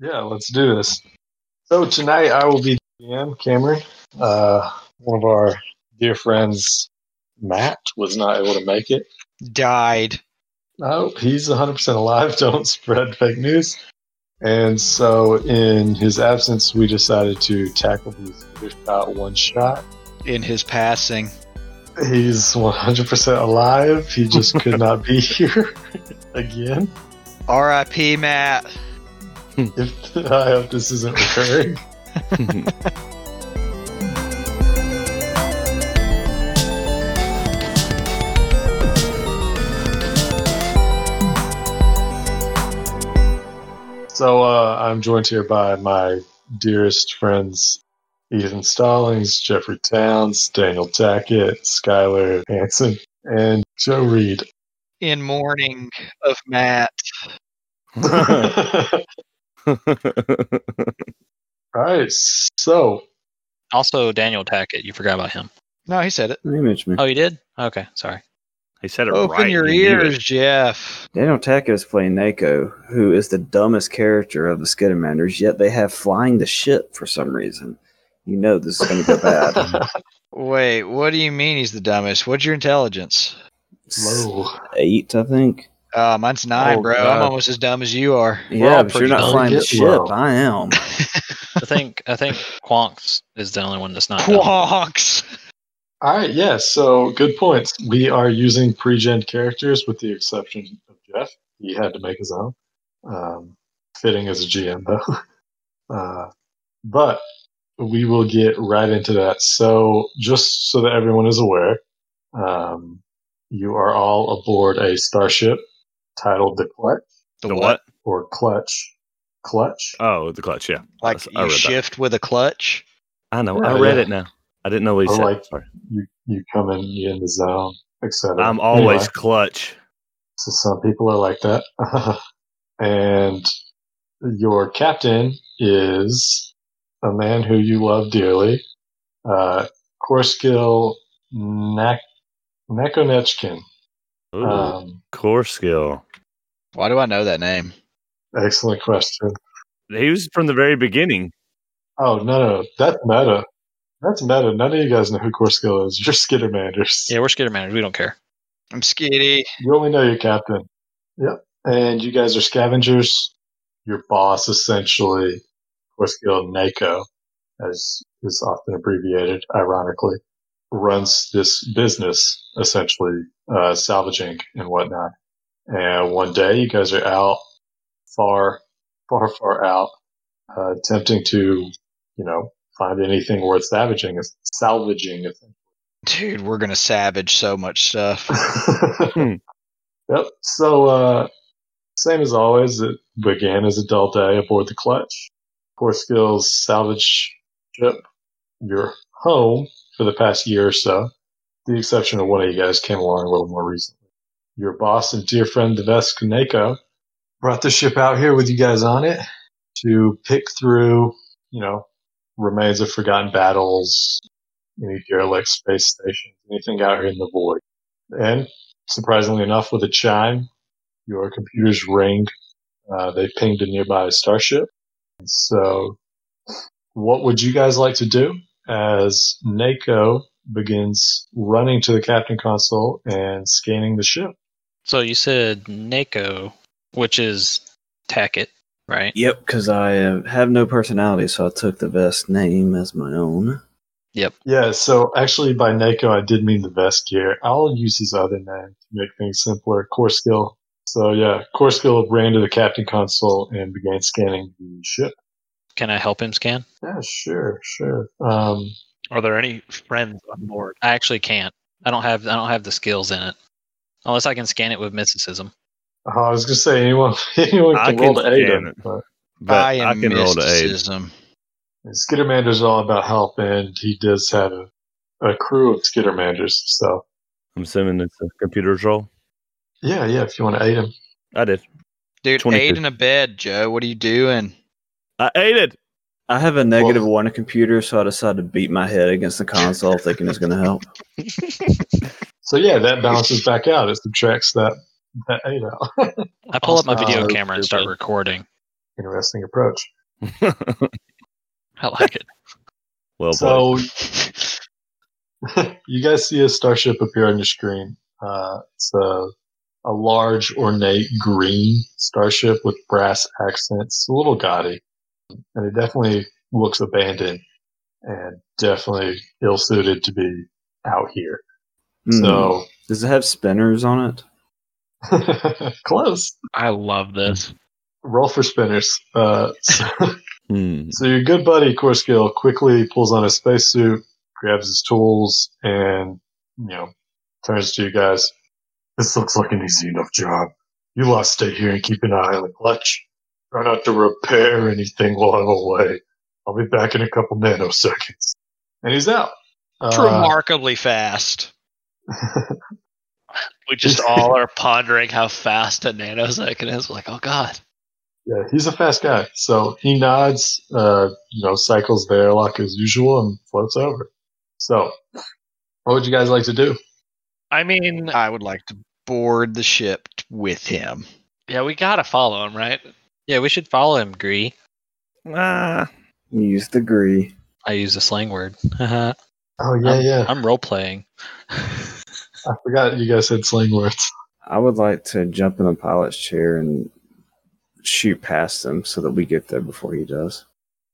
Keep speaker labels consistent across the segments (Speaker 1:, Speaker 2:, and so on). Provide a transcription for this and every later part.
Speaker 1: Yeah, let's do this. So tonight I will be GM Cameron. Uh, one of our dear friends, Matt, was not able to make it.
Speaker 2: Died.
Speaker 1: No, he's 100% alive. Don't spread fake news. And so, in his absence, we decided to tackle these without one shot.
Speaker 2: in his passing.
Speaker 1: He's 100% alive. He just could not be here again.
Speaker 2: R.I.P. Matt.
Speaker 1: If I hope this isn't recurring. So uh, I'm joined here by my dearest friends Ethan Stallings, Jeffrey Towns, Daniel Tackett, Skylar Hansen, and Joe Reed.
Speaker 2: In mourning of Matt.
Speaker 1: All right, so
Speaker 3: Also, Daniel Tackett. You forgot about him.
Speaker 2: No, he said it.
Speaker 4: Image me.
Speaker 3: Oh, you did? Okay, sorry.
Speaker 5: He said it
Speaker 2: Open
Speaker 5: right.
Speaker 2: your
Speaker 5: He knew it.
Speaker 2: ears, Jeff.
Speaker 4: Daniel Taco is playing Nako, who is the dumbest character of the Skidamanders, yet they have flying the ship for some reason. You know this is going to go bad.
Speaker 2: Wait, what do you mean he's the dumbest? What's your intelligence?
Speaker 1: low.
Speaker 4: Eight, I think.
Speaker 2: Uh, mine's nine,
Speaker 3: Oh,
Speaker 2: bro.
Speaker 3: God.
Speaker 2: I'm almost as dumb as you are.
Speaker 4: yeah, but you're
Speaker 3: pretty
Speaker 4: not
Speaker 3: dumb.
Speaker 4: flying the
Speaker 1: Get
Speaker 4: ship.
Speaker 1: low.
Speaker 4: I am.
Speaker 3: I think I think Quonks is the only one that's not. dumb.
Speaker 2: Quonks.
Speaker 1: All right, yeah, so good points. We are using pre-gen characters with the exception of Jeff. He had to make his own. Um, fitting as a GM, though. Uh, but we will get right into that. So just so that everyone is aware, um, you are all aboard a starship titled the Clutch
Speaker 5: The what?
Speaker 1: or Clutch. Clutch.
Speaker 5: Oh, the clutch. Yeah,
Speaker 2: Like you
Speaker 5: I read that.
Speaker 2: shift with a clutch.
Speaker 5: I know.
Speaker 1: Yeah,
Speaker 5: I read
Speaker 1: yeah.
Speaker 5: it now. I didn't know what he
Speaker 1: I
Speaker 5: said.
Speaker 1: like-
Speaker 5: Sorry.
Speaker 1: You you come in, you in the zone, etc.
Speaker 5: I'm always
Speaker 1: Anyway.
Speaker 5: clutch.
Speaker 1: So some people are like that. and your captain is a man who you love dearly, uh, Korskill Nak- Nakonechkin.
Speaker 5: Ooh,
Speaker 1: Um,
Speaker 5: core skill.
Speaker 2: Why do I know that name?
Speaker 1: excellent question.
Speaker 5: He was from the very beginning.
Speaker 1: Oh, no, no, that's meta. That's meta. None of you guys know who Korskill is. You're Skittermanders.
Speaker 3: Yeah, we're Skittermanders. We don't care.
Speaker 2: I'm Skitty.
Speaker 1: You only know your captain. Yep. And you guys are scavengers. Your boss, essentially, Corskill Nako, as is often abbreviated, ironically, runs this business, essentially, uh, salvaging and whatnot. And one day you guys are out far, far, far out, uh, attempting to, you know, find anything worth salvaging, salvaging,
Speaker 2: Dude, we're gonna savage so much stuff.
Speaker 1: Yep. So, uh, same as always, it began as a dull day aboard the Clutch. Core Skills salvage ship, your home for the past year or so. The exception of one of you guys came along a little more recently. Your boss and dear friend, the Vesk Neko, brought the ship out here with you guys on it to pick through, you know, remains of forgotten battles, any derelict space stations, anything out here in the void. And surprisingly enough, with a chime, your computers ring. Uh, they pinged a nearby starship. And So, what would you guys like to do as Nako begins running to the captain console and scanning the ship?
Speaker 3: So you said Nako, which is Tackett, right?
Speaker 4: Yep, because I uh, have no personality, so I took the best name as my own.
Speaker 1: Yeah, so actually, by Nako, I did mean the vest gear. I'll use his other name to make things simpler. Core skill. So, yeah, core skill ran to the captain console and began scanning the ship.
Speaker 3: Can I help him scan?
Speaker 1: Yeah, sure, sure. Um,
Speaker 6: Are there any friends on board?
Speaker 3: I actually can't. I don't have I don't have the skills in it. Unless I can scan it with mysticism.
Speaker 1: Oh, I was gonna say anyone, anyone
Speaker 5: I
Speaker 1: can roll
Speaker 5: can
Speaker 1: to aid
Speaker 5: scan
Speaker 1: him.
Speaker 5: it.
Speaker 1: But
Speaker 5: But
Speaker 2: I
Speaker 5: I,
Speaker 2: am
Speaker 5: can roll to aid.
Speaker 2: mysticism.
Speaker 1: Skittermander's all about help, and he does have a, a crew of Skittermanders. So
Speaker 5: I'm assuming it's a computer's roll.
Speaker 1: yeah, yeah. If you want to aid him,
Speaker 5: I did.
Speaker 2: Dude,
Speaker 5: 22.
Speaker 2: aid in a bed, Joe. What are you doing?
Speaker 5: I aided.
Speaker 4: I have a negative one on computer, so I decided to beat my head against the console, thinking it's going to help.
Speaker 1: so yeah, that balances back out. It subtracts that that aid out.
Speaker 3: I pull up my
Speaker 1: Also-
Speaker 3: video
Speaker 1: Oh,
Speaker 3: camera and start
Speaker 1: stupid.
Speaker 3: recording.
Speaker 1: Interesting approach.
Speaker 3: I like it.
Speaker 5: well,
Speaker 1: so you guys see a starship appear on your screen. Uh, it's a, a large, ornate green starship with brass accents, a little gaudy, and it definitely looks abandoned and definitely ill-suited to be out here.
Speaker 4: Hmm.
Speaker 1: So
Speaker 4: does it have spinners on it?
Speaker 1: close.
Speaker 6: I love this.
Speaker 1: Roll for spinners. Uh, so-
Speaker 5: played. Hmm.
Speaker 1: So your good buddy Corskill quickly pulls on his spacesuit, grabs his tools, and you know turns to you guys. This looks like an easy enough job. You lot stay here and keep an eye on the clutch. Try not to repair anything while I'm away. I'll be back in a couple nanoseconds. And he's out.
Speaker 6: It's
Speaker 1: Uh,
Speaker 6: remarkably fast. We just all are pondering how fast a nanosecond is. We're like, oh god.
Speaker 1: yeah, he's a fast guy. So he nods, uh, you know, cycles the airlock as usual and floats over. So, what would you guys like to do?
Speaker 6: I mean,
Speaker 2: I would like to board the ship t- with him.
Speaker 6: yeah, we gotta follow him, right?
Speaker 3: Yeah, we should follow him, Gree.
Speaker 5: Ah.
Speaker 4: Use the gree.
Speaker 3: I use a slang word. Uh-huh.
Speaker 1: Oh yeah, yeah.
Speaker 3: I'm role playing.
Speaker 1: I forgot you guys had slang words.
Speaker 4: I would like to jump in the pilot's chair and shoot past him so that we get there before he does.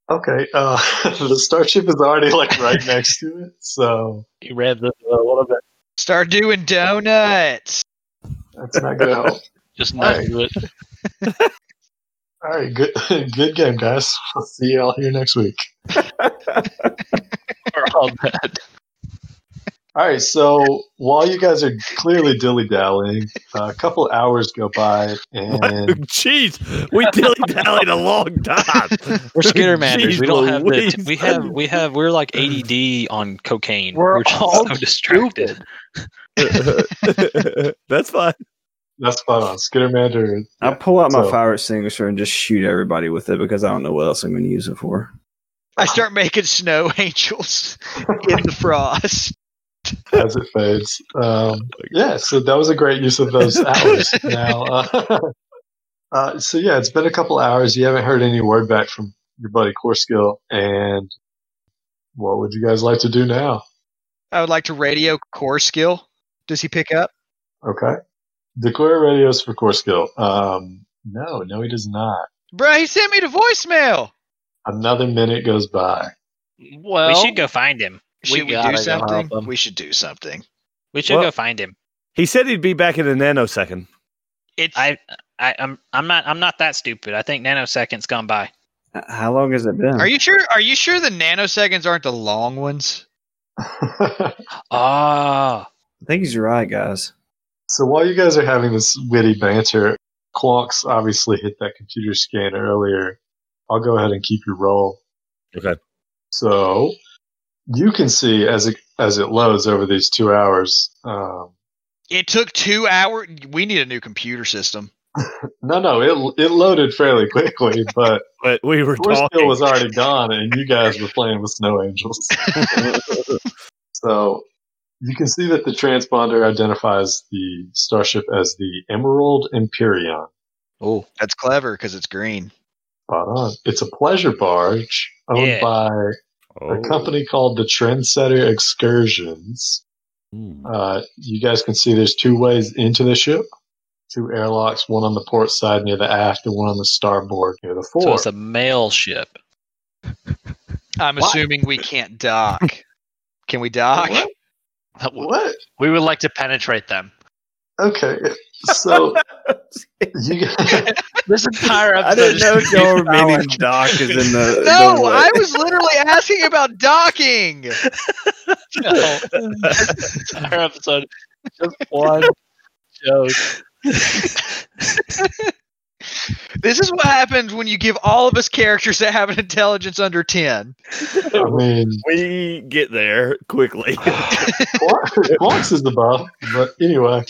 Speaker 1: Okay, uh, the starship is already like right next to it, so
Speaker 6: You read this a little bit.
Speaker 2: Start doing donuts.
Speaker 1: that's not gonna help.
Speaker 6: Just not
Speaker 1: Alright.
Speaker 6: do it.
Speaker 1: All right, good, good game, guys. We'll see y'all here next week.
Speaker 6: We're
Speaker 3: Oh,
Speaker 6: all dead.
Speaker 1: All right, so while you guys are clearly dilly dallying, uh, a couple hours go by, and
Speaker 5: Jeez, we dilly dallied a long time.
Speaker 3: We're skittermanders.
Speaker 5: Jeez
Speaker 3: We don't have the.
Speaker 5: Louise.
Speaker 3: We have. We have. We're like ADD on cocaine.
Speaker 6: We're
Speaker 3: just
Speaker 6: all
Speaker 3: so distracted.
Speaker 5: That's fine.
Speaker 1: that's spot on. Skittermander.
Speaker 4: I pull out my
Speaker 1: so-
Speaker 4: fire extinguisher and just shoot everybody with it because I don't know what else I'm going to use it for.
Speaker 2: I start making snow angels in the frost.
Speaker 1: as it fades. Um, yeah, so that was a great use of those hours. now, uh, uh, so yeah, it's been a couple hours. You haven't heard any word back from your buddy Corskill, and what would you guys like to do now?
Speaker 2: I would like to radio core skill. Does he pick up?
Speaker 1: Okay, declare radios for Corskill. Um, no, no, he does not.
Speaker 2: Bruh, he sent me to voicemail.
Speaker 1: Another minute goes by.
Speaker 6: Well,
Speaker 3: we should go find him.
Speaker 6: We
Speaker 2: Should we,
Speaker 6: gotta
Speaker 2: do
Speaker 6: go
Speaker 2: something?
Speaker 6: help him.
Speaker 2: We should do something.
Speaker 3: We should
Speaker 5: Well-
Speaker 3: go find him.
Speaker 5: He said he'd be back in a nanosecond.
Speaker 2: It's
Speaker 3: I, I, I'm, I'm not, I'm not that stupid. I think nanoseconds gone by.
Speaker 4: H- How long has it
Speaker 6: Hmm.
Speaker 4: been?
Speaker 2: Are you sure? Are you sure the nanoseconds aren't the long ones?
Speaker 3: Ah,
Speaker 4: I think he's right, guys.
Speaker 1: So while you guys are having this witty banter, Clonks obviously hit that computer scan earlier. I'll go ahead and keep your roll.
Speaker 5: Okay.
Speaker 1: So you can see as it as it loads over these two hours. Um,
Speaker 2: It took two hours. We need a new computer system.
Speaker 1: no, no, it it loaded fairly quickly, but
Speaker 5: But we were
Speaker 1: Forcefield
Speaker 5: talking.
Speaker 1: was already gone, and you guys were playing with snow angels. so you can see that the transponder identifies the starship as the Emerald Imperion.
Speaker 2: Oh, that's clever because it's green.
Speaker 1: Spot on. It's a pleasure barge owned
Speaker 3: Yeah.
Speaker 1: by
Speaker 5: Oh.
Speaker 1: a company called the Trendsetter Excursions.
Speaker 5: Hmm.
Speaker 1: Uh, you guys can see there's two ways into the ship, two airlocks, one on the port side near the aft, and one on the starboard near the
Speaker 3: so
Speaker 1: fore.
Speaker 3: it's a male ship.
Speaker 2: I'm
Speaker 1: What?
Speaker 2: assuming we can't dock. Can we dock?
Speaker 1: What? what?
Speaker 6: we would like to penetrate them.
Speaker 1: Okay, so you guys,
Speaker 6: This entire
Speaker 5: I
Speaker 6: episode
Speaker 5: didn't
Speaker 6: is
Speaker 5: know
Speaker 6: just
Speaker 5: your
Speaker 6: me
Speaker 5: mini
Speaker 6: following.
Speaker 5: doc is in
Speaker 2: No,
Speaker 5: the.
Speaker 2: I was literally asking about docking.
Speaker 6: No. This entire episode is just one joke.
Speaker 2: This is what happens when you give all of us characters that have an intelligence under ten.
Speaker 1: I mean,
Speaker 5: We get there quickly.
Speaker 1: Blanx is the buff, but anyway.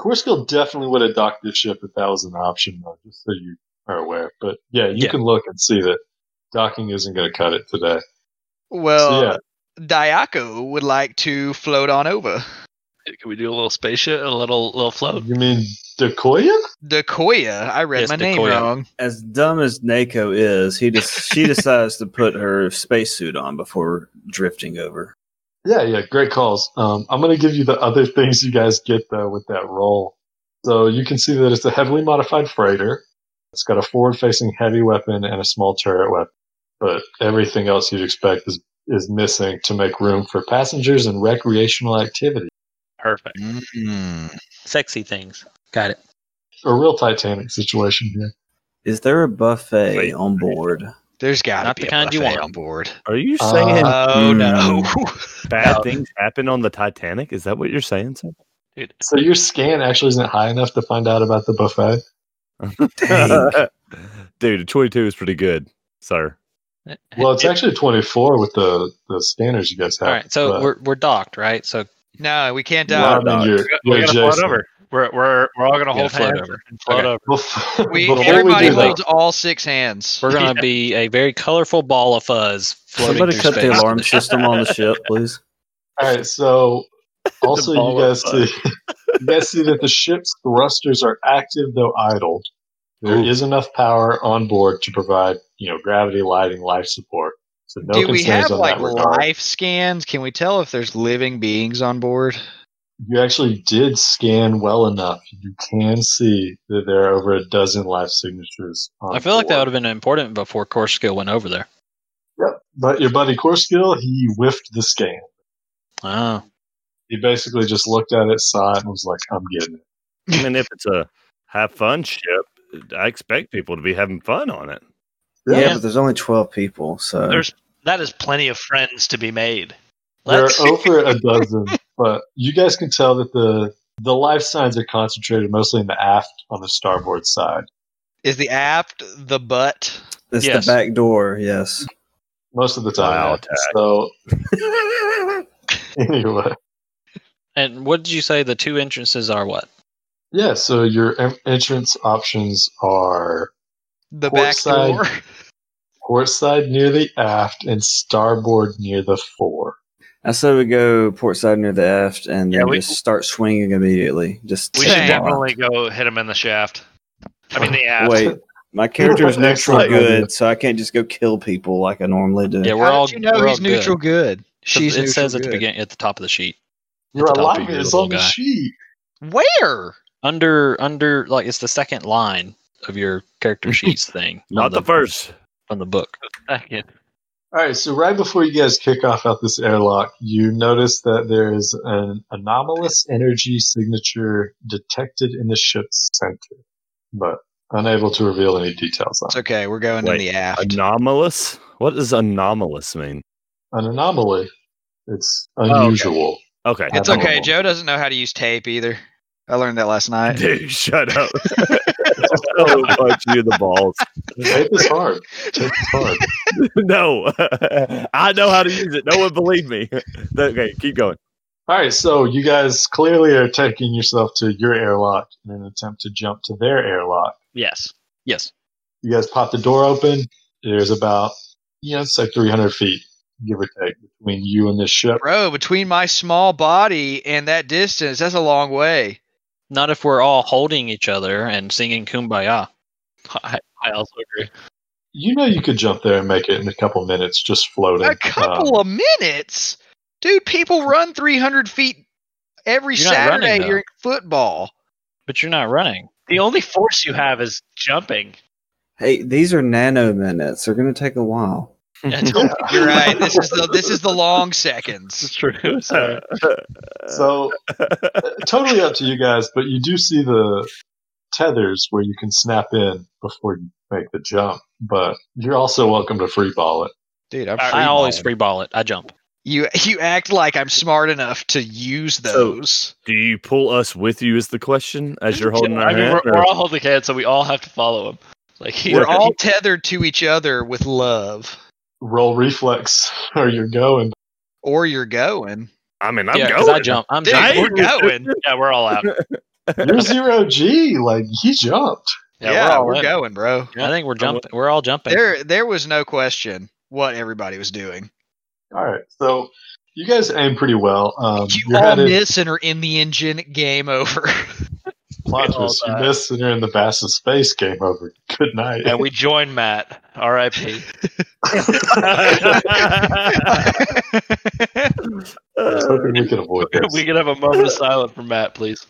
Speaker 1: Corskill definitely would have docked this ship if that was an option, though, just so you are aware. But yeah, you
Speaker 3: Yeah.
Speaker 1: can look and see that docking isn't going to cut it today. so
Speaker 2: Well,
Speaker 1: yeah,
Speaker 2: Dayako would like to float on over.
Speaker 3: Oh.
Speaker 6: Can we do a little spaceship, a little little float?
Speaker 1: you mean Decoyan?
Speaker 2: Decoya. I read
Speaker 3: Yes,
Speaker 2: my name
Speaker 3: Decoya.
Speaker 2: wrong.
Speaker 4: As dumb as Nako is, he just she decides to put her spacesuit on before drifting over.
Speaker 1: Yeah, yeah, great calls. Um, I'm going to give you the other things you guys get though with that roll. So you can see that it's a heavily modified freighter. It's got a forward-facing heavy weapon and a small turret weapon, but everything else you'd expect is is missing to make room for passengers and recreational activity.
Speaker 6: Perfect.
Speaker 3: Sexy things. Got it.
Speaker 1: A real Titanic situation here.
Speaker 4: Is there a buffet
Speaker 5: Wait.
Speaker 4: on board?
Speaker 2: There's gotta
Speaker 3: Not
Speaker 2: be
Speaker 3: the
Speaker 2: a
Speaker 3: kind you
Speaker 2: buffet
Speaker 3: want.
Speaker 2: on board.
Speaker 5: Are you saying
Speaker 1: Uh,
Speaker 2: Oh no.
Speaker 5: bad things happen on the Titanic? Is that what you're saying? Sir?
Speaker 6: Dude,
Speaker 1: So your scan actually isn't high enough to find out about the buffet.
Speaker 4: Dang.
Speaker 5: Dude, a 22 is pretty good, sir.
Speaker 1: Well, it's actually 24 with the, the scanners you guys have.
Speaker 3: All right, so
Speaker 1: but-
Speaker 3: we're we're docked, right? So
Speaker 2: No, we can't
Speaker 1: Well,
Speaker 2: die.
Speaker 1: I mean, you're-
Speaker 6: we're
Speaker 1: you're
Speaker 6: gonna float
Speaker 1: adjacent.
Speaker 6: over. We're we're we're all gonna
Speaker 3: Yeah,
Speaker 6: hold
Speaker 3: float
Speaker 6: hands
Speaker 3: over.
Speaker 6: and float
Speaker 3: Okay.
Speaker 6: over.
Speaker 1: Bef-
Speaker 2: We
Speaker 1: before
Speaker 2: everybody
Speaker 1: we do that-
Speaker 2: holds all six hands.
Speaker 3: we're gonna be a very colorful ball of fuzz floating
Speaker 4: Somebody
Speaker 3: through
Speaker 4: cut
Speaker 3: space.
Speaker 4: the alarm system on the ship, please.
Speaker 1: All right, so also you
Speaker 5: ball
Speaker 1: guys
Speaker 5: of fire.
Speaker 1: see you guys see that the ship's thrusters are active though idled. There is enough power on board to provide, you know, gravity, lighting, life support. So no
Speaker 2: Do we
Speaker 1: concerns
Speaker 2: have
Speaker 1: on
Speaker 2: like
Speaker 1: that regard.
Speaker 2: life scans? Can we tell if there's living beings on board?
Speaker 1: You actually did scan well enough. You can see that there are over a dozen life signatures. On
Speaker 3: I feel like that
Speaker 1: board.
Speaker 3: would have been important before Corsica went over there.
Speaker 1: Yep. But your buddy Corskill, he whiffed the scan.
Speaker 3: Oh,
Speaker 1: He basically just looked at it, saw it, and was like, "I'm getting it."
Speaker 5: I mean, if it's a have fun ship, I expect people to be having fun on it.
Speaker 4: Yeah,
Speaker 6: Yeah.
Speaker 4: but there's only twelve people, so
Speaker 6: There's that is plenty of friends to be made.
Speaker 1: There are
Speaker 6: Let's
Speaker 1: over a dozen, but you guys can tell that the the life signs are concentrated mostly in the aft on the starboard side.
Speaker 2: Is the apt the butt?
Speaker 4: it's
Speaker 3: yes.
Speaker 4: the back door. Yes.
Speaker 1: Most of the time.
Speaker 5: Wow, attack.
Speaker 1: So anyway.
Speaker 3: and what did you say? The two entrances are what?
Speaker 1: Yeah, so your en- entrance options are
Speaker 2: The
Speaker 1: Port
Speaker 2: back
Speaker 1: side.
Speaker 2: door?
Speaker 1: port side near the aft and starboard near the fore.
Speaker 4: I said we go port side near the aft and
Speaker 6: Yeah,
Speaker 4: then
Speaker 6: we-
Speaker 4: just start swinging immediately. Just
Speaker 6: we
Speaker 4: take
Speaker 6: should
Speaker 4: it off.
Speaker 6: definitely go hit him in the shaft. I mean the ass.
Speaker 4: Wait, my character is neutral
Speaker 1: Excellent idea.
Speaker 4: good, so I can't just go kill people like I normally do.
Speaker 3: Yeah, we're
Speaker 2: How
Speaker 3: all.
Speaker 2: did you know
Speaker 3: we're
Speaker 2: he's
Speaker 3: all good.
Speaker 2: neutral good? She's
Speaker 3: it
Speaker 2: neutral
Speaker 3: says at the
Speaker 2: good.
Speaker 3: beginning, at the top of the sheet,
Speaker 1: You're
Speaker 3: the top of
Speaker 1: alive.
Speaker 3: your
Speaker 1: It's
Speaker 3: little
Speaker 1: on the
Speaker 3: guy.
Speaker 1: sheet.
Speaker 2: Where?
Speaker 3: under under like it's the second line of your character sheets thing.
Speaker 5: Not
Speaker 3: on
Speaker 5: the first.
Speaker 3: on the book.
Speaker 1: All right, so right before you guys kick off out this airlock, you notice that there is an anomalous energy signature detected in the ship's center, but unable to reveal any details
Speaker 2: It's
Speaker 1: on it.
Speaker 2: okay. We're going
Speaker 5: Wait,
Speaker 2: in the aft.
Speaker 5: Anomalous? What does anomalous mean?
Speaker 1: An anomaly. It's
Speaker 2: okay.
Speaker 1: unusual.
Speaker 5: Okay.
Speaker 2: It's
Speaker 1: Abnormal.
Speaker 2: okay. Joe doesn't know how to use tape either. I learned that last night.
Speaker 5: Dude, shut up. so much you the balls.
Speaker 1: Tape is hard. Tape is hard.
Speaker 5: no. I know how to use it. No one believed me. okay, keep going.
Speaker 1: All right, so you guys clearly are taking yourself to your airlock in an attempt to jump to their airlock.
Speaker 6: Yes.
Speaker 3: Yes.
Speaker 1: You guys pop the door open. There's about, you know, it's like 300 feet, give or take, between you and this ship.
Speaker 2: Bro, between my small body and that distance, that's a long way.
Speaker 3: Not if we're all holding each other and singing "Kumbaya."
Speaker 6: I, I also agree.
Speaker 1: You know, you could jump there and make it in a couple minutes just floating.
Speaker 3: uh,
Speaker 2: A couple
Speaker 1: Um,
Speaker 2: of minutes? Dude, people run 300 feet every
Speaker 3: You're not
Speaker 2: Saturday
Speaker 3: running, though.
Speaker 2: during football.
Speaker 3: But you're not running.
Speaker 6: The only force you have is jumping.
Speaker 4: Hey, these are nano minutes. They're gonna take a while.
Speaker 2: You're right. This is the this is the long seconds.
Speaker 6: true.
Speaker 5: Uh,
Speaker 6: So
Speaker 1: so uh, totally up to you guys, but you do see the tethers where you can snap in before you make the jump. But you're also welcome to free ball it.
Speaker 2: Dude, I'm
Speaker 6: All right,
Speaker 2: free
Speaker 3: I always
Speaker 2: balling.
Speaker 3: free ball it. I jump.
Speaker 2: you you act like I'm smart enough to use those.
Speaker 5: Do you pull us with you? Is the question as you're holding our
Speaker 6: I mean,
Speaker 5: hand?
Speaker 6: we're,
Speaker 5: or-
Speaker 6: we're all holding hands, so we all have to follow him. Like he,
Speaker 2: We're all tethered to each other with love.
Speaker 1: Roll reflex or you're going.
Speaker 2: Or you're going.
Speaker 5: I mean, I'm
Speaker 3: yeah, 'cause
Speaker 5: going.
Speaker 3: I jump. I'm
Speaker 2: Dude,
Speaker 3: jumping.
Speaker 2: we're going.
Speaker 6: yeah, we're all out.
Speaker 1: You're zero G. Like, he jumped.
Speaker 2: Yeah,
Speaker 6: all
Speaker 2: we're,
Speaker 6: in.
Speaker 2: going, bro.
Speaker 3: I think we're jumping. We're all jumping.
Speaker 2: There there was no question what everybody was doing.
Speaker 1: All right. So you guys aim pretty well. Um,
Speaker 2: you
Speaker 1: you're
Speaker 2: all
Speaker 1: headed-
Speaker 2: miss and are in the engine. Game over.
Speaker 1: Montrose,
Speaker 6: all
Speaker 1: you
Speaker 6: that.
Speaker 1: missed and you're in the Bass of Space game over. Good night.
Speaker 6: And we join Matt. R.I.P.
Speaker 1: I was hoping we could avoid this.
Speaker 6: we can have a moment of silence for Matt, please.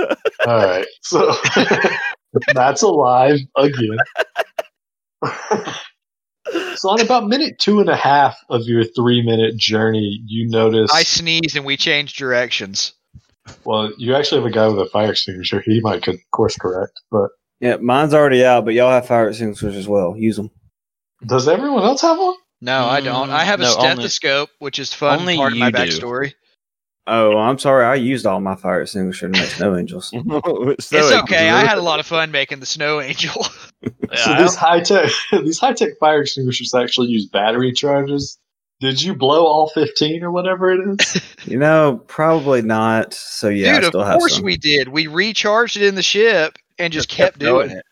Speaker 1: All right. So Matt's alive again. so on about minute two and a half of your three minute journey, you notice
Speaker 2: I sneeze and we change directions.
Speaker 1: well, you actually have a guy with a fire extinguisher. He might could course correct, but
Speaker 4: Yeah, mine's already out, but y'all have fire extinguishers as well. Use them.
Speaker 1: does everyone else have one?
Speaker 2: No, I don't. I have a
Speaker 3: No, only-
Speaker 2: stethoscope, which is fun
Speaker 3: only
Speaker 2: part of my
Speaker 3: you do.
Speaker 2: backstory.
Speaker 4: Oh, I'm sorry. I used all my fire extinguisher and there's no angels.
Speaker 5: So
Speaker 2: it's
Speaker 5: it
Speaker 2: okay. I
Speaker 5: grew-
Speaker 2: had a lot of fun making the snow angel.
Speaker 1: so these high tech these high tech fire extinguishers actually use battery charges. Did you blow all fifteen or whatever it is?
Speaker 4: You know, probably not. So yeah,
Speaker 2: Dude,
Speaker 4: I
Speaker 2: of
Speaker 4: still have
Speaker 2: course
Speaker 4: some.
Speaker 2: we did. We recharged it in the ship and just kept doing it.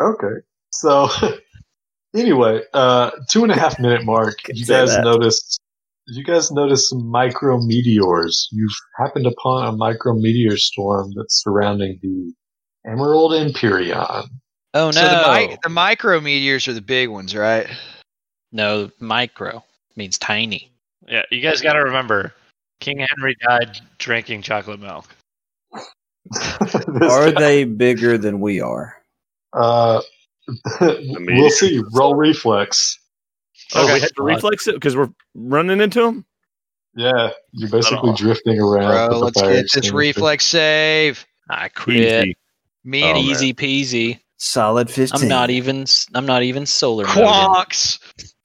Speaker 1: okay. So anyway, uh two and a half minute mark,
Speaker 4: Could
Speaker 1: you
Speaker 4: say
Speaker 1: guys
Speaker 4: that.
Speaker 1: noticed you guys noticed some micrometeors. You've happened upon a micrometeor storm that's surrounding the Emerald Imperion.
Speaker 3: Oh no,
Speaker 2: So the, mi- the micrometeors are the big ones, right?
Speaker 3: no micro means tiny.
Speaker 6: Yeah, you guys got to remember, King Henry died drinking chocolate milk.
Speaker 1: This
Speaker 4: Are they bigger than we are?
Speaker 1: Uh, we'll
Speaker 5: meteors.
Speaker 1: see. Roll reflex.
Speaker 5: Oh,
Speaker 2: Okay.
Speaker 5: we had to reflex it because we're running into him.
Speaker 1: Yeah, you're basically
Speaker 5: all.
Speaker 1: drifting around.
Speaker 2: Bro,
Speaker 1: with the
Speaker 2: let's
Speaker 1: fire
Speaker 2: get this
Speaker 1: extinguisher.
Speaker 2: reflex save.
Speaker 3: I quit.
Speaker 2: Me
Speaker 5: Oh,
Speaker 2: and
Speaker 5: man.
Speaker 3: Easy peasy.
Speaker 4: Solid 15.
Speaker 3: I'm not even. s- I'm not even solar. mode in.
Speaker 2: Quonks.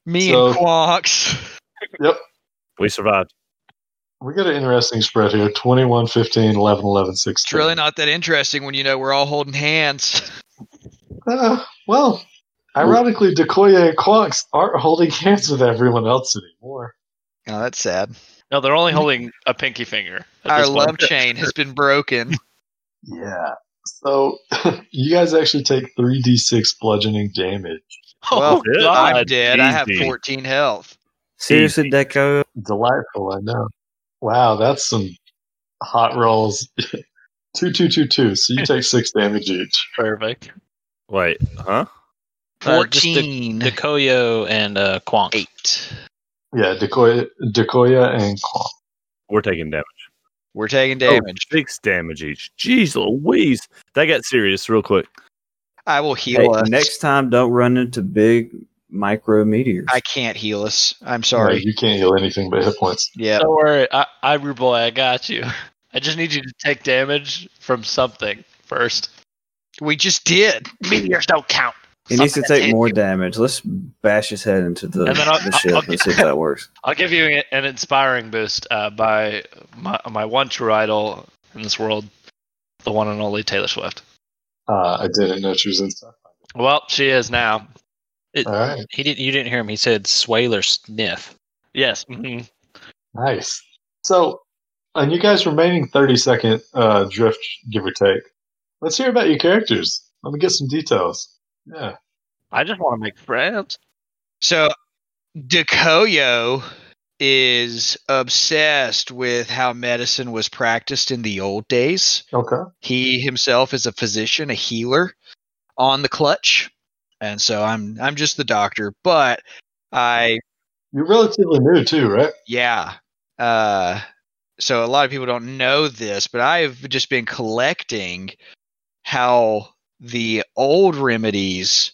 Speaker 2: Me
Speaker 1: So-
Speaker 2: and Quonks.
Speaker 5: We survived.
Speaker 1: We got an interesting spread here 21, 15, 11, 11, 16.
Speaker 2: It's really not that interesting when you know we're all holding hands.
Speaker 1: Uh, well, ironically, Decoya and Quonks aren't holding hands with everyone else anymore.
Speaker 2: Oh, that's sad.
Speaker 6: No, they're only holding a pinky finger. at
Speaker 2: Our
Speaker 6: this point.
Speaker 2: love chain has been broken.
Speaker 1: Yeah. So you guys actually take 3d6 bludgeoning damage.
Speaker 6: Oh,
Speaker 2: Well,
Speaker 5: good.
Speaker 2: I'm
Speaker 5: God,
Speaker 2: dead. I have
Speaker 5: easy.
Speaker 2: 14 health.
Speaker 4: Seriously, Deco?
Speaker 1: Delightful, I know. Wow, that's some hot rolls. Two, two, two, two. So you take six damage each.
Speaker 6: Perfect.
Speaker 5: Wait, huh?
Speaker 3: Uh, just the-
Speaker 2: 14.
Speaker 3: Decoyo and uh, Quonk.
Speaker 2: Eight.
Speaker 1: Yeah, Decoya, Decoya and Quonk.
Speaker 5: We're taking damage.
Speaker 2: We're taking damage.
Speaker 5: Oh, six damage each. Jeez Louise. That got serious real quick.
Speaker 2: I will heal
Speaker 4: Hey,
Speaker 2: us.
Speaker 4: next time, don't run into big micro meteors.
Speaker 2: I can't heal us. I'm
Speaker 1: No,
Speaker 2: sorry.
Speaker 1: you can't heal anything but hit points.
Speaker 2: Yeah.
Speaker 6: Don't worry. I, I boy, I got you. I just need you to take damage from something first.
Speaker 2: We just did.
Speaker 6: Meteors don't count.
Speaker 4: He needs to
Speaker 6: Something
Speaker 4: take
Speaker 6: hit
Speaker 4: more
Speaker 6: you.
Speaker 4: damage. Let's bash his head into the,
Speaker 6: And then I'll-
Speaker 4: the ship
Speaker 6: I'll-
Speaker 4: and see if that works.
Speaker 6: I'll give you a- an inspiring boost uh, by my, my one true idol in this world, the one and only Taylor Swift.
Speaker 1: Uh, I didn't know she was in stuff.
Speaker 6: Well, she is now.
Speaker 1: All right.
Speaker 3: He didn't. You didn't hear him. He said Swaler sniff.
Speaker 6: Yes. hmm
Speaker 1: Nice. So, on you guys' remaining 30 second uh, drift, give or take, let's hear about your characters. Let me get some details. Yeah.
Speaker 6: I just want to make friends.
Speaker 2: So, Decoyo is obsessed with how medicine was practiced in the old days.
Speaker 1: Okay.
Speaker 2: He himself is a physician, a healer on the clutch. And so I'm I'm just the doctor, but I
Speaker 1: You're relatively new, too, right?
Speaker 2: yeah. Uh so a lot of people don't know this, but I've just been collecting how the old remedies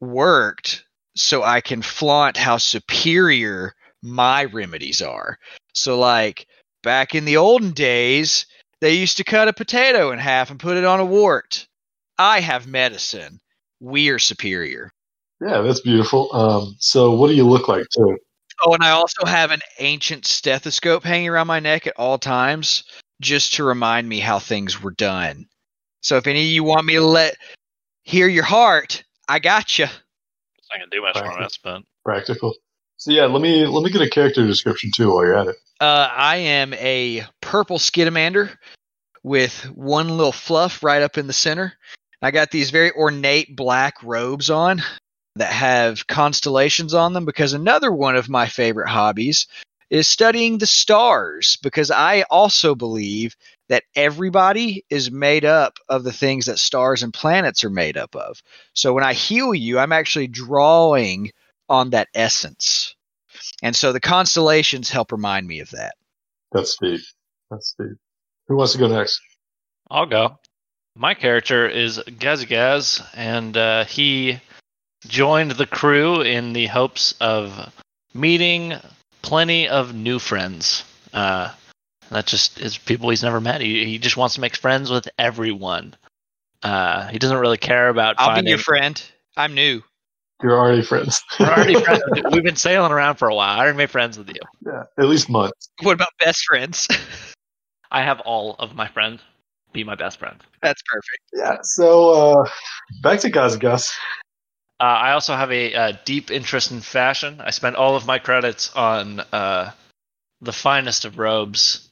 Speaker 2: worked so I can flaunt how superior my remedies are. So like back in the olden days, they used to cut a potato in half and put it on a wart. I have medicine. We are superior.
Speaker 1: Yeah, that's beautiful. Um, so, what do you look like, too?
Speaker 2: Oh, and I also have an ancient stethoscope hanging around my neck at all times just to remind me how things were done. So if any of you want me to let hear your heart, I got you.
Speaker 6: I can do much
Speaker 1: more on
Speaker 6: this, but
Speaker 1: Practical. So, yeah, let me let me get a character description, too, while you're at it.
Speaker 2: Uh, I am a purple skidamander with one little fluff right up in the center. I got these very ornate black robes on that have constellations on them because another one of my favorite hobbies is studying the stars because I also believe that everybody is made up of the things that stars and planets are made up of. So when I heal you, I'm actually drawing on that essence. And so the constellations help remind me of that.
Speaker 1: That's deep. That's deep. Who wants to go next?
Speaker 6: I'll go. My character is Gazagaz, and uh, he joined the crew in the hopes of meeting plenty of new friends. Uh, that just is people he's never met. He, he just wants to make friends with everyone. Uh, he doesn't really care about
Speaker 2: I'll
Speaker 6: finding
Speaker 2: be your friend. I'm new.
Speaker 1: You're already friends.
Speaker 6: We're already friends. We've been sailing around for a while. I already made friends with you.
Speaker 1: yeah, at least months.
Speaker 2: What about best friends?
Speaker 6: I have all of my friends be my best friend.
Speaker 2: That's perfect.
Speaker 1: Yeah. So uh, back to guys, Gus.
Speaker 6: Uh, I also have a uh, deep interest in fashion. I spent all of my credits on uh, the finest of robes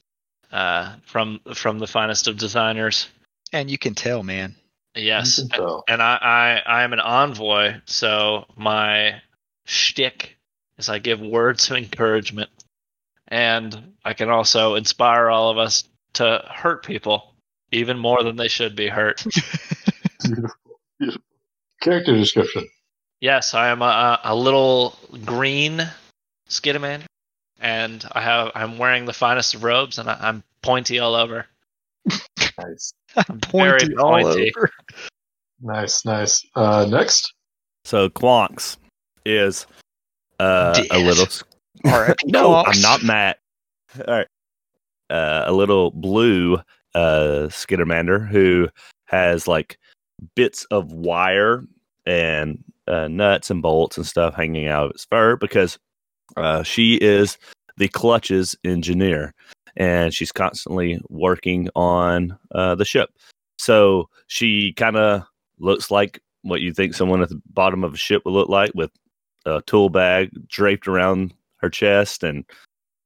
Speaker 6: uh, from from the finest of designers.
Speaker 2: And you can tell, man.
Speaker 6: Yes,
Speaker 1: You can tell.
Speaker 6: and I, I I am an envoy, so my shtick is I give words of encouragement, and I can also inspire all of us to hurt people even more than they should be hurt.
Speaker 1: Beautiful. Beautiful. Character description.
Speaker 6: Yes, I am a, a little green Skidamander, and I have I'm wearing the finest of robes, and I, I'm pointy all over.
Speaker 1: Nice.
Speaker 6: I'm
Speaker 2: Pointy
Speaker 6: very
Speaker 2: all
Speaker 6: pointy.
Speaker 1: Nice. Nice. Uh, next.
Speaker 5: So Quonks is uh, a
Speaker 2: Dead.
Speaker 5: little.
Speaker 2: All right.
Speaker 5: No, I'm not Matt. All right, uh, a little blue uh, Skittermander who has like bits of wire and uh, nuts and bolts and stuff hanging out of its fur because uh, she is the clutches engineer and she's constantly working on uh, the ship. So she kind of looks like what you think someone at the bottom of a ship would look like with a tool bag draped around her chest and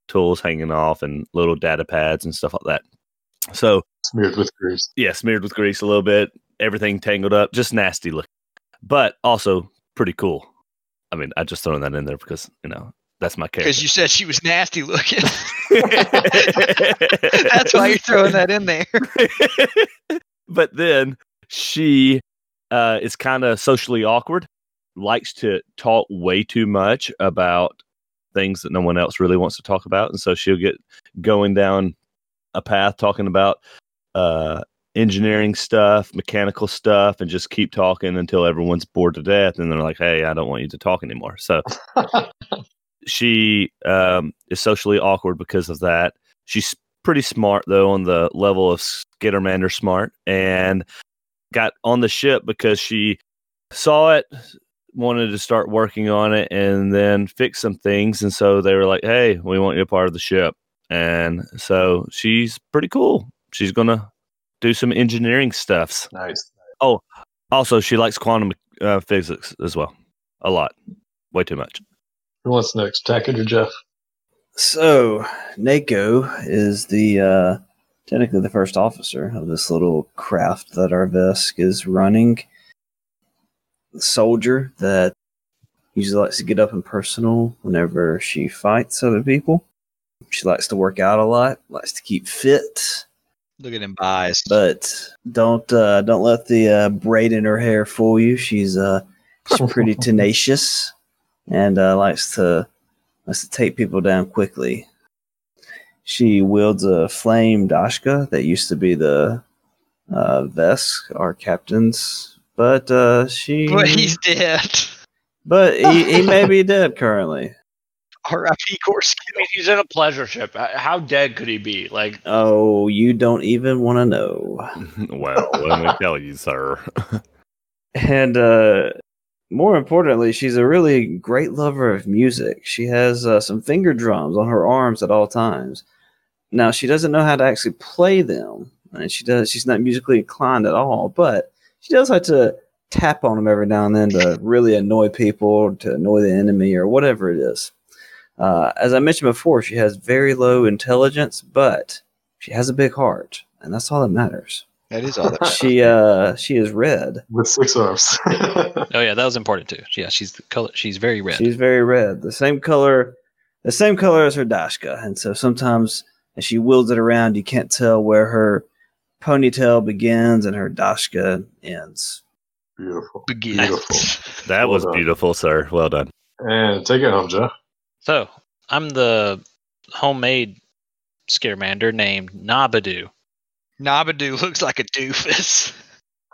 Speaker 5: tools hanging off and little data pads and stuff like that. So
Speaker 1: Smeared with grease.
Speaker 5: yeah, smeared with grease a little bit, everything tangled up, just nasty looking, but also pretty cool. I mean, I just thrown that in there because you know that's my character.
Speaker 2: Because you said she was nasty looking. That's why you're throwing that in there.
Speaker 5: but then she uh, is kind of socially awkward, likes to talk way too much about things that no one else really wants to talk about. And so she'll get going down a path talking about uh, engineering stuff, mechanical stuff, and just keep talking until everyone's bored to death. And they're like, hey, I don't want you to talk anymore. So she um, is socially awkward because of that. She's pretty smart though on the level of Skittermander smart, and got on the ship because she saw it, wanted to start working on it, and then fix some things. And so they were like, "Hey, we want you a part of the ship." And so she's pretty cool. She's gonna do some engineering stuffs.
Speaker 1: nice.
Speaker 5: Also, she likes quantum uh, physics as well, a lot, way too much.
Speaker 1: Who wants next? Tackett or Jeff?
Speaker 4: So, Nako is the uh, technically the first officer of this little craft that our Vesk is running. The soldier that usually likes to get up and personal whenever she fights other people. She likes to work out a lot, likes to keep fit,
Speaker 2: Look at him eyes.
Speaker 4: but don't uh, don't let the uh, braid in her hair fool you. She's uh, she's pretty tenacious and uh, likes to likes to take people down quickly. She wields a flame dashka that used to be the uh, Vesk, our captain's, but uh, she
Speaker 2: But he's dead.
Speaker 4: but he, he may be dead currently.
Speaker 2: R.I.P.
Speaker 6: I mean, he's in a pleasure ship. Uh, How dead could he be? Like
Speaker 4: Oh, you don't even want to know.
Speaker 5: well, let me tell you, sir.
Speaker 4: and uh more importantly she's a really great lover of music she has uh, some finger drums on her arms at all times now she doesn't know how to actually play them and she does she's not musically inclined at all but she does like to tap on them every now and then to really annoy people to annoy the enemy or whatever it is uh, as i mentioned before she has very low intelligence but she has a big heart and that's all that matters
Speaker 2: That is all that.
Speaker 4: she uh she is red
Speaker 1: With six arms.
Speaker 3: Oh yeah, that was important too. Yeah, she's the color. She's very red.
Speaker 4: She's very red. The same color, the same color as her Dashka, and so sometimes and she wields it around. You can't tell where her ponytail begins and her dashka ends.
Speaker 1: Beautiful. Beautiful.
Speaker 2: begins.
Speaker 5: That
Speaker 1: Well
Speaker 5: was
Speaker 1: done.
Speaker 5: beautiful, sir. Well done.
Speaker 1: And take it home, Jeff.
Speaker 3: So I'm the homemade Scaramander named Nabadoo.
Speaker 2: Nabadoo looks like a doofus.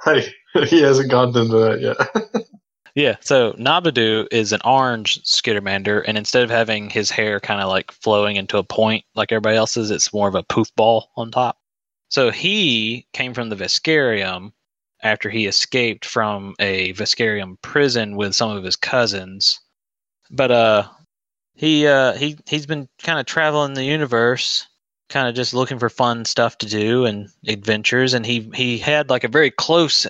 Speaker 1: Hey, he hasn't gotten into that yet.
Speaker 3: Yeah, so Nabadoo is an orange Skittermander, and instead of having his hair kind of like flowing into a point like everybody else's, it's more of a poof ball on top. So he came from the Viscarium after he escaped from a Viscarium prison with some of his cousins. But uh he uh he he's been kind of traveling the universe, kind of just looking for fun stuff to do and adventures and he he had like a very close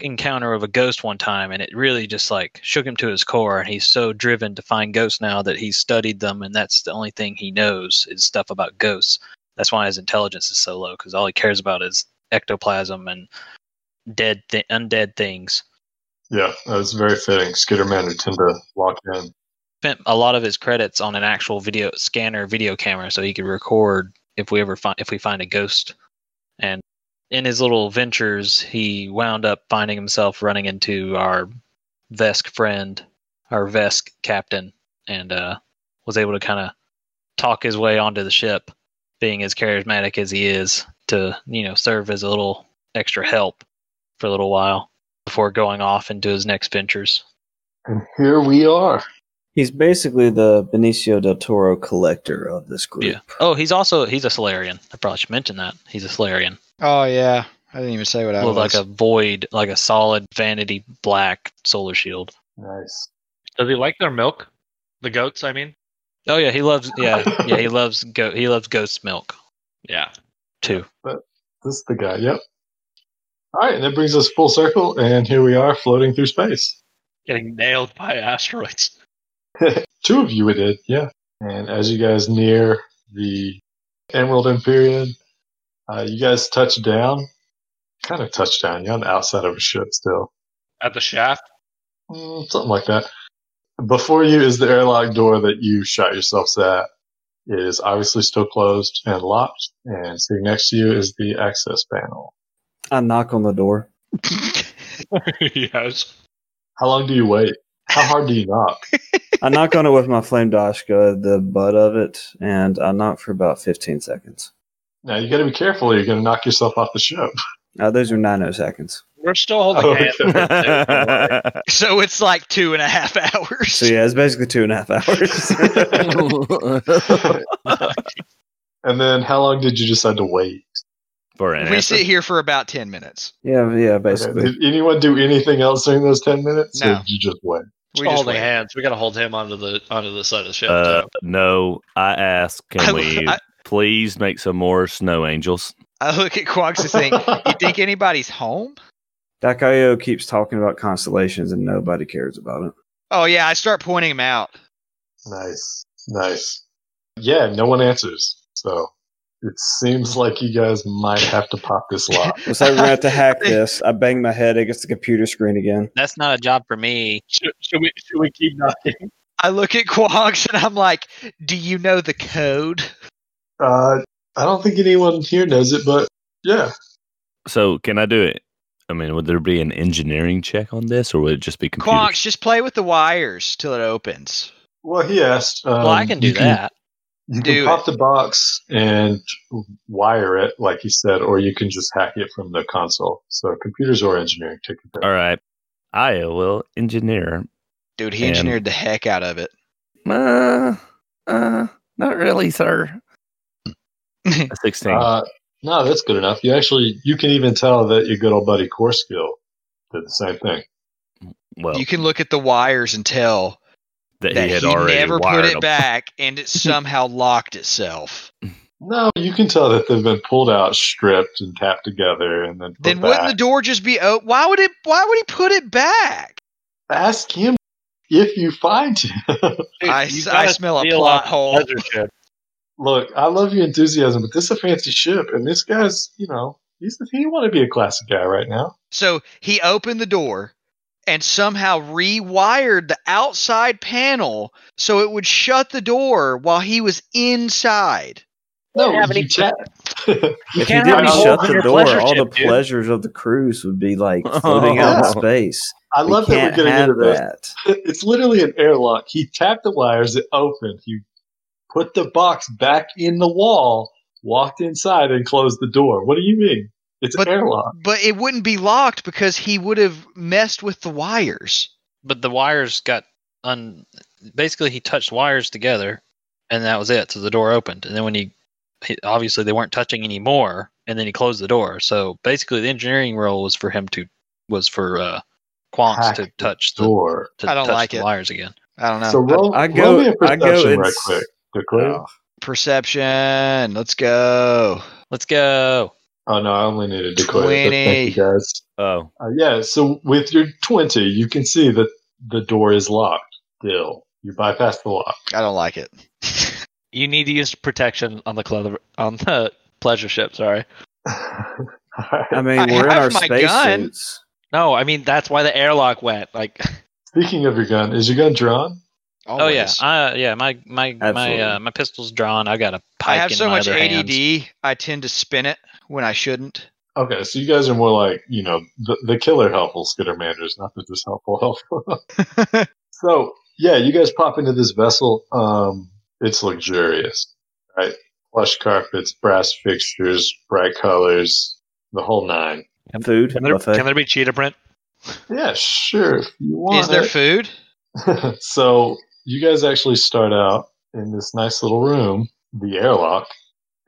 Speaker 3: encounter of a ghost one time and it really just like shook him to his core and he's so driven to find ghosts now that he's studied them and that's the only thing he knows is stuff about ghosts that's why his intelligence is so low because all he cares about is ectoplasm and dead th- undead things
Speaker 1: yeah, that's very fitting. Skitterman would tend to lock in.
Speaker 3: spent a lot of his credits on an actual video scanner video camera so he could record if we ever find if we find a ghost and in his little ventures he wound up finding himself running into our vesk friend our vesk captain and uh was able to kind of talk his way onto the ship being as charismatic as he is to you know serve as a little extra help for a little while before going off into his next ventures
Speaker 1: And here we are.
Speaker 4: He's basically the Benicio del Toro collector of this group.
Speaker 3: Yeah. Oh, he's also he's a Solarian. I probably should mention that he's a Solarian.
Speaker 2: Oh yeah, I didn't even say what I
Speaker 3: With
Speaker 2: was.
Speaker 3: like a void, like a solid vanity black solar shield.
Speaker 1: Nice.
Speaker 6: Does he like their milk? The goats, I mean.
Speaker 3: Oh yeah, he loves yeah yeah he loves go he loves ghost milk
Speaker 6: Yeah.
Speaker 3: too.
Speaker 1: This is the guy. Yep. All right, and that brings us full circle, and here we are floating through space.
Speaker 6: Getting nailed by asteroids.
Speaker 1: Two of you we did, yeah. And as you guys near the Emerald Empyrean, uh, you guys touch down. Kind of touch down. You're on the outside of a ship still.
Speaker 6: At the shaft.
Speaker 1: Mm, something like that. Before you is the airlock door that you shot yourselves at. It is obviously still closed and locked, and sitting next to you is the access panel.
Speaker 4: I knock on the door.
Speaker 6: yes.
Speaker 1: How long do you wait? How hard do you knock?
Speaker 4: I knock on it with my flame dashka, the butt of it, and I knock for about 15 seconds.
Speaker 1: Now you got to be careful. You're going to knock yourself off the ship.
Speaker 4: Uh, those are nanoseconds.
Speaker 6: We're still holding
Speaker 1: Oh,
Speaker 6: hands.
Speaker 1: okay.
Speaker 2: so it's like two and a half hours.
Speaker 4: So yeah, it's basically two and a half hours.
Speaker 1: and then, how long did you decide to wait?
Speaker 5: For an
Speaker 2: we
Speaker 5: answer.
Speaker 2: sit here for about ten minutes.
Speaker 4: yeah, yeah, basically.
Speaker 1: Did anyone do anything else during those ten minutes? Or
Speaker 2: No.
Speaker 1: did you just wait?
Speaker 2: We
Speaker 6: We're
Speaker 2: just
Speaker 6: holding
Speaker 2: wait.
Speaker 6: hands. We gotta hold him onto the onto the side of the ship.
Speaker 5: Uh,
Speaker 6: too.
Speaker 5: no, I asked, can
Speaker 2: I-
Speaker 5: we
Speaker 2: I-
Speaker 5: please make some more snow angels?
Speaker 2: I look at Quags and think, "You think anybody's home?"
Speaker 4: Dakayo keeps talking about constellations and nobody cares about it.
Speaker 2: Oh yeah, I start pointing him out.
Speaker 1: Nice, nice. Yeah, no one answers. So it seems like you guys might have to pop this lock.
Speaker 4: Looks like we're gonna have to hack this. I bang my head against the computer screen again.
Speaker 3: That's not a job for me.
Speaker 6: should, should we should we keep knocking?
Speaker 2: I look at Quags and I'm like, "Do you know the code?"
Speaker 1: Uh, I don't think anyone here knows it, but yeah,
Speaker 5: So can I do it? I mean, would there be an engineering check on this, or would it just be computer?
Speaker 2: Quonks, just play with the wires till it opens.
Speaker 1: well, he asked. Um,
Speaker 3: well, I can do
Speaker 1: you
Speaker 3: that.
Speaker 1: You
Speaker 2: Do
Speaker 1: can pop the box and wire it, like he said, or you can just hack it from the console. So computers or engineering, take your pick.
Speaker 5: All right, I will engineer.
Speaker 2: Dude, he
Speaker 5: And-
Speaker 2: engineered the heck out of it.
Speaker 5: Uh, uh, not really, sir. A Sixteen.
Speaker 1: Uh, no, that's good enough. You actually, you can even tell that your good old buddy Corskill did the same thing.
Speaker 5: well,
Speaker 2: you can look at the wires and tell
Speaker 5: that
Speaker 2: that
Speaker 5: Oh. he had already
Speaker 2: never
Speaker 5: wired
Speaker 2: put it
Speaker 5: them.
Speaker 2: back and it somehow locked itself.
Speaker 1: No, you can tell that they've been pulled out, stripped, and tapped together, and then put
Speaker 2: Then wouldn't
Speaker 1: back.
Speaker 2: the door just be open? Why would it? Why would he put it back?
Speaker 1: Ask him if you find him.
Speaker 6: Dude,
Speaker 2: I,
Speaker 6: you
Speaker 2: s- I
Speaker 6: gotta
Speaker 2: smell a
Speaker 6: steal
Speaker 2: plot
Speaker 6: off
Speaker 2: hole.
Speaker 6: pleasure ship.
Speaker 1: Look, I love your enthusiasm, but this is a fancy ship, and this guy's, you know, he's he want to be a classic guy right now.
Speaker 2: So he opened the door and somehow rewired the outside panel so it would shut the door while he was inside.
Speaker 1: No,
Speaker 6: have any
Speaker 1: you can't.
Speaker 6: You
Speaker 4: if you
Speaker 6: can't have
Speaker 4: didn't
Speaker 6: any
Speaker 4: shut
Speaker 6: holes in
Speaker 4: the
Speaker 6: your
Speaker 4: door,
Speaker 6: pleasure
Speaker 4: all the
Speaker 6: ship, dude.
Speaker 4: pleasures of the cruise would be like floating
Speaker 1: Yeah.
Speaker 4: out in space.
Speaker 1: I love
Speaker 4: we
Speaker 1: that we're
Speaker 4: can't
Speaker 1: getting
Speaker 4: have
Speaker 1: into this.
Speaker 4: that.
Speaker 1: It's literally an airlock. He tapped the wires, it opened. He put the box back in the wall, walked inside, and closed the door. What do you mean? It's
Speaker 2: But-
Speaker 1: an airlock.
Speaker 2: But it wouldn't be locked because he would have messed with the wires.
Speaker 3: But the wires got un. Basically, he touched wires together, and that was it. So the door opened, and then when he, he obviously they weren't touching anymore, and then he closed the door. So basically, the engineering role was for him to was for uh, Quants
Speaker 1: Hack
Speaker 3: to touch the
Speaker 1: Door.
Speaker 3: to
Speaker 2: I don't
Speaker 3: touch
Speaker 2: like
Speaker 3: the
Speaker 2: it.
Speaker 3: wires again.
Speaker 2: I don't know.
Speaker 1: so roll,
Speaker 4: I
Speaker 1: roll
Speaker 4: go.
Speaker 1: me a
Speaker 4: I go.
Speaker 1: perception right
Speaker 4: ins-
Speaker 1: quick. Quickly.
Speaker 4: Oh.
Speaker 2: Perception. Let's go.
Speaker 3: Let's go.
Speaker 1: Oh no, I only needed to quit. But
Speaker 2: 20.
Speaker 1: thank you guys.
Speaker 5: Oh,
Speaker 1: Uh, yeah, so with your twenty, you can see that the door is locked. Still, you bypass the lock.
Speaker 2: I don't like it.
Speaker 6: You need to use protection on the clever, on the pleasure ship. Sorry.
Speaker 1: All
Speaker 4: I
Speaker 1: right.
Speaker 4: mean,
Speaker 2: I
Speaker 4: we're in
Speaker 2: have
Speaker 4: our
Speaker 2: my gun.
Speaker 4: spacesuits.
Speaker 6: No, I mean that's why the airlock went. Like,
Speaker 1: Speaking of your gun, is your gun drawn?
Speaker 3: Oh yeah,
Speaker 2: Always.
Speaker 3: I, yeah. My my
Speaker 4: Absolutely.
Speaker 3: my uh, my pistol's drawn. I got a pike.
Speaker 2: I have
Speaker 3: in
Speaker 2: so
Speaker 3: my
Speaker 2: much
Speaker 3: other
Speaker 2: ADD,
Speaker 3: hand.
Speaker 2: I tend to spin it when I shouldn't.
Speaker 1: Okay, so you guys are more like you know the, the killer helpful Skittermanders, not the just helpful helpful. So yeah, you guys pop into this vessel. Um, it's luxurious, right? Plush carpets, brass fixtures, bright colors, the whole nine.
Speaker 4: Food
Speaker 6: can there,
Speaker 4: buffet.
Speaker 6: can there be cheetah print?
Speaker 1: Yeah, sure. If you want
Speaker 2: Is there
Speaker 1: it.
Speaker 2: food?
Speaker 1: so you guys actually start out in this nice little room, the airlock,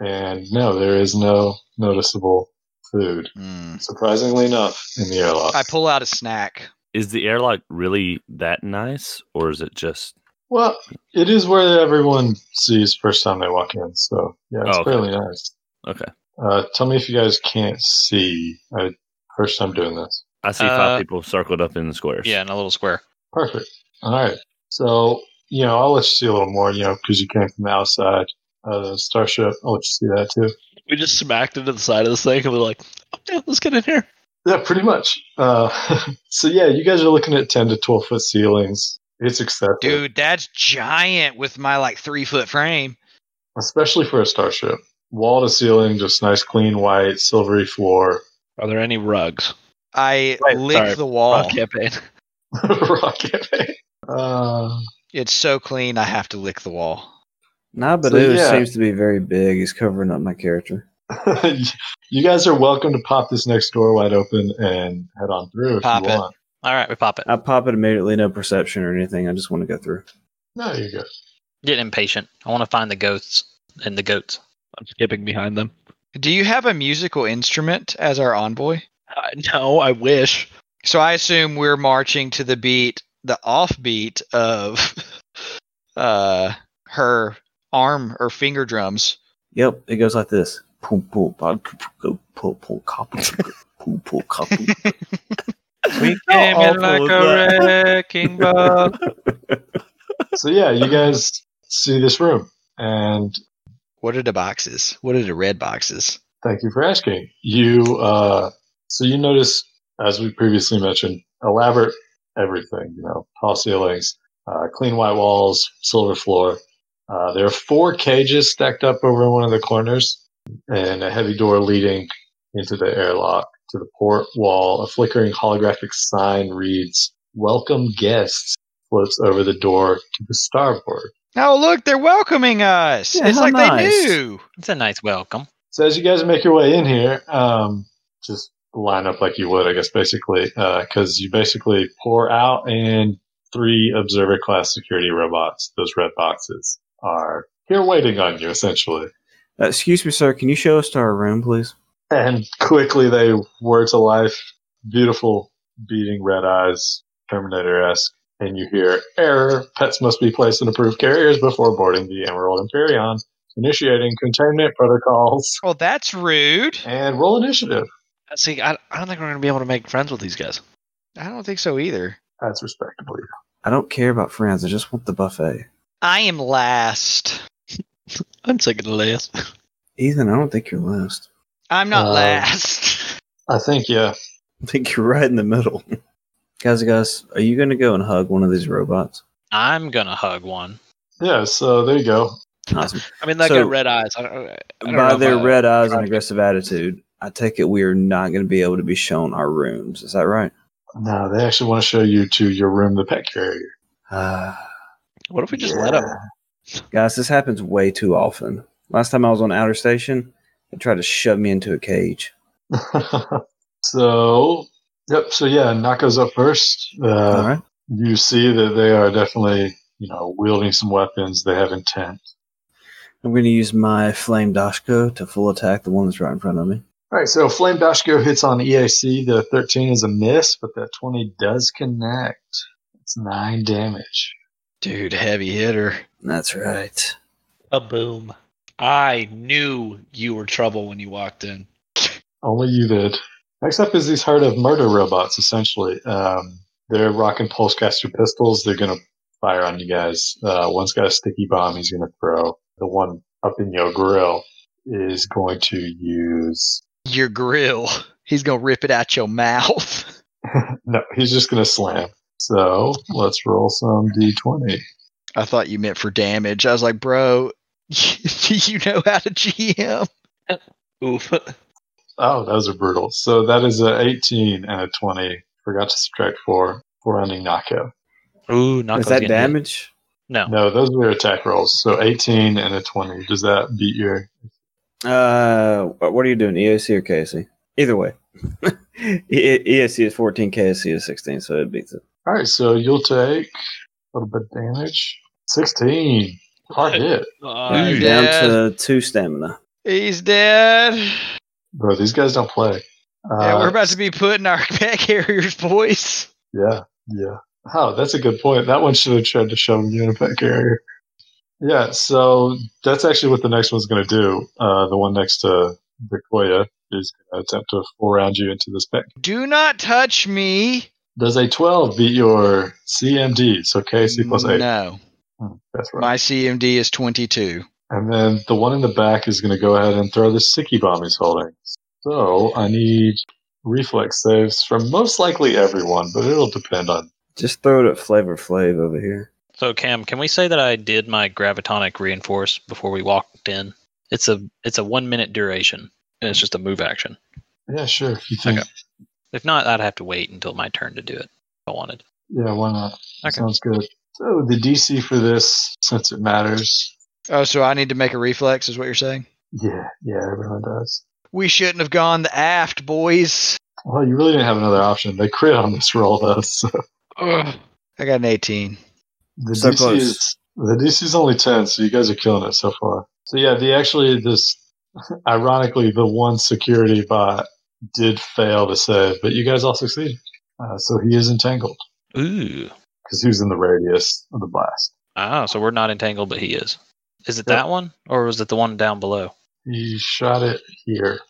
Speaker 1: and no, there is no noticeable food.
Speaker 2: Hmm.
Speaker 1: Surprisingly enough, in the airlock.
Speaker 2: I pull out a snack.
Speaker 5: is the airlock really that nice, or is it just?
Speaker 1: well, it is where everyone sees first time they walk in, so yeah, it's
Speaker 5: Oh, okay.
Speaker 1: fairly nice.
Speaker 5: Okay,
Speaker 1: Uh, tell me if you guys can't see. I, first time doing this.
Speaker 5: I see
Speaker 3: Uh,
Speaker 5: five people circled up in the squares.
Speaker 3: Yeah, in a little square.
Speaker 1: Perfect. All right. So, you know, I'll let you see a little more, you know, because you came from the outside of the Starship. I'll let you see that too.
Speaker 6: We just smacked into the side of this thing and we're like, oh, yeah, let's get in here.
Speaker 1: Yeah, pretty much. Uh, so, yeah, you guys are looking at 10 to 12 foot ceilings. It's excessive,
Speaker 2: Dude, that's giant with my like three foot frame.
Speaker 1: especially for a Starship. Wall to ceiling, just nice, clean, white, silvery floor.
Speaker 6: Are there any rugs?
Speaker 2: I
Speaker 6: Right,
Speaker 2: lick
Speaker 6: sorry.
Speaker 2: the wall.
Speaker 6: On campaign.
Speaker 1: Rocket. Uh,
Speaker 2: It's so clean, I have to lick the wall.
Speaker 4: Nabadoo
Speaker 1: So, yeah.
Speaker 4: seems to be very big. He's covering up my character.
Speaker 1: you guys are welcome to pop this next door wide open and head on through if
Speaker 2: Pop
Speaker 1: you
Speaker 2: it.
Speaker 1: want.
Speaker 3: All right, we pop it.
Speaker 4: I pop it immediately, no perception or anything. I just want to go through.
Speaker 1: No, you're good.
Speaker 3: Getting impatient. I want to find the ghosts and the goats.
Speaker 6: I'm skipping behind them.
Speaker 2: Do you have a musical instrument as our envoy?
Speaker 6: Uh, no, I wish.
Speaker 2: So I assume we're marching to the beat, the offbeat of uh her arm or finger drums.
Speaker 4: Yep, it goes like this. Poom poom pod poom poom poom cop, poom poom cop.
Speaker 6: We
Speaker 5: came in awful like was a
Speaker 6: wrecking ball.
Speaker 1: So yeah, you guys see this room, and
Speaker 2: What are the boxes? What are the red boxes?
Speaker 1: thank you for asking. You uh, so you notice, as we previously mentioned, elaborate everything. You know, tall ceilings, uh, clean white walls, silver floor. Uh, there are four cages stacked up over in one of the corners, and a heavy door leading into the airlock to the port wall. A flickering holographic sign reads "Welcome guests." Floats over the door to the starboard.
Speaker 2: Oh, look, they're welcoming us.
Speaker 4: Yeah,
Speaker 2: it's
Speaker 4: how
Speaker 2: like
Speaker 4: nice.
Speaker 2: they knew.
Speaker 3: It's a nice welcome.
Speaker 1: So as you guys make your way in here, um, just line up like you would, I guess, basically, because you basically pour out and three observer class security robots. Those red boxes are here waiting on you, essentially.
Speaker 4: Uh, excuse me, sir. Can you show us to our room, please?
Speaker 1: And quickly they were to life. Beautiful, beating red eyes, Terminator esque. And you hear error. Pets must be placed in approved carriers before boarding the Emerald Imperion. Initiating containment protocols.
Speaker 2: Well, that's rude.
Speaker 1: And roll initiative.
Speaker 6: See, I, I don't think we're going to be able to make friends with these guys.
Speaker 2: I don't think so either.
Speaker 1: That's respectable.
Speaker 4: I don't care about friends. I just want the buffet.
Speaker 2: I am last.
Speaker 6: I'm sick of the last.
Speaker 4: Ethan, I don't think you're last.
Speaker 2: I'm not
Speaker 1: Uh,
Speaker 2: last.
Speaker 1: I think, yeah.
Speaker 4: I think you're right in the middle. guys, guys, are you going to go and hug one of these robots?
Speaker 3: I'm gonna hug one.
Speaker 1: Yeah, so there you go.
Speaker 4: Awesome.
Speaker 6: I mean, that
Speaker 4: So-
Speaker 6: got red eyes. I don't, I don't know
Speaker 4: By
Speaker 6: if
Speaker 4: their
Speaker 6: I-
Speaker 4: red eyes and aggressive attitude, I take it we are not going to be able to be shown our rooms. Is that right?
Speaker 1: No, they actually want to show you to your room, the pet carrier.
Speaker 4: Uh,
Speaker 6: What if we just let 'em? let
Speaker 1: Yeah.
Speaker 6: them?
Speaker 4: guys, this happens way too often. Last time I was on Outer Station, they tried to shove me into a cage.
Speaker 1: so, yep. So yeah, Nako's up first. Uh,
Speaker 4: All right.
Speaker 1: You see that they are definitely, you know, wielding some weapons. They have intent.
Speaker 4: I'm going to use my Flame Dashko to full attack the one that's right in front of me.
Speaker 1: All right. So Flame Dashko hits on EAC. The 13 is a miss, but that 20 does connect. It's nine damage.
Speaker 2: Dude, heavy hitter.
Speaker 4: That's right.
Speaker 6: A boom. I knew you were trouble when you walked in.
Speaker 1: Only you did. Next up is these herd of murder robots, essentially. Um, they're rocking pulsecaster pistols. They're going to fire on you guys. Uh, one's got a sticky bomb he's going to throw. The one up in your grill is going to use.
Speaker 2: Your grill. He's gonna rip it out your mouth.
Speaker 1: No, he's just going to slam. So let's roll some d20.
Speaker 2: I thought you meant for damage. I was like, bro, do you know how to GM?
Speaker 6: Oof.
Speaker 1: Oh, those are brutal. So that is a 18 and a 20. Forgot to subtract four for ending knockout.
Speaker 3: Ooh, not
Speaker 4: Is that damage?
Speaker 3: No.
Speaker 1: No, those were attack rolls. So 18 and a 20. Does that beat your
Speaker 4: Uh, wh- what are you doing, EOC or KSC? Either way, E- E- EOC is 14, KSC is 16, so it beats it.
Speaker 1: All right, so you'll take a little bit of damage. 16. Hard hit.
Speaker 6: Uh,
Speaker 2: Ooh.
Speaker 4: I'm down to two stamina.
Speaker 2: He's dead.
Speaker 1: Bro, these guys don't play. Uh,
Speaker 2: yeah, we're about to be putting our pet carriers, boys.
Speaker 1: yeah, yeah. Oh, that's a good point. That one should have tried to shove you in a pet carrier. Yeah, so that's actually what the next one's going to do. Uh, the one next to Victoria is going to attempt to full round you into this pet.
Speaker 2: Do not touch me.
Speaker 1: Does a 12 beat your CMD? So KC plus 8.
Speaker 2: No,
Speaker 1: Hmm, That's right.
Speaker 2: my CMD is twenty-two.
Speaker 1: And then the one in the back is going to go ahead and throw the sticky bomb he's holding. So I need reflex saves from most likely everyone, but it'll depend on.
Speaker 4: Just throw it at Flavor Flav over here.
Speaker 3: So Cam, can we say that I did my gravitonic reinforce before we walked in? It's a it's a one minute duration, and it's just a move action.
Speaker 1: Yeah, sure. If you think.
Speaker 3: If not, I'd have to wait until my turn to do it. If I wanted.
Speaker 1: Yeah, why not? That
Speaker 3: Okay.
Speaker 1: Sounds good. So the DC for this, since it matters.
Speaker 2: Oh, so I need to make a reflex, is what you're saying?
Speaker 1: Yeah, yeah, everyone does.
Speaker 2: We shouldn't have gone the aft, boys.
Speaker 1: Well, you really didn't have another option. They crit on this roll, though. So
Speaker 2: I got an 18.
Speaker 1: the
Speaker 4: So
Speaker 1: DC
Speaker 4: close.
Speaker 1: is the DC is only ten, so you guys are killing it so far. So yeah, the actually this ironically the one security bot did fail to save, but you guys all succeeded. Uh, so he is entangled
Speaker 3: Ooh.
Speaker 1: because he was in the radius of the blast.
Speaker 3: Oh, so we're not entangled, but he is. Is it
Speaker 1: Yep.
Speaker 3: that one, or was it the one down below?
Speaker 1: He shot it here,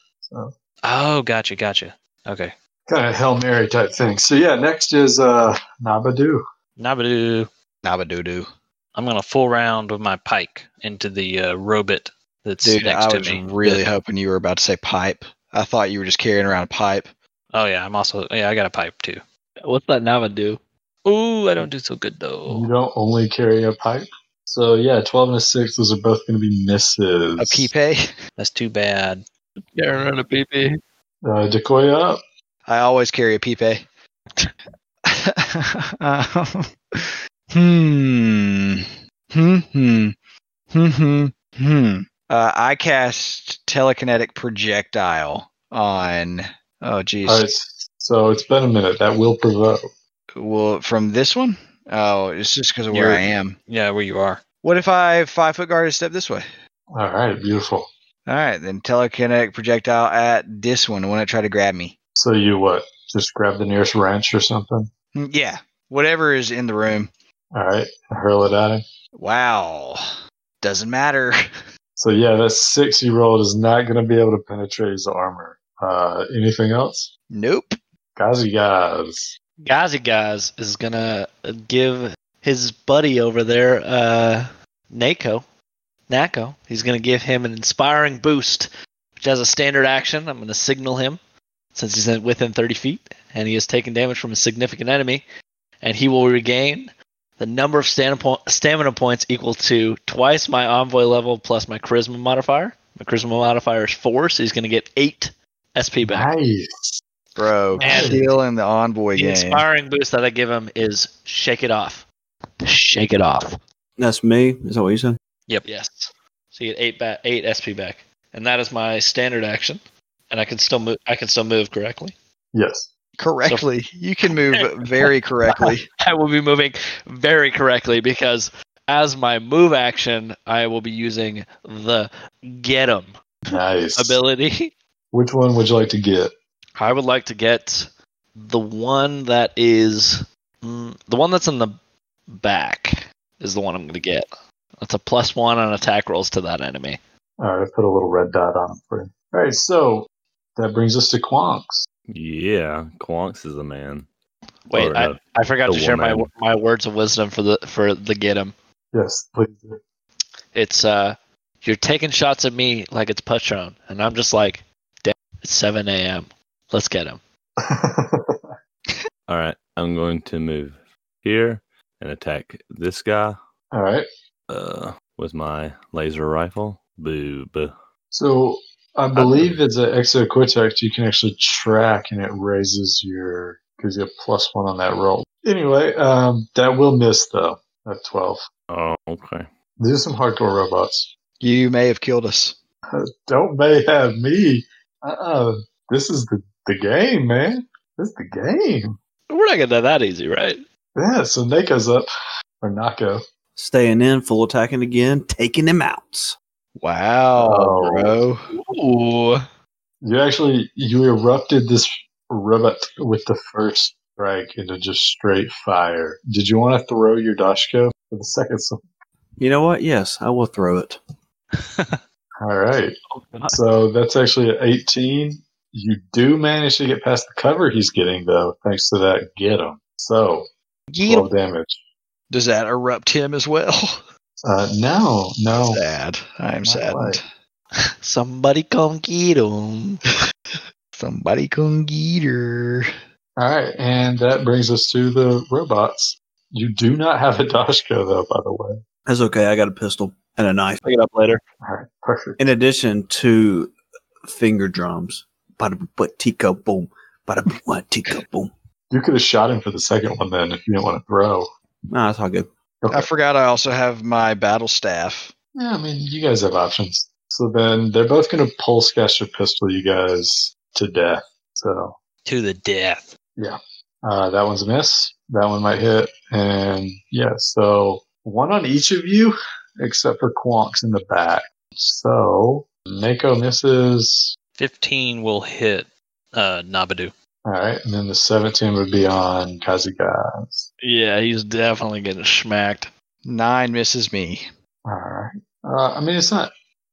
Speaker 3: Oh, gotcha, gotcha. Okay.
Speaker 1: kind of hail mary type thing. So yeah, next is uh, Nabadoo.
Speaker 3: Nabadoo.
Speaker 2: Nabadoodoo.
Speaker 3: I'm gonna full round with my pike into the uh, robot that's
Speaker 2: Dude,
Speaker 3: next
Speaker 2: I
Speaker 3: to
Speaker 2: was
Speaker 3: me.
Speaker 2: really
Speaker 3: That-
Speaker 2: hoping you were about to say pipe. I thought you were just carrying around a pipe.
Speaker 3: oh yeah, I'm also yeah, I got a pipe too.
Speaker 6: What's that Nava do?
Speaker 3: Ooh, I don't do so good though.
Speaker 1: You don't only carry a pipe. So yeah, twelve and a six. Those are both going to be misses.
Speaker 2: A kipe.
Speaker 3: That's too bad.
Speaker 6: Yeah, around a PP.
Speaker 1: Uh, decoy up.
Speaker 2: I always carry a pipe. um, hmm. Hmm. Hmm. Hmm. Hmm. Hmm. Uh, I cast telekinetic projectile on. Oh, jeez.
Speaker 1: All right. So it's been a minute. That will provoke.
Speaker 2: Well, from this one? Oh, it's just because of where
Speaker 3: You're-
Speaker 2: I am.
Speaker 3: Yeah, where you are.
Speaker 2: What if I five foot guard a step this way?
Speaker 1: All right, beautiful.
Speaker 2: All right, then telekinetic projectile at this one, the one that tried to grab me.
Speaker 1: So you what? Just grab the nearest wrench or something.
Speaker 2: Mm, Yeah, whatever is in the room.
Speaker 1: All right, hurl it at him.
Speaker 2: Wow, doesn't matter.
Speaker 1: So yeah, that six-year-old is not going to be able to penetrate his armor. Uh, anything else,
Speaker 2: Nope.
Speaker 1: guys? You guys.
Speaker 6: Gazi Gaz is gonna give his buddy over there, uh, Nako, Nako. He's gonna give him an inspiring boost, which has a standard action. I'm gonna signal him since he's in- within 30 feet, and he has taken damage from a significant enemy, and he will regain the number of stamina, po- stamina points equal to twice my envoy level plus my charisma modifier. My charisma modifier is four, so he's going to get eight SP back.
Speaker 1: Nice.
Speaker 2: Bro,
Speaker 6: And-
Speaker 2: stealing the envoy
Speaker 6: The
Speaker 2: game.
Speaker 6: inspiring boost that I give him is shake it off. Shake it off.
Speaker 4: That's me. Is that what you said?
Speaker 6: Yes. So you get eight back, eight SP back, and that is my standard action, and I can still move. I can still move correctly.
Speaker 1: Yes.
Speaker 2: correctly. you can move very correctly.
Speaker 6: I will be moving very correctly because as my move action, I will be using the get 'em
Speaker 1: Nice.
Speaker 6: ability.
Speaker 1: Which one would you like to get?
Speaker 6: I would like to get the one that is mm, the one that's in the back is the one I'm going to get. That's a plus one on attack rolls to that enemy.
Speaker 1: All right, I put a little red dot on it for you. All right, so that brings us to Quonks.
Speaker 5: Yeah, Quonks is a man.
Speaker 6: Wait,
Speaker 5: Or,
Speaker 6: I,
Speaker 5: uh,
Speaker 6: I forgot
Speaker 5: the
Speaker 6: to share my
Speaker 5: woman.
Speaker 6: my words of wisdom for the for the get 'em.
Speaker 1: Yes, please. do.
Speaker 6: It's uh, you're taking shots at me like it's Patron, and I'm just like, damn, it's 7 a.m. Let's get him.
Speaker 5: All right, I'm going to move here and attack this guy
Speaker 1: All right.
Speaker 5: uh, with my laser rifle. Boo, boo.
Speaker 1: So I believe it's an exocortex you can actually track, and it raises your gives you a plus one on that roll. Anyway, um, that will miss though at twelve.
Speaker 5: Oh, okay.
Speaker 1: These are some hardcore robots.
Speaker 2: You may have killed us.
Speaker 1: Don't may have me. Uh, uh this is the the game, man. This is the game.
Speaker 6: We're not gonna die that easy, right?
Speaker 1: Yeah. So Nako's up or Nako.
Speaker 4: Staying in, full attacking again, taking him out.
Speaker 2: Wow,
Speaker 1: Oh.
Speaker 2: bro.
Speaker 6: Ooh,
Speaker 1: You actually you erupted this robot with the first strike into just straight fire. Did you want to throw your dashko for the second? One?
Speaker 4: You know what? Yes, I will throw it.
Speaker 1: All right. So that's actually an 18. You do manage to get past the cover he's getting though, thanks to that get him. So
Speaker 2: Yeet.
Speaker 1: twelve damage.
Speaker 2: Does that erupt him as well?
Speaker 1: Uh, no, no.
Speaker 2: Sad. I'm
Speaker 1: My
Speaker 2: saddened.
Speaker 6: somebody come get him.
Speaker 2: Somebody come get her.
Speaker 1: All right, and that brings us to the robots. You do not have a Dashko though, by the way.
Speaker 4: That's okay. I got a pistol and a knife.
Speaker 6: Pick it up later.
Speaker 1: All right, perfect.
Speaker 4: In addition to finger drums. Bada but tika boom. Bada but tika boom.
Speaker 1: You could have shot him for the second one then if you didn't want to throw.
Speaker 4: Nah, that's all good.
Speaker 2: I forgot I also have my battle staff.
Speaker 1: Yeah, I mean, you guys have options. So then they're both going to pulse gas your pistol, you guys, to death. So
Speaker 3: to the death.
Speaker 1: uh, that one's a miss. That one might hit. And yeah, so one on each of you, except for Quonks in the back. So Mako misses.
Speaker 3: 15 will hit uh, Nabadoo.
Speaker 1: All right. And then the 17 would be on Kazugaz.
Speaker 6: Yeah, he's definitely getting smacked.
Speaker 2: Nine misses me.
Speaker 1: All right. Uh, I mean, it's not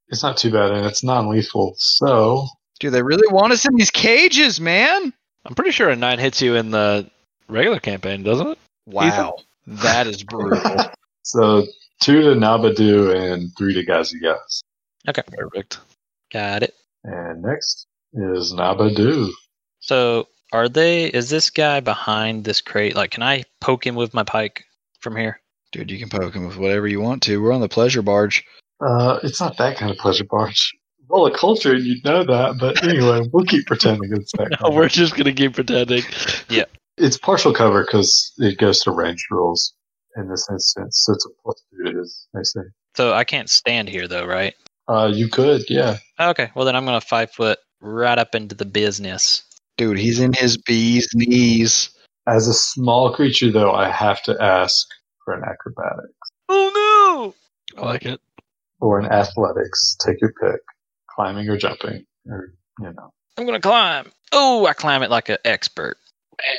Speaker 1: it's not too bad, and it's non-lethal. So
Speaker 2: Do they really want us in these cages, man?
Speaker 6: I'm pretty sure a nine hits you in the regular campaign, doesn't it?
Speaker 2: Wow. That is brutal.
Speaker 1: so two to Nabadoo and three to Gazigas.
Speaker 3: Okay,
Speaker 6: Perfect.
Speaker 3: got it.
Speaker 1: And next is Nabadoo.
Speaker 3: So, are they? Is this guy behind this crate? Like, can I poke him with my pike from here?
Speaker 2: Dude, you can poke him with whatever you want to. We're on the pleasure barge.
Speaker 1: Uh, it's not that kind of pleasure barge. Roll a culture, and you'd know that. But anyway, we'll keep pretending it's that.
Speaker 6: Oh,
Speaker 1: kind of-
Speaker 6: we're just gonna keep pretending.
Speaker 1: it's partial cover because it goes to range rules in this instance. So it's a plus two to his. I say.
Speaker 3: So I can't stand here though, right?
Speaker 1: Uh, you could, yeah.
Speaker 3: Okay, well then I'm gonna five foot right up into the business.
Speaker 2: Dude, he's in his bee's knees.
Speaker 1: As a small creature, though, I have to ask for an acrobatic.
Speaker 3: Oh
Speaker 6: I like it.
Speaker 1: or in athletics. Take your pick, climbing or jumping, or you know.
Speaker 3: no! I'm gonna climb. Oh, I climb it like an expert.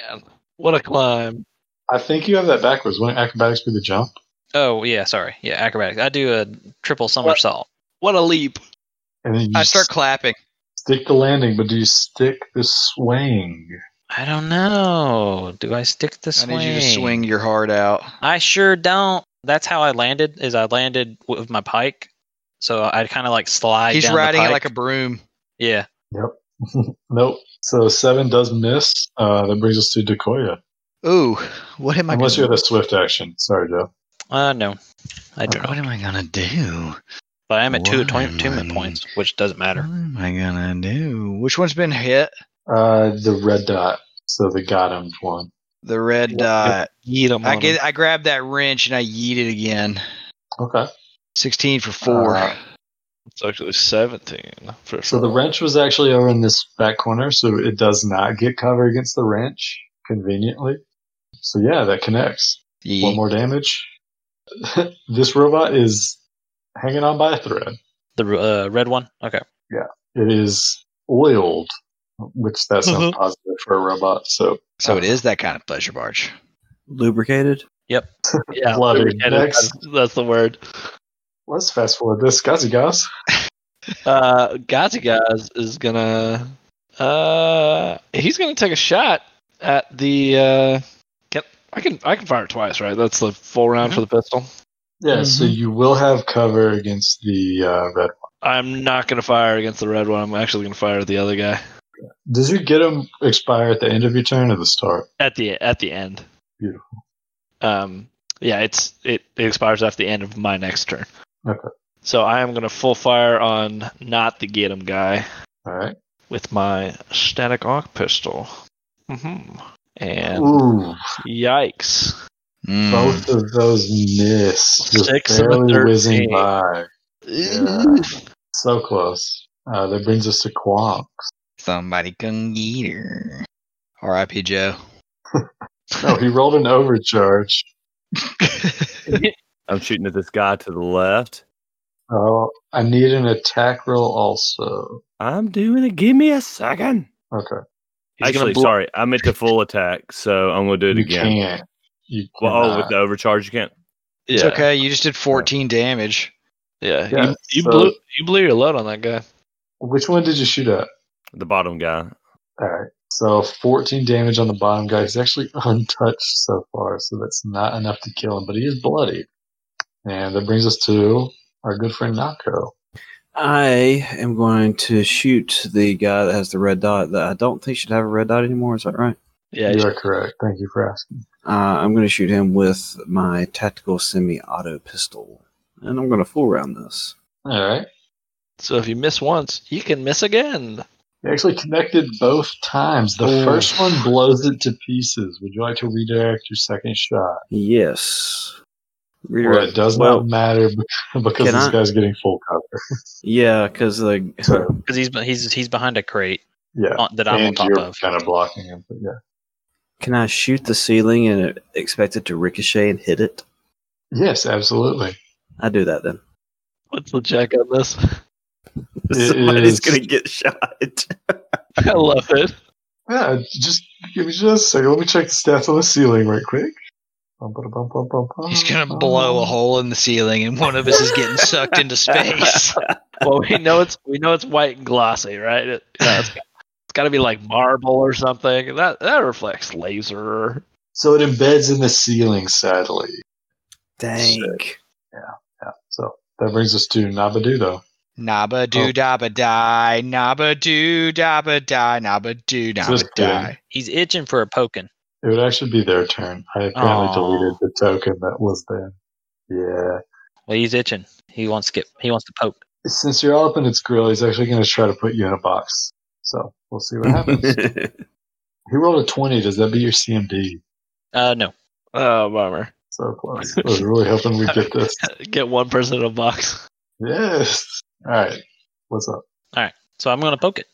Speaker 6: Man, what a climb.
Speaker 1: I think you have that backwards. Wouldn't acrobatics be the jump?
Speaker 3: Oh yeah, sorry. Yeah, acrobatics. I do a triple somersault.
Speaker 6: What a leap.
Speaker 1: And then you
Speaker 2: I start
Speaker 1: s-
Speaker 2: clapping.
Speaker 1: stick the landing, but do you stick the swing?
Speaker 3: I don't know. Do I stick the
Speaker 2: I
Speaker 3: swing?
Speaker 2: need you to swing your heart out.
Speaker 3: I sure don't. That's how I landed. Is I landed with my pike. So I kind of like slide.
Speaker 2: He's
Speaker 3: down the
Speaker 2: riding it
Speaker 3: pike.
Speaker 2: like a broom.
Speaker 3: yeah.
Speaker 1: Nope. So seven does miss. Uh, that brings us to Decoya.
Speaker 2: Ooh, what am I?
Speaker 1: Unless you
Speaker 2: gonna,
Speaker 1: had a swift action. Sorry, Jeff.
Speaker 3: Uh, no, I don't know.
Speaker 2: What am I gonna do?
Speaker 3: But I am at two
Speaker 2: Why
Speaker 3: twenty two minute points, which doesn't
Speaker 2: What
Speaker 3: matter.
Speaker 2: am I gonna do? Which one's been hit?
Speaker 1: Uh, the red dot. So the got him one.
Speaker 2: The red
Speaker 1: Yeah.
Speaker 2: dot.
Speaker 6: Eat them.
Speaker 2: I get. I grab that wrench and I yeet it again.
Speaker 1: Okay.
Speaker 2: Sixteen for four.
Speaker 1: Uh,
Speaker 6: It's actually 17. For
Speaker 1: So the
Speaker 6: sure.
Speaker 1: wrench was actually over in this back corner, so it does not get cover against the wrench conveniently. So yeah, that connects.
Speaker 2: Yeet.
Speaker 1: One more damage. this robot is hanging on by a thread.
Speaker 3: The uh, red one. Okay.
Speaker 1: It is oiled, which that sounds positive for a robot. So
Speaker 2: So it is that kind of pleasure barge.
Speaker 4: Lubricated.
Speaker 6: Yeah,
Speaker 1: Bloody
Speaker 6: lubricated.
Speaker 1: next.
Speaker 6: That's, that's the word.
Speaker 1: let's fast forward this, guys. and Guys,
Speaker 6: Uh, Gazi guys is gonna. Uh, he's gonna take a shot at the. Uh, can, I can I can fire it twice, right? That's the full round for the pistol.
Speaker 1: yeah. So you will have cover against the uh, red.
Speaker 6: I'm not gonna fire against the red one. I'm actually gonna fire at the other guy
Speaker 1: Did you get him expire at the end of your turn or the start?
Speaker 6: at the at the end.
Speaker 1: Beautiful.
Speaker 6: Um, yeah, it's it, it expires after the end of my next turn.
Speaker 1: Okay.
Speaker 6: So I am gonna full fire on not the get him guy.
Speaker 1: All right.
Speaker 6: with my static arc pistol. hmm And
Speaker 1: Ooh.
Speaker 6: yikes!
Speaker 2: Mm.
Speaker 5: Hmm.
Speaker 1: Both of those miss. Just
Speaker 6: Six and a
Speaker 1: barely whizzing
Speaker 6: 13.
Speaker 1: by. Yeah. So close. Uh, that brings us to Quam.
Speaker 2: Somebody come get her. R.I.P. Joe.
Speaker 1: Oh, he rolled an overcharge.
Speaker 5: I'm shooting at this guy to the left.
Speaker 1: Oh, I need an attack roll also.
Speaker 5: I'm doing it. Give me a second.
Speaker 1: Okay.
Speaker 6: He's
Speaker 5: Actually,
Speaker 6: gonna blow.
Speaker 5: sorry, I'm at the full attack, so I'm gonna do it
Speaker 1: you
Speaker 5: again.
Speaker 1: can't. You
Speaker 5: Well, oh, with
Speaker 1: cannot.
Speaker 5: the overcharge, you can't.
Speaker 2: It's
Speaker 6: yeah,
Speaker 2: okay. You just did 14 damage.
Speaker 6: yeah.
Speaker 1: Yeah,
Speaker 6: you you
Speaker 1: so-
Speaker 6: blew you blew your load on that guy.
Speaker 1: Which one did you shoot at?
Speaker 5: The bottom guy.
Speaker 1: All right. So 14 damage on the bottom guy. He's actually untouched so far, so that's not enough to kill him, but he is bloody. And that brings us to our good friend Nako.
Speaker 4: I am going to shoot the guy that has the red dot that I don't think should have a red dot anymore. Is that right?
Speaker 6: Yeah,
Speaker 1: you
Speaker 6: he's-
Speaker 1: are correct. Thank you for asking.
Speaker 4: Uh, I'm going to shoot him with my tactical semi-auto pistol, and I'm going to full round this.
Speaker 1: All right.
Speaker 6: so if you miss once, you can miss again.
Speaker 1: They actually connected both times. The
Speaker 6: Ooh.
Speaker 1: first one blows it to pieces. Would you like to redirect your second shot?
Speaker 4: Yes.
Speaker 1: Well, it does
Speaker 4: Well,
Speaker 1: not matter be- because
Speaker 4: Can
Speaker 1: this
Speaker 4: I-
Speaker 1: guy's getting full cover.
Speaker 4: Yeah, because the
Speaker 1: So,
Speaker 3: Because he's he's he's behind a crate
Speaker 1: yeah.
Speaker 3: on, Oh, that I'm on
Speaker 1: and
Speaker 3: top
Speaker 1: you're
Speaker 3: of.
Speaker 1: kind of blocking him, but yeah.
Speaker 4: can I shoot the ceiling and expect it to ricochet and hit it?
Speaker 1: Yes, absolutely.
Speaker 4: I do that then.
Speaker 6: What's the check on this?
Speaker 4: Somebody's
Speaker 1: is-
Speaker 4: gonna get shot.
Speaker 6: I love it.
Speaker 1: Yeah, just give me just a second. Let me check the stats on the ceiling right quick. Bum, ba, da, bum, bum, bum, bum,
Speaker 2: He's going to
Speaker 1: bum.
Speaker 2: blow a hole in the ceiling, and one of us is getting sucked into space.
Speaker 6: Well, we know it's we know it's white and glossy, right? It, yeah, it's got, it's got to be like marble or something. That that reflects laser.
Speaker 1: So it embeds in the ceiling, sadly.
Speaker 4: Dang.
Speaker 1: Yeah. So that brings us to Nabadoo, though.
Speaker 2: Naba doo daba die. Naba doo daba die. Naba doo
Speaker 1: Just
Speaker 2: daba
Speaker 1: kidding.
Speaker 2: die.
Speaker 3: He's itching for a poking.
Speaker 1: It would actually be their turn. I apparently
Speaker 3: Aw.
Speaker 1: deleted the token that was there. Yeah.
Speaker 3: Well, he's itching. He wants to get. He wants to poke.
Speaker 1: Since you're all up in its grill, he's actually going to try to put you in a box. So we'll see what happens. he rolled a 20. Does that be your CMD?
Speaker 3: Uh, no.
Speaker 6: Oh, bummer.
Speaker 1: So close. I was really hoping we'd get this.
Speaker 6: Get one person in a box.
Speaker 1: Yes. All right. What's up?
Speaker 3: So I'm gonna poke it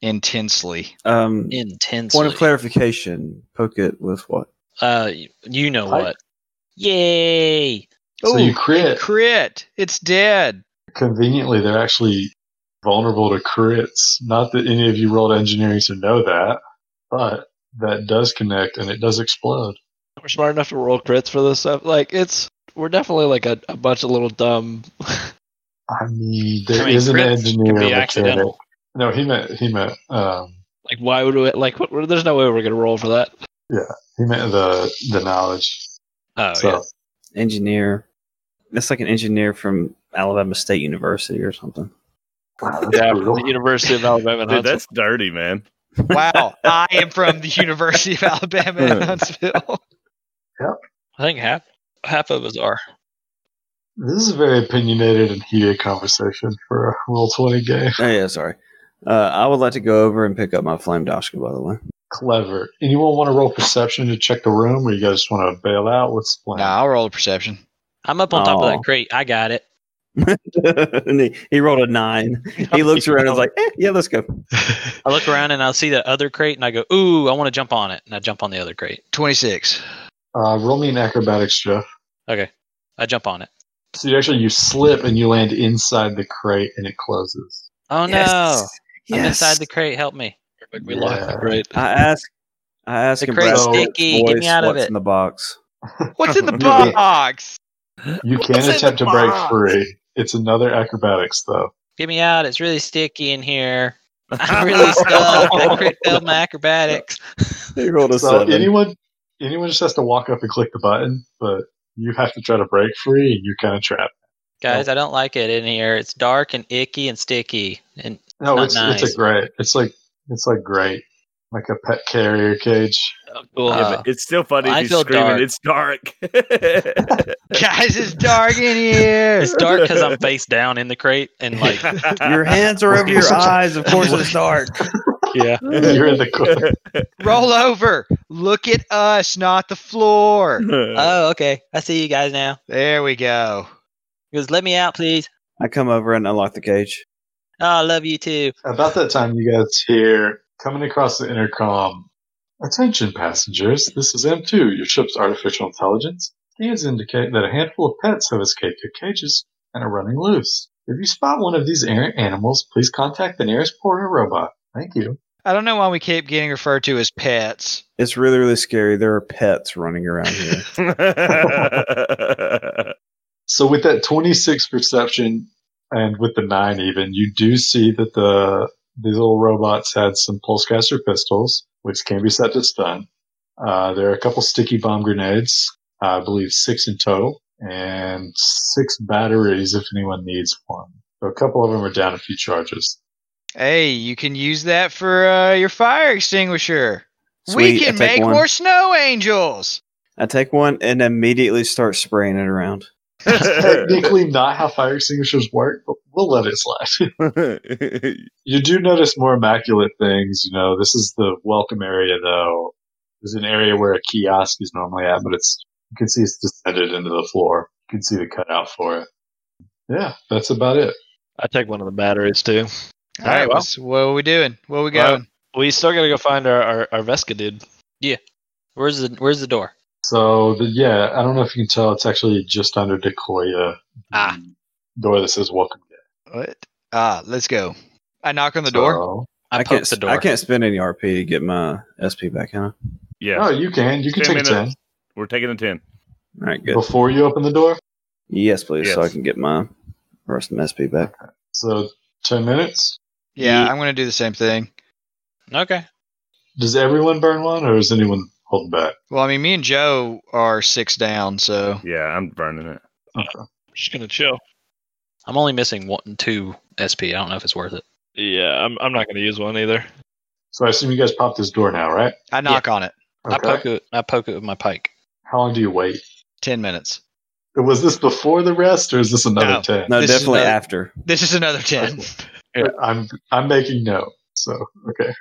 Speaker 2: Intensely.
Speaker 4: um,
Speaker 3: intensely.
Speaker 4: point of clarification: poke it with what?
Speaker 3: Uh, y- you know
Speaker 1: Pipe.
Speaker 3: what? Yay!
Speaker 1: So you
Speaker 2: Ooh,
Speaker 1: crit.
Speaker 2: Crit. It's dead.
Speaker 1: Conveniently, they're actually vulnerable to crits. Not that any of you rolled engineering to know that, but that does connect and it does explode.
Speaker 6: we're smart enough to roll crits for this stuff. Like it's we're definitely like a, a bunch of little dumb.
Speaker 1: I mean, there
Speaker 3: I mean,
Speaker 1: is an
Speaker 3: crits
Speaker 1: engineer
Speaker 3: can be
Speaker 1: mechanic.
Speaker 3: accidental.
Speaker 1: No, he meant he meant um,
Speaker 6: Like why would we like? What, what- there's no way we're gonna roll for that.
Speaker 1: he meant the the knowledge.
Speaker 3: Oh
Speaker 1: so
Speaker 3: yeah.
Speaker 4: Engineer. That's like an engineer from Alabama State University or something.
Speaker 1: wow, that's
Speaker 6: Yeah, from
Speaker 1: brutal.
Speaker 6: the University of Alabama. in
Speaker 5: Dude,
Speaker 6: Huntsville.
Speaker 5: that's dirty, man.
Speaker 2: Wow, I am from the University of Alabama at Huntsville.
Speaker 3: I think half half of us are.
Speaker 1: This is a very opinionated and heated conversation for a roll twenty game.
Speaker 4: Oh yeah, sorry. Uh, I would like to go over and pick up my flame dashka, by the way.
Speaker 1: Clever. Anyone want to roll perception to check the room, or you guys want to bail out? What's the plan?
Speaker 2: Nah, I'll roll a perception.
Speaker 3: I'm up on top of
Speaker 4: Aw.
Speaker 3: that crate. I got it.
Speaker 4: And he, he rolled a nine. He looks around and is like, eh, yeah, let's go.
Speaker 3: I look around and I see that other crate and I go, ooh, I want to jump on it. And I jump on the other crate.
Speaker 2: Twenty six.
Speaker 1: Uh, roll me an acrobatics, Jeff.
Speaker 3: Okay. I jump on it.
Speaker 1: So you actually you slip and you land inside the crate and it closes.
Speaker 3: Oh no. I'm
Speaker 4: Yes.
Speaker 3: inside the crate. Help me.
Speaker 1: We locked the Yeah.
Speaker 3: crate.
Speaker 4: I ask I ask
Speaker 3: The
Speaker 4: him
Speaker 3: crate's
Speaker 4: Brad Pitt's
Speaker 3: sticky. Get me
Speaker 4: voice,
Speaker 3: out of
Speaker 4: what's
Speaker 3: it.
Speaker 4: in the box.
Speaker 2: What's in the
Speaker 1: Yeah.
Speaker 2: box?
Speaker 1: You can
Speaker 2: What's in
Speaker 1: attempt
Speaker 2: the
Speaker 1: to break
Speaker 2: box?
Speaker 1: free. It's another acrobatics though.
Speaker 3: Get me out. It's really sticky in here. I'm really stuck. I crit failed my acrobatics.
Speaker 4: He rolled a
Speaker 1: So
Speaker 4: seven.
Speaker 1: anyone anyone just has to walk up and click the button, but you have to try to break free and you're kinda trapped.
Speaker 3: Guys, I don't like it in here. It's dark and icky and sticky. And
Speaker 1: No,
Speaker 3: Not
Speaker 1: Oh, it's it's
Speaker 3: nice.
Speaker 1: a great it's like it's like great. Like a pet carrier cage.
Speaker 6: Oh,
Speaker 3: uh,
Speaker 5: Yeah, but it's still funny
Speaker 3: I
Speaker 5: if
Speaker 3: feel
Speaker 5: you're
Speaker 3: dark.
Speaker 5: screaming. It's dark.
Speaker 2: Guys, it's dark in here.
Speaker 3: it's dark because I'm face down in the crate and like
Speaker 4: your hands are over your eyes. Of course, it's dark.
Speaker 3: yeah.
Speaker 1: You're in the corner.
Speaker 2: Roll over. Look at us, not the floor.
Speaker 3: Oh, okay. I see you guys now.
Speaker 2: There we go.
Speaker 3: He goes, let me out, please.
Speaker 4: I come over and unlock the cage.
Speaker 3: Oh, I love you too.
Speaker 1: About that time, you guys hear coming across the intercom. Attention, passengers. This is M2, your ship's artificial intelligence. Scans indicate that a handful of pets have escaped your cages and are running loose. If you spot one of these errant animals, please contact the nearest porter robot. Thank you.
Speaker 2: I don't know why we keep getting referred to as pets.
Speaker 4: It's really, really scary. There are pets running around here.
Speaker 1: So with that 26 perception and with the nine even, you do see that the these little robots had some pulsecaster pistols, which can be set to stun. Uh, there are a couple sticky bomb grenades, I believe six in total, and six batteries if anyone needs one. So a couple of them are down a few charges.
Speaker 2: Hey, you can use that for uh, your fire extinguisher. we
Speaker 4: Sweet, I
Speaker 2: can
Speaker 4: take
Speaker 2: make
Speaker 4: one.
Speaker 2: more snow angels.
Speaker 4: I take one and immediately start spraying it around.
Speaker 1: Technically not how fire extinguishers work, but we'll let it slide. You do notice more immaculate things. You know, this is the welcome area, though. There's an area where a kiosk is normally at, but it's you can see it's descended into the floor. You can see the cutout for it. Yeah, that's about it.
Speaker 6: I take one of the batteries
Speaker 2: All
Speaker 6: too.
Speaker 2: right,
Speaker 6: Alright, well.
Speaker 2: what's- what are we doing? What are we
Speaker 6: Well-
Speaker 2: going?
Speaker 6: We still gotta go find our our, our Vesca dude.
Speaker 3: Where's the Where's the door?
Speaker 1: So, the, yeah, I don't know if you can tell, it's actually just under Decoya.
Speaker 3: Ah.
Speaker 1: Door that says welcome.
Speaker 2: What? Ah, let's go. I knock on the door.
Speaker 1: So-
Speaker 3: I,
Speaker 4: I
Speaker 3: poke
Speaker 4: can't.
Speaker 3: the door.
Speaker 4: I can't spend any RP to get my SP back, huh? All
Speaker 5: yeah,
Speaker 1: No, oh, you can. You can
Speaker 5: Ten
Speaker 1: take a 10
Speaker 5: minutes. we're taking a ten.
Speaker 4: right, good.
Speaker 1: before you open the door.
Speaker 4: Yes, please, so I
Speaker 5: Yes.
Speaker 4: can get my rest of my SP back.
Speaker 1: So, 10 minutes.
Speaker 2: Yeah,
Speaker 3: Ye-
Speaker 2: I'm gonna do the same thing.
Speaker 3: Okay.
Speaker 1: Does everyone burn one, or is anyone holding back?
Speaker 2: Well, I mean, me and Joe are six down, so
Speaker 5: Yeah, I'm burning it.
Speaker 6: Just gonna chill.
Speaker 3: I'm only missing one, two SP. I don't know if it's worth it.
Speaker 6: Yeah, I'm I'm not gonna use one either.
Speaker 1: So, I assume you guys pop this door now, right?
Speaker 2: I knock on it.
Speaker 3: I poke it. I poke it with my pike.
Speaker 1: How long do you wait?
Speaker 2: Ten minutes.
Speaker 1: Was this before the rest, or is this another
Speaker 2: No.
Speaker 1: ten?
Speaker 4: No,
Speaker 2: This is
Speaker 4: definitely
Speaker 2: another-
Speaker 4: after.
Speaker 2: This is another ten.
Speaker 1: I'm I'm making note. So okay,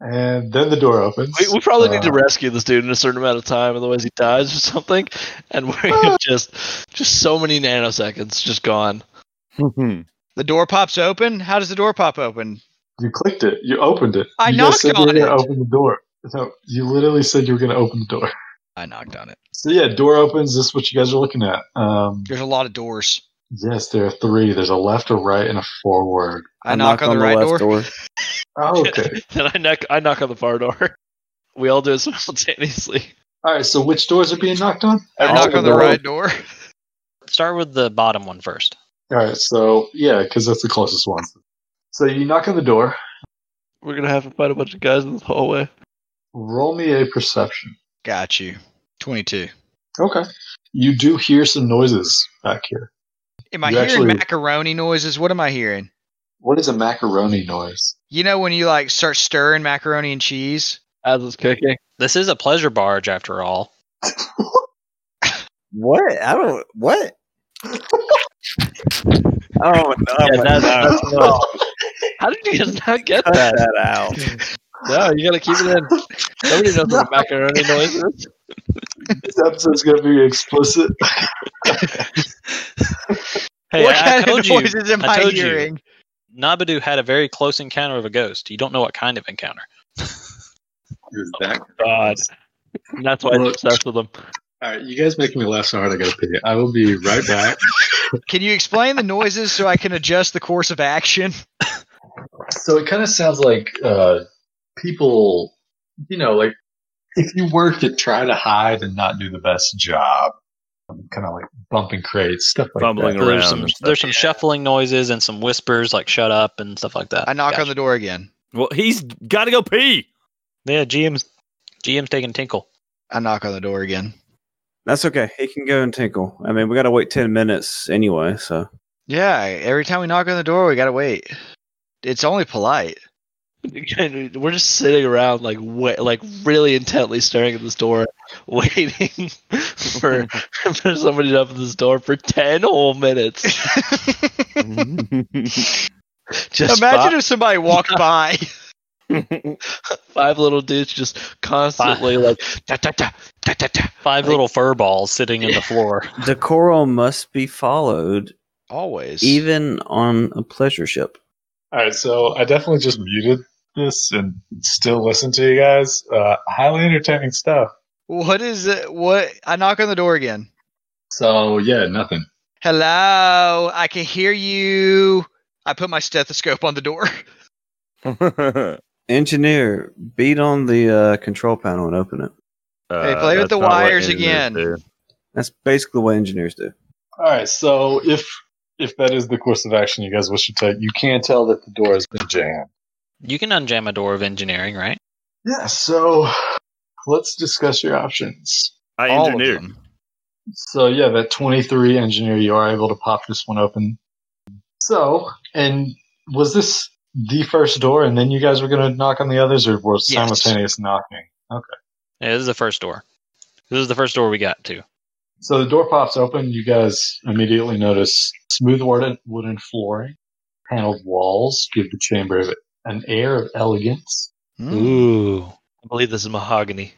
Speaker 1: and then the door opens.
Speaker 6: We, we probably need to
Speaker 1: Uh,
Speaker 6: rescue this dude in a certain amount of time, otherwise he dies or something. And we're just just so many nanoseconds just gone.
Speaker 2: the door pops open. How does the door pop open?
Speaker 1: You clicked it. You opened it.
Speaker 2: I
Speaker 1: you
Speaker 2: knocked
Speaker 1: said you
Speaker 2: on
Speaker 1: were gonna
Speaker 2: it.
Speaker 1: open the door. No, you literally said you were gonna open the door.
Speaker 2: I knocked on it.
Speaker 1: So yeah, door opens. This is what you guys are looking at. Um,
Speaker 2: There's a lot of doors.
Speaker 1: yes, there are three. There's a left, a right, and a forward.
Speaker 2: I, knock, on the, right door.
Speaker 1: Oh, okay.
Speaker 6: Then I knock I knock on the far door. We all do it simultaneously.
Speaker 1: All right. So which doors are being knocked on?
Speaker 2: I
Speaker 1: All
Speaker 2: knock
Speaker 1: the
Speaker 2: on the
Speaker 1: doors.
Speaker 2: right door.
Speaker 3: Start with the bottom one first.
Speaker 1: All right. So yeah, because that's the closest one. So you knock on the door.
Speaker 6: We're gonna have to fight a bunch of guys in the hallway.
Speaker 1: Roll me a perception.
Speaker 2: Got you. Twenty-two.
Speaker 1: Okay. You do hear some noises back here.
Speaker 2: Am I
Speaker 1: You
Speaker 2: hearing
Speaker 1: actually-
Speaker 2: macaroni noises? What am I hearing?
Speaker 1: What is a macaroni noise?
Speaker 2: You know when you like start stirring macaroni and cheese?
Speaker 6: As it's cooking.
Speaker 3: This is a pleasure barge after all.
Speaker 4: What? I don't. What? oh, no,
Speaker 6: Yeah, that's-
Speaker 4: no.
Speaker 1: Uh,
Speaker 6: that's what-
Speaker 1: Oh,
Speaker 6: How did you guys not get
Speaker 4: Cut
Speaker 6: that?
Speaker 4: that out.
Speaker 6: No, you gotta keep it in. Nobody knows what a macaroni noise is.
Speaker 1: This episode's gonna be explicit.
Speaker 3: Hey,
Speaker 2: what
Speaker 3: I, I
Speaker 2: kind
Speaker 3: told
Speaker 2: of
Speaker 3: you,
Speaker 2: noises am
Speaker 3: I
Speaker 2: I,
Speaker 3: told you.
Speaker 2: hearing?
Speaker 3: Nabadoo had a very close encounter of a ghost. You don't know what kind of encounter.
Speaker 1: Is that-
Speaker 6: God. And that's why I'm obsessed with them.
Speaker 1: All right, you guys make me laugh so hard I gotta pee. I will be right back.
Speaker 2: Can you explain the noises so I can adjust the course of action?
Speaker 1: so it kind of sounds like uh, people, you know, like if you were to try to hide and not do the best job, kind of like bumping crates, stuff like
Speaker 5: Fumbling
Speaker 1: that.
Speaker 5: around
Speaker 3: There's some
Speaker 5: and stuff.
Speaker 3: there's some shuffling noises and some whispers like "shut up" and stuff like that.
Speaker 2: I knock
Speaker 3: Gotcha.
Speaker 2: on the door again.
Speaker 5: Well, he's got to go pee.
Speaker 3: Yeah, GM's GM's taking tinkle.
Speaker 2: I knock on the door again.
Speaker 4: That's okay. He can go and tinkle. I mean, we gotta wait ten minutes anyway. So
Speaker 2: Yeah, every time we knock on the door, we gotta wait. It's only polite.
Speaker 6: We're just sitting around, like, wa- like really intently staring at this door, waiting for, for somebody to open this door for 10 whole minutes. Just
Speaker 2: Imagine
Speaker 6: fi-
Speaker 2: if somebody walked by.
Speaker 6: five little dudes just constantly like ta ta ta ta ta ta.
Speaker 3: Five little fur balls sitting in the floor.
Speaker 4: decorum must be followed,
Speaker 2: Always.
Speaker 4: even on a pleasure ship.
Speaker 1: All right, so I definitely just muted this and still listen to you guys. Uh, highly entertaining stuff.
Speaker 2: What is it? What? I knock on the door again.
Speaker 1: So yeah, nothing.
Speaker 2: Hello, I can hear you. I put my stethoscope on the door.
Speaker 5: Uh,
Speaker 4: Engineer, beat on the uh, control panel and open it.
Speaker 5: Uh,
Speaker 2: play with
Speaker 5: that's
Speaker 2: the
Speaker 5: not what
Speaker 2: wires
Speaker 5: engineers
Speaker 2: again.
Speaker 5: do.
Speaker 4: That's basically what engineers do.
Speaker 1: All right, so if if that is the course of action you guys wish to take, you can tell that the door has been jammed.
Speaker 3: You can unjam a door of engineering, right?
Speaker 1: Yeah, so let's discuss your options.
Speaker 5: I
Speaker 2: All of
Speaker 5: engineered.
Speaker 2: them.
Speaker 1: So yeah, that 23 engineer, you are able to pop this one open. So, and was this the first door, and then you guys were going to knock on the others, or was
Speaker 2: Yes.
Speaker 1: simultaneous knocking? Okay.
Speaker 3: Yeah, this is the first door. This is the first door we got to.
Speaker 1: So the door pops open. You guys immediately notice smooth wooden wooden flooring, paneled walls give the chamber an air of elegance,
Speaker 2: Hmm.
Speaker 3: Ooh.
Speaker 6: I believe this is mahogany.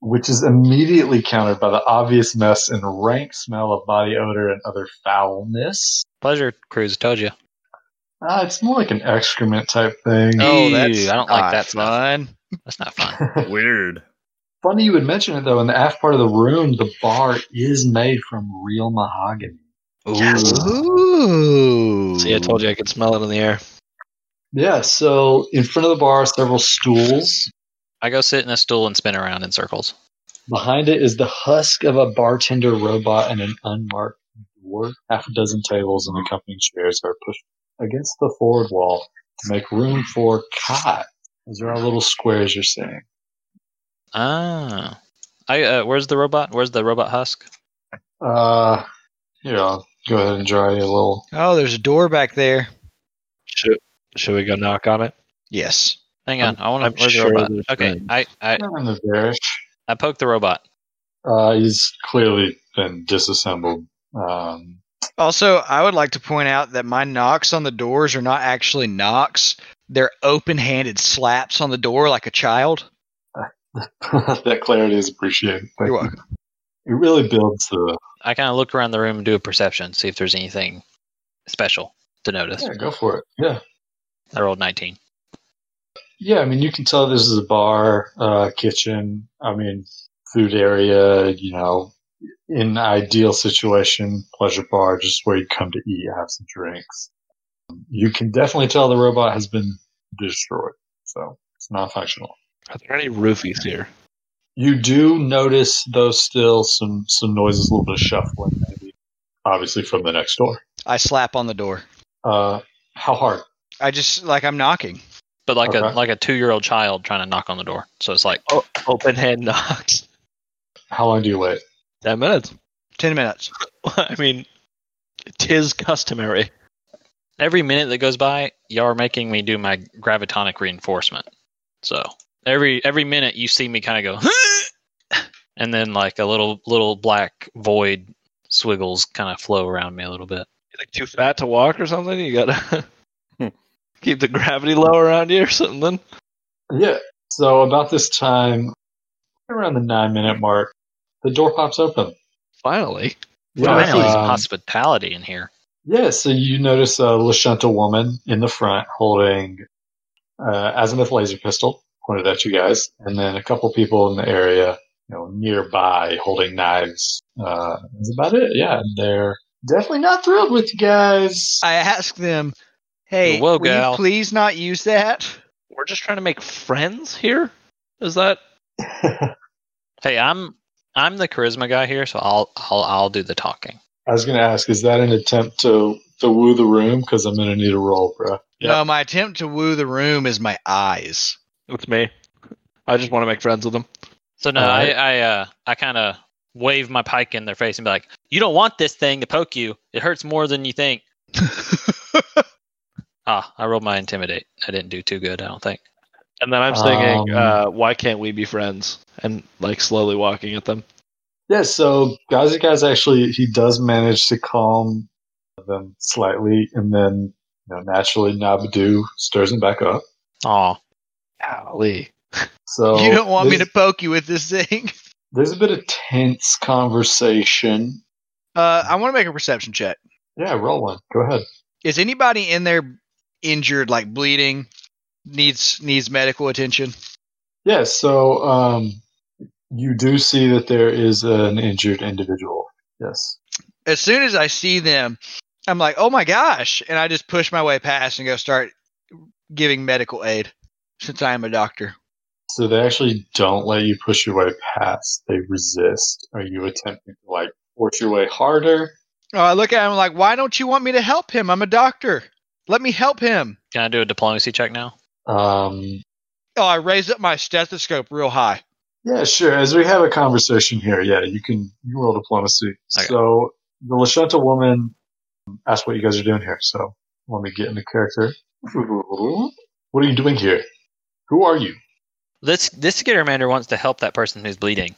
Speaker 1: which is immediately countered by the obvious mess and rank smell of body odor and other foulness.
Speaker 3: Pleasure cruise, told you.
Speaker 1: Uh, it's more like an excrement type thing.
Speaker 2: Oh, that's
Speaker 3: Ew, I don't like
Speaker 2: not
Speaker 3: that stuff.
Speaker 2: fun.
Speaker 3: That's not fun.
Speaker 5: Weird.
Speaker 1: Funny you would mention it though. In the aft part of the room, the bar is made from real mahogany.
Speaker 2: Ooh.
Speaker 6: See, I told you I could smell it in the air.
Speaker 1: Yeah. So in front of the bar, are several stools.
Speaker 3: I go sit in a stool and spin around in circles.
Speaker 1: Behind it is the husk of a bartender robot and an unmarked door. Half a dozen tables and accompanying chairs are pushed against the forward wall to make room for cot. Those are our little squares you're seeing.
Speaker 3: Ah. I uh, where's the robot? Where's the robot husk?
Speaker 1: Uh, here, I'll go ahead and draw you a little.
Speaker 2: Oh, there's a door back there.
Speaker 6: Should, should we go knock on it?
Speaker 2: Yes.
Speaker 3: Hang on, i
Speaker 6: I'm
Speaker 3: want to. Where's
Speaker 6: sure
Speaker 3: the robot?
Speaker 6: there's
Speaker 3: Okay,
Speaker 6: one.
Speaker 3: I, I
Speaker 1: kind of bearish.
Speaker 3: I poke the robot.
Speaker 1: Uh, he's clearly been disassembled. Um,
Speaker 2: Also, I would like to point out that my knocks on the doors are not actually knocks. They're open-handed slaps on the door like a child.
Speaker 1: that clarity is appreciated. Thank
Speaker 2: You're
Speaker 1: you.
Speaker 2: welcome.
Speaker 1: It really builds the.
Speaker 3: I kind of look around the room and do a perception, see if there's anything special to notice.
Speaker 1: Yeah, go for it. Yeah.
Speaker 3: I rolled 19.
Speaker 1: Yeah, I mean, you can tell this is a bar, uh, kitchen, I mean, food area, you know, in an ideal situation, pleasure bar, just where you come to eat, have some drinks. You can definitely tell the robot has been destroyed, so it's non functional.
Speaker 6: Are there any roofies here?
Speaker 1: You do notice, though, still some some noises, a little bit of shuffling, maybe, obviously from the next door.
Speaker 2: I slap on the door.
Speaker 1: Uh, how hard?
Speaker 2: I just like I'm knocking.
Speaker 3: But like a
Speaker 1: Okay.
Speaker 3: like a two year old child trying to knock on the door. So it's like
Speaker 6: Oh, open hand knocks.
Speaker 1: How long do you wait?
Speaker 6: Ten minutes.
Speaker 2: Ten minutes.
Speaker 6: I mean, tis customary.
Speaker 3: Every minute that goes by, y'all are making me do my gravitonic reinforcement. So every every minute you see me kind of go, and then like a little little black void swiggles kind of flow around me a little bit.
Speaker 6: You're like too fat to walk or something. You gotta keep the gravity low around you or something.
Speaker 1: Yeah. So about this time, around the nine minute mark, the door pops open.
Speaker 6: Finally,
Speaker 1: Yeah,
Speaker 3: Finally, some
Speaker 1: um,
Speaker 3: hospitality in here.
Speaker 1: yeah. So you notice a Lashunta woman in the front holding uh, azimuth laser pistol pointed at you guys, and then a couple people in the area, you know, nearby holding knives. Uh, that's about it. Yeah, they're definitely not thrilled with you guys.
Speaker 2: I ask them, "Hey,
Speaker 3: Whoa,
Speaker 2: will you
Speaker 3: gal.
Speaker 2: please not use that?"
Speaker 6: we're just trying to make friends here. Is that
Speaker 3: Hey, I'm I'm the charisma guy here, so I'll I'll I'll do the talking.
Speaker 1: I was going to ask, is that an attempt to to woo the room? Because I'm going to need a roll, bro.
Speaker 2: No, my attempt to woo the room is my eyes.
Speaker 6: it's me? I just want to make friends with them.
Speaker 3: So no,
Speaker 1: Alright.
Speaker 3: I I uh, I kind of wave my pike in their face and be like, "You don't want this thing to poke you. It hurts more than you think." Ah, I rolled my intimidate. I didn't do too good, I don't think.
Speaker 6: And then I'm singing,
Speaker 1: Um,
Speaker 6: uh, "Why can't we be friends?" and like slowly walking at them.
Speaker 1: Yeah, so Gazi guys actually he does manage to calm them slightly, and then you know naturally Nabadoo stirs him back up.
Speaker 3: Oh,
Speaker 6: Golly. Oh,
Speaker 1: So
Speaker 2: you don't want me to
Speaker 1: there's-
Speaker 2: poke you with this thing.
Speaker 1: There's a bit of tense conversation.
Speaker 2: Uh, I want to make a perception check.
Speaker 1: Yeah, roll one. Go ahead.
Speaker 2: Is anybody in there injured, like bleeding, needs needs medical attention?
Speaker 1: Yeah, so um, you do see that there is an injured individual. Yes.
Speaker 2: As soon as I see them, I'm like, "Oh my gosh!" and I just push my way past and go start giving medical aid, since I am a doctor.
Speaker 1: So they actually don't let you push your way past. They resist. Are you attempting to like force your way harder?
Speaker 2: Oh, I look at him like, why don't you want me to help him? I'm a doctor. Let me help him.
Speaker 3: can I do a diplomacy check now?
Speaker 1: Um,
Speaker 2: Oh, I raised up my stethoscope real high.
Speaker 1: Yeah, sure. As we have a conversation here, yeah, you can you can roll diplomacy.
Speaker 3: Okay.
Speaker 1: So the Lashunta woman asked what you guys are doing here. So let me get into character.
Speaker 2: Mm-hmm.
Speaker 1: What are you doing here? Who are you?
Speaker 3: This this Skittermander wants to help that person who's bleeding.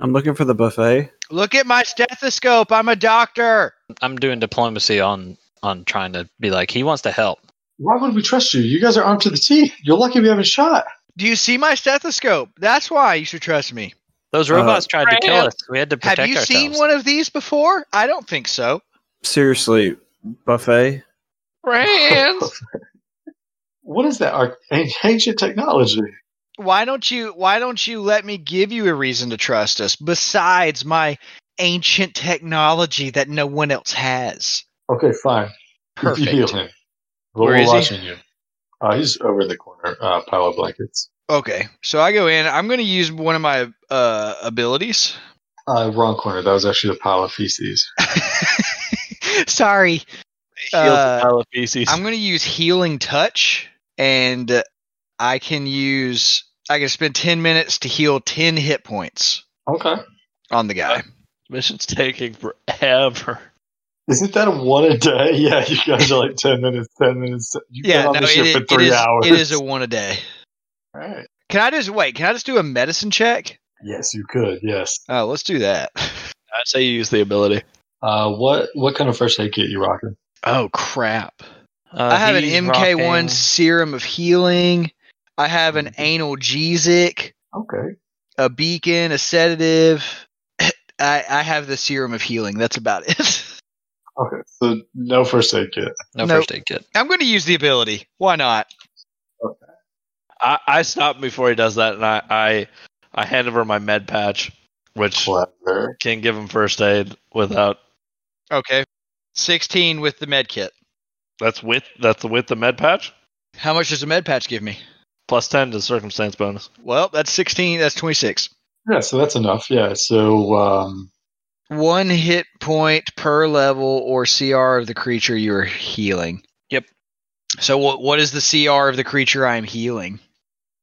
Speaker 4: I'm looking for the buffet.
Speaker 2: Look at my stethoscope. I'm a doctor.
Speaker 3: I'm doing diplomacy on on trying to be like he wants to help.
Speaker 1: Why would we trust you? You guys are armed to the teeth. You're lucky we haven't shot.
Speaker 2: Do you see my stethoscope? That's why you should trust me.
Speaker 3: Those
Speaker 4: Uh,
Speaker 3: robots tried to kill
Speaker 6: Brad,
Speaker 3: us. We had to
Speaker 2: Have
Speaker 3: protect
Speaker 2: you
Speaker 3: ourselves.
Speaker 2: seen one of these before? I don't think so.
Speaker 4: Seriously, buffet.
Speaker 6: Friends.
Speaker 1: What is that? Our an- ancient technology.
Speaker 2: Why don't you why don't you let me give you a reason to trust us besides my ancient technology that no one else has?
Speaker 1: Okay, fine. You heal
Speaker 2: Perfect.
Speaker 1: him.
Speaker 2: Where
Speaker 1: We're
Speaker 2: is he?
Speaker 1: watching you. Uh, he's over in the corner, uh, pile of blankets.
Speaker 2: Okay. So I go in. I'm going to use one of my uh abilities.
Speaker 1: Uh, wrong corner. That was actually the pile of feces.
Speaker 2: Sorry.
Speaker 6: He heals
Speaker 2: Uh,
Speaker 6: the pile of feces.
Speaker 2: I'm going to use healing touch and uh, I can use I can spend 10 minutes to heal 10 hit points
Speaker 1: Okay.
Speaker 2: on the guy.
Speaker 6: Mission's taking forever.
Speaker 1: Isn't that a one a day? Yeah, you guys are like ten minutes, ten minutes. You've
Speaker 2: yeah,
Speaker 1: been on
Speaker 2: no,
Speaker 1: this
Speaker 2: it,
Speaker 1: shit
Speaker 2: is-
Speaker 1: for
Speaker 2: it
Speaker 1: three
Speaker 2: is,
Speaker 1: hours.
Speaker 2: it is a one a day.
Speaker 1: All right.
Speaker 2: Can I just wait? Can I just do a medicine check?
Speaker 1: Yes, you could. Yes.
Speaker 2: Oh, let's do that.
Speaker 6: I say you use the ability.
Speaker 1: Uh, what what kind of first aid kit you rocking?
Speaker 2: Oh crap.
Speaker 3: Uh,
Speaker 2: I have an
Speaker 3: he's
Speaker 2: MK1
Speaker 3: rocking-
Speaker 2: serum of healing. I have an analgesic,
Speaker 1: Okay.
Speaker 2: a beacon, a sedative. I, I have the serum of healing. That's about it.
Speaker 1: Okay. So no first aid kit.
Speaker 3: No
Speaker 2: Nope.
Speaker 3: first aid kit.
Speaker 2: I'm going to use the ability. Why not?
Speaker 6: I, I stop him before he does that, and I, I I hand over my med patch, which
Speaker 1: Clever.
Speaker 6: can give him first aid without.
Speaker 2: Okay. 16 with the med kit.
Speaker 6: That's with that's with the med patch
Speaker 2: How much does a med patch give me?
Speaker 6: plus ten to circumstance bonus.
Speaker 2: Well, that's 16. That's 26.
Speaker 1: Yeah. So that's enough. Yeah. So um,
Speaker 2: One hit point per level or CR of the creature you're healing.
Speaker 3: Yep.
Speaker 2: So what what is the CR of the creature I'm healing?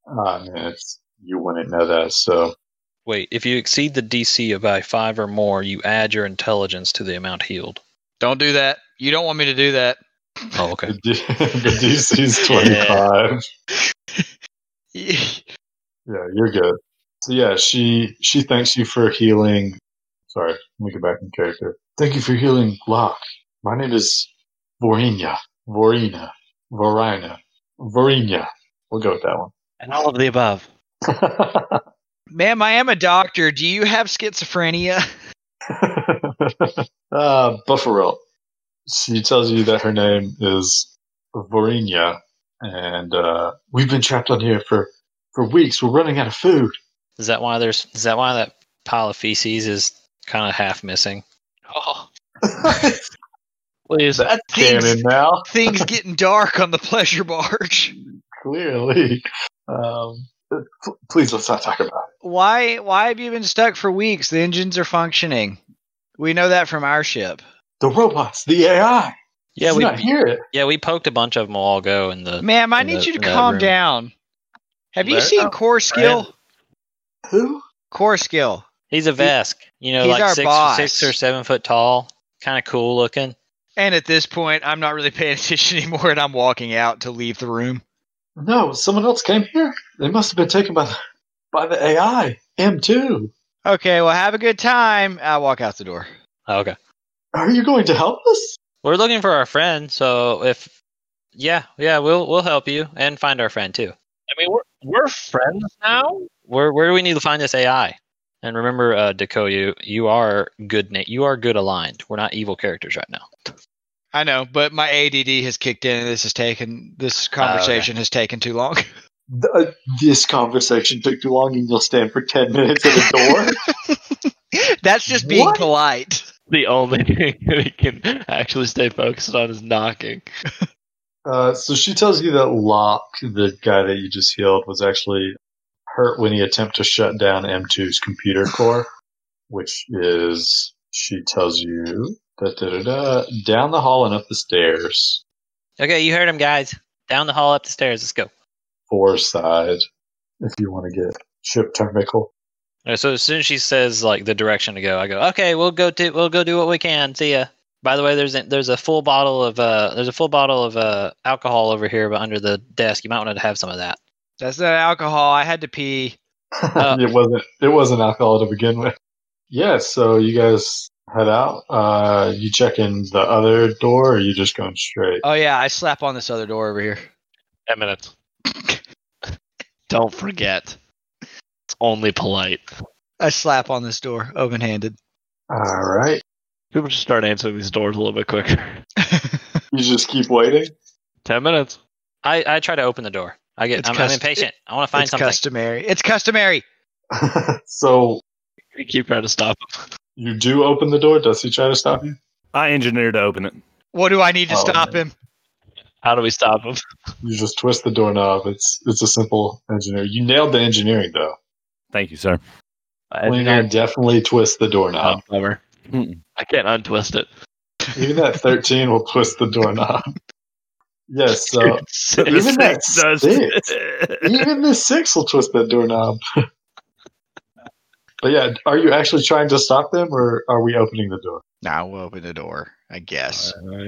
Speaker 1: ah, man, it's, you wouldn't know that. So
Speaker 3: Wait, if you exceed the DC by five or more, you add your intelligence to the amount healed.
Speaker 2: Don't do that. You don't want me to do that.
Speaker 3: Oh, okay.
Speaker 1: The, D- the DC's 25. Yeah, you're good. So yeah, she she thanks you for healing. Sorry, let me get back in character. Thank you for healing Locke. My name is Vorina. Vorina. Vorina. Vorina. We'll go with that
Speaker 6: and all of the above.
Speaker 1: one.
Speaker 2: Ma'am, I am a doctor. Do you have schizophrenia?
Speaker 1: uh, Bufferel. She tells you that her name is Vorina, and uh, we've been trapped on here for, for weeks. We're running out of food.
Speaker 3: Is that why there's? Is that why that pile of feces is kind of half missing?
Speaker 6: Oh,
Speaker 1: That's
Speaker 6: please.
Speaker 1: canon now.
Speaker 2: Things getting dark on the pleasure barge.
Speaker 1: Clearly. Um, p- please let's not talk about it.
Speaker 2: Why why have you been stuck for weeks? The engines are functioning. We know that from our ship.
Speaker 1: The robots, the AI.
Speaker 3: Yeah,
Speaker 1: She's
Speaker 3: we
Speaker 1: not hear it.
Speaker 3: yeah we poked a bunch of them a while ago in the.
Speaker 2: Ma'am, I
Speaker 3: In
Speaker 2: need
Speaker 3: the-
Speaker 2: you to
Speaker 3: in that
Speaker 2: calm
Speaker 3: room.
Speaker 2: down. Have you
Speaker 1: There-
Speaker 2: seen
Speaker 6: Oh,
Speaker 2: Core Skill?
Speaker 1: Who?
Speaker 2: Core Skill.
Speaker 3: He's a Vesk, you know,
Speaker 2: he's
Speaker 3: like
Speaker 2: our
Speaker 3: six
Speaker 2: boss.
Speaker 3: six or seven foot tall, kind of cool looking.
Speaker 2: And at this point, I'm not really paying attention anymore, and I'm walking out to leave the room.
Speaker 1: No, someone else came here. They must have been taken by the, by the AI. M2.
Speaker 2: Okay, well, have a good time. I walk out the door.
Speaker 3: Oh, okay,
Speaker 1: Are you going to help us?
Speaker 3: we're looking for our friend, so if yeah, yeah, we'll we'll help you and find our friend too.
Speaker 6: I mean, we're, we're friends now.
Speaker 3: Where where do we need to find this AI? And remember, uh, Deco, you you are good. Na- you are good aligned. We're not evil characters right now.
Speaker 2: I know, but my ADD has kicked in, and this has taken this conversation has taken too long.
Speaker 1: Th- uh, this conversation took too long and you'll stand for 10 minutes at the
Speaker 2: That's just being
Speaker 1: What?
Speaker 2: polite.
Speaker 6: The only thing that he can actually stay focused on is knocking.
Speaker 1: door. uh, so she tells you that Locke, the guy that you just healed, was actually hurt when he attempted to shut down M2's computer core, which is, she tells you, da, da, da, da, down the hall and up the stairs.
Speaker 3: Okay, you heard him, guys. Down the hall, up the stairs. Let's go.
Speaker 1: four side if you want to get ship termical.
Speaker 3: Uh, So as soon as she says like the direction to go, I go, okay, we'll go to we'll go do what we can. See ya. By the way, there's a, there's a full bottle of uh there's a full bottle of uh alcohol over here, but under the desk. You might want to have some of that.
Speaker 2: That's not alcohol. I had to pee.
Speaker 1: it wasn't it wasn't alcohol to begin with. Yeah, so you guys head out. Uh you check in the other door or you just going straight?
Speaker 2: Oh yeah, I slap on this other door over here.
Speaker 6: Ten minutes. Don't forget. It's only polite.
Speaker 2: I slap on this door open-handed.
Speaker 1: All right.
Speaker 6: People should start answering these doors a little bit quicker.
Speaker 1: You just keep waiting.
Speaker 6: Ten minutes.
Speaker 3: I I try to open the door. I get
Speaker 2: It's
Speaker 3: I'm,
Speaker 2: cust-
Speaker 3: I'm impatient. I want to find
Speaker 2: it's
Speaker 3: something.
Speaker 2: customary. It's customary.
Speaker 1: so
Speaker 6: We keep trying to stop him.
Speaker 1: you do open the door. Does he try to stop you?
Speaker 5: I engineered to open it.
Speaker 2: What do I need to
Speaker 1: Oh,
Speaker 2: stop him?
Speaker 6: How do we stop him?
Speaker 1: You just twist the doorknob. It's it's a simple engineer. You nailed the engineering though.
Speaker 5: Thank you, sir.
Speaker 6: I
Speaker 1: Klinger definitely twist the doorknob.
Speaker 6: clever.
Speaker 5: Mm-mm.
Speaker 6: I can't untwist it.
Speaker 1: Even that thirteen will twist the doorknob. Yes, so
Speaker 5: The
Speaker 1: Even that
Speaker 5: six does-
Speaker 1: Even the six will twist that doorknob. but yeah, are you actually trying to stop them, or are we opening the door?
Speaker 2: Now we'll open the door. I guess.
Speaker 1: All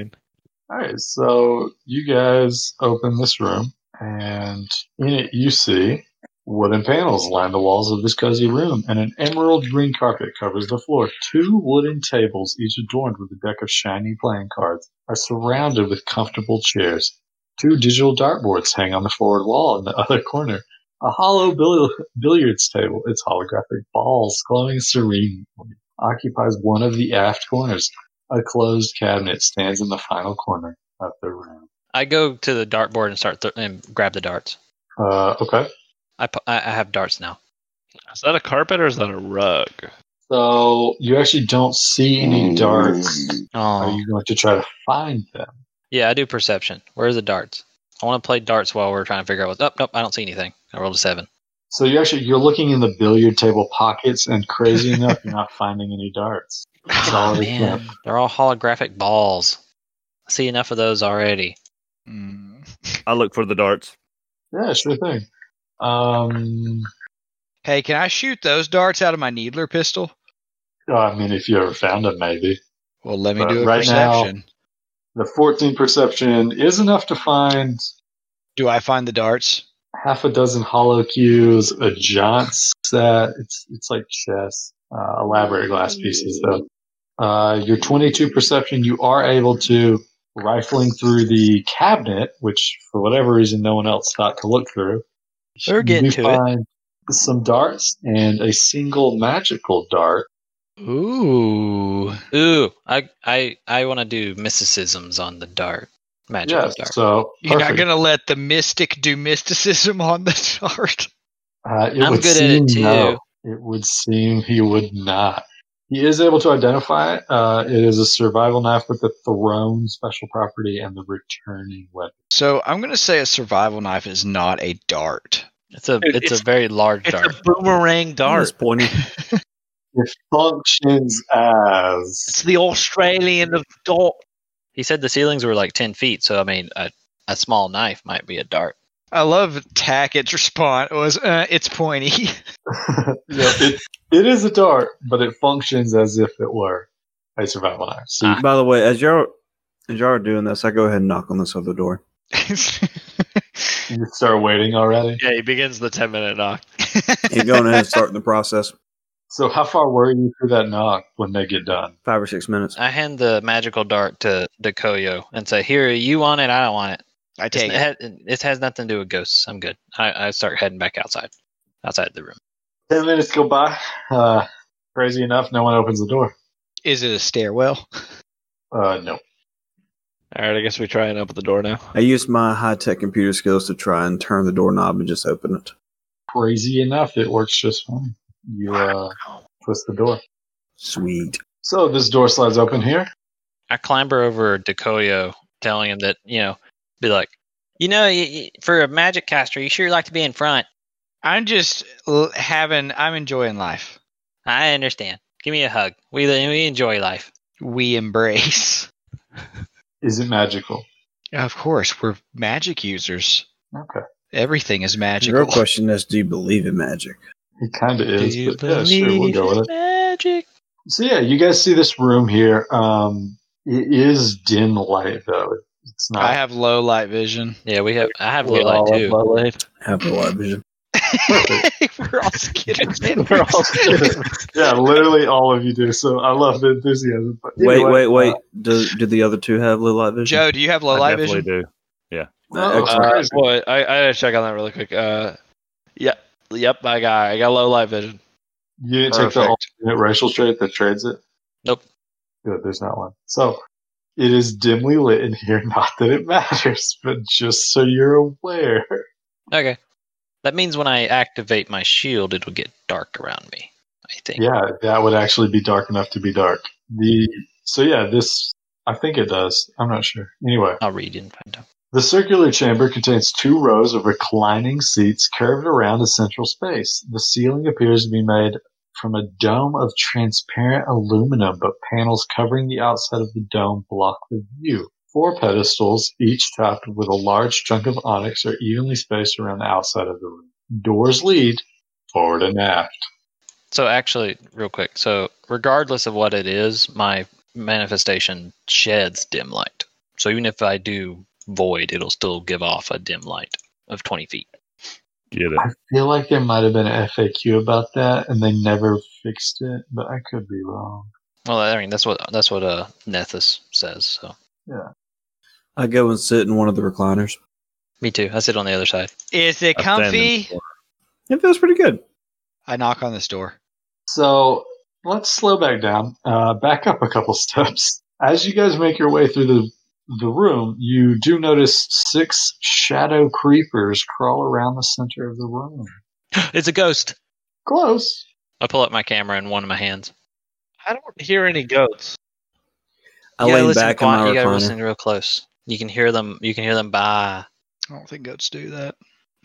Speaker 1: right, so you guys open this room, and in it you see wooden panels line the walls of this cozy room, and an emerald green carpet covers the floor. Two wooden tables, each adorned with a deck of shiny playing cards, are surrounded with comfortable chairs. Two digital dartboards hang on the forward wall in the other corner. A hollow bill- billiards table, its holographic balls glowing serenely, occupies one of the aft corners. A closed cabinet stands in the final corner of the room.
Speaker 3: I go to the dartboard and start th- and grab the darts.
Speaker 1: Uh, okay.
Speaker 3: I, pu- I I have darts now.
Speaker 6: Is that a carpet or is that a rug?
Speaker 1: So you actually don't see any darts. Are
Speaker 3: Oh
Speaker 1: you going to try to find them?
Speaker 3: yeah, I do perception. Where are the darts? I want to play darts while we're trying to figure out what's up. nope, I don't see anything. I rolled a seven.
Speaker 1: So you actually you're looking in the billiard table pockets, and crazy enough, you're not finding any darts. That's all
Speaker 3: Oh,
Speaker 1: it is
Speaker 3: man, they're all holographic balls. I see enough of those already.
Speaker 2: Mm.
Speaker 5: I look for the darts.
Speaker 1: Yeah, sure thing. Um,
Speaker 2: Hey, can I shoot those darts out of my needler pistol?
Speaker 1: I mean, if you ever found them, maybe.
Speaker 2: Well, let me
Speaker 1: But
Speaker 2: do a
Speaker 1: right now-
Speaker 2: perception.
Speaker 1: The 14 perception is enough to find
Speaker 2: Do I find the darts?
Speaker 1: half a dozen hollow cues, a jaunt set. It's it's like chess, uh, elaborate glass pieces though. Uh, your 22 perception, you are able to rifling through the cabinet, which for whatever reason no one else thought to look through.
Speaker 2: We're getting
Speaker 1: you
Speaker 2: to it.
Speaker 1: find some darts and a single magical dart.
Speaker 2: Ooh.
Speaker 3: Ooh, I I I want to do mysticisms on the dart, magical
Speaker 1: yes,
Speaker 3: dart.
Speaker 1: so
Speaker 2: You're not
Speaker 1: perfect.
Speaker 2: gonna let the mystic do mysticism on the dart.
Speaker 1: Uh, it
Speaker 3: I'm
Speaker 1: would
Speaker 3: good at
Speaker 1: seem
Speaker 3: it, too.
Speaker 1: no. It would seem he would not. He is able to identify it. Uh, it is a survival knife with the thrown special property and the returning weapon.
Speaker 2: So I'm gonna say a survival knife is not a dart.
Speaker 3: It's a
Speaker 6: Dude,
Speaker 3: it's,
Speaker 6: it's-
Speaker 3: a very large
Speaker 6: It's
Speaker 3: dart.
Speaker 6: a boomerang dart.
Speaker 5: It's pointy.
Speaker 1: It functions
Speaker 6: It's
Speaker 1: as
Speaker 6: the Australian of dart.
Speaker 3: He said the ceilings were like ten feet, so I mean a a small knife might be a dart.
Speaker 2: I love Tackett's response was uh, it's pointy.
Speaker 1: Yeah, it, it is a dart, but it functions as if it were a survival knife. So
Speaker 3: Ah.
Speaker 1: you-
Speaker 4: By the way, as y'all as y'all are doing this, I go ahead and knock on this other door.
Speaker 1: you start waiting already.
Speaker 6: Yeah, he begins the 10 minute knock.
Speaker 4: You're going ahead and starting the process.
Speaker 1: So how far were you through that knock when they get done?
Speaker 4: Five or six minutes.
Speaker 3: I hand the magical dart to to Koyo and say, "Here, you want it? I don't want it.
Speaker 2: I
Speaker 3: It's-
Speaker 2: take
Speaker 3: it,
Speaker 2: it.
Speaker 3: ha- it has nothing to do with ghosts. I'm good." I, I start heading back outside, outside the room.
Speaker 1: Ten minutes go by. Uh, crazy enough, no one opens the door.
Speaker 2: Is it a stairwell?
Speaker 1: Uh, no.
Speaker 6: All right, I guess we try and open the door now.
Speaker 4: I used my high tech computer skills to try and turn the doorknob and just open it.
Speaker 1: crazy enough, it works just fine. You uh, twist the door.
Speaker 4: Sweet.
Speaker 1: So this door slides open here.
Speaker 3: I clamber over to Koyo, telling him that you know, be like, you know, y y for a magic caster, you sure like to be in front.
Speaker 2: I'm just l- having. I'm enjoying life.
Speaker 3: I understand. Give me a hug. We we enjoy life.
Speaker 2: We embrace.
Speaker 1: Is it magical?
Speaker 2: Of course, we're magic users.
Speaker 1: Okay.
Speaker 2: Everything is
Speaker 4: The
Speaker 2: magical.
Speaker 4: real question is, do you believe in magic?
Speaker 1: It kind of is.
Speaker 3: Do you
Speaker 1: but yeah, sure, we'll
Speaker 3: believe
Speaker 1: go with
Speaker 3: in
Speaker 1: it.
Speaker 3: magic?
Speaker 1: So yeah, you guys see this room here. Um, it is dim light though. It's not.
Speaker 2: I have low light vision.
Speaker 3: Yeah, we have. I have
Speaker 6: We
Speaker 3: low light
Speaker 6: all have
Speaker 3: too.
Speaker 6: low light.
Speaker 4: Have the light vision.
Speaker 2: we're all skittered.
Speaker 6: We're all skittered.
Speaker 1: yeah, literally all of you do. So I love the enthusiasm. But
Speaker 4: Wait,
Speaker 1: anyway,
Speaker 4: wait,
Speaker 1: uh,
Speaker 4: wait. Do, do the other two have blue light vision?
Speaker 2: Joe, do you have low
Speaker 5: I
Speaker 2: light
Speaker 5: definitely
Speaker 2: vision?
Speaker 5: do.
Speaker 1: oh,
Speaker 4: Excellent.
Speaker 6: Uh,
Speaker 1: crazy.
Speaker 6: boy, I, I gotta check on that really quick. Uh, yeah, yep, I got I got low light vision.
Speaker 1: You didn't take the
Speaker 2: Perfect.
Speaker 1: alternate racial trait that trades it?
Speaker 3: Nope.
Speaker 1: Good, there's not one. So it is dimly lit in here, not that it matters, but just so you're aware.
Speaker 3: Okay. That means when I activate my shield, it'll get dark around me. I think.
Speaker 1: Yeah, that would actually be dark enough to be dark. The so yeah, this I think it does. I'm not sure. Anyway.
Speaker 3: I'll read and find out.
Speaker 1: The circular chamber contains two rows of reclining seats curved around a central space. The ceiling appears to be made from a dome of transparent aluminum, but panels covering the outside of the dome block the view. Four pedestals, each topped with a large chunk of onyx, are evenly spaced around the outside of the room. Doors lead forward and aft.
Speaker 3: So actually, real quick. So regardless of what it is, my manifestation sheds dim light. So even if I do void, it'll still give off a dim light of twenty feet.
Speaker 5: Get it?
Speaker 1: I feel like there might have been an FAQ about that, and they never fixed it, but I could be wrong.
Speaker 3: Well, I mean that's what that's what uh Nethus says. So
Speaker 4: I go and sit in one of the recliners.
Speaker 3: me too. I sit on the other side.
Speaker 2: Is it
Speaker 5: I stand in
Speaker 2: comfy?
Speaker 5: for
Speaker 4: It feels pretty good.
Speaker 2: I knock on this door.
Speaker 1: So let's slow back down, uh, back up a couple steps. As you guys make your way through the the room, you do notice six shadow creepers crawl around the center of the room.
Speaker 3: it's a ghost.
Speaker 1: Close.
Speaker 3: I pull up my camera in one of my hands.
Speaker 6: I don't hear any goats.
Speaker 4: I
Speaker 3: You gotta
Speaker 4: lean
Speaker 3: listen
Speaker 4: back in
Speaker 3: quiet,
Speaker 4: my
Speaker 3: You gotta
Speaker 4: recliner.
Speaker 3: listen real close. You can hear them. You can hear them. Bah.
Speaker 2: I don't think goats do that.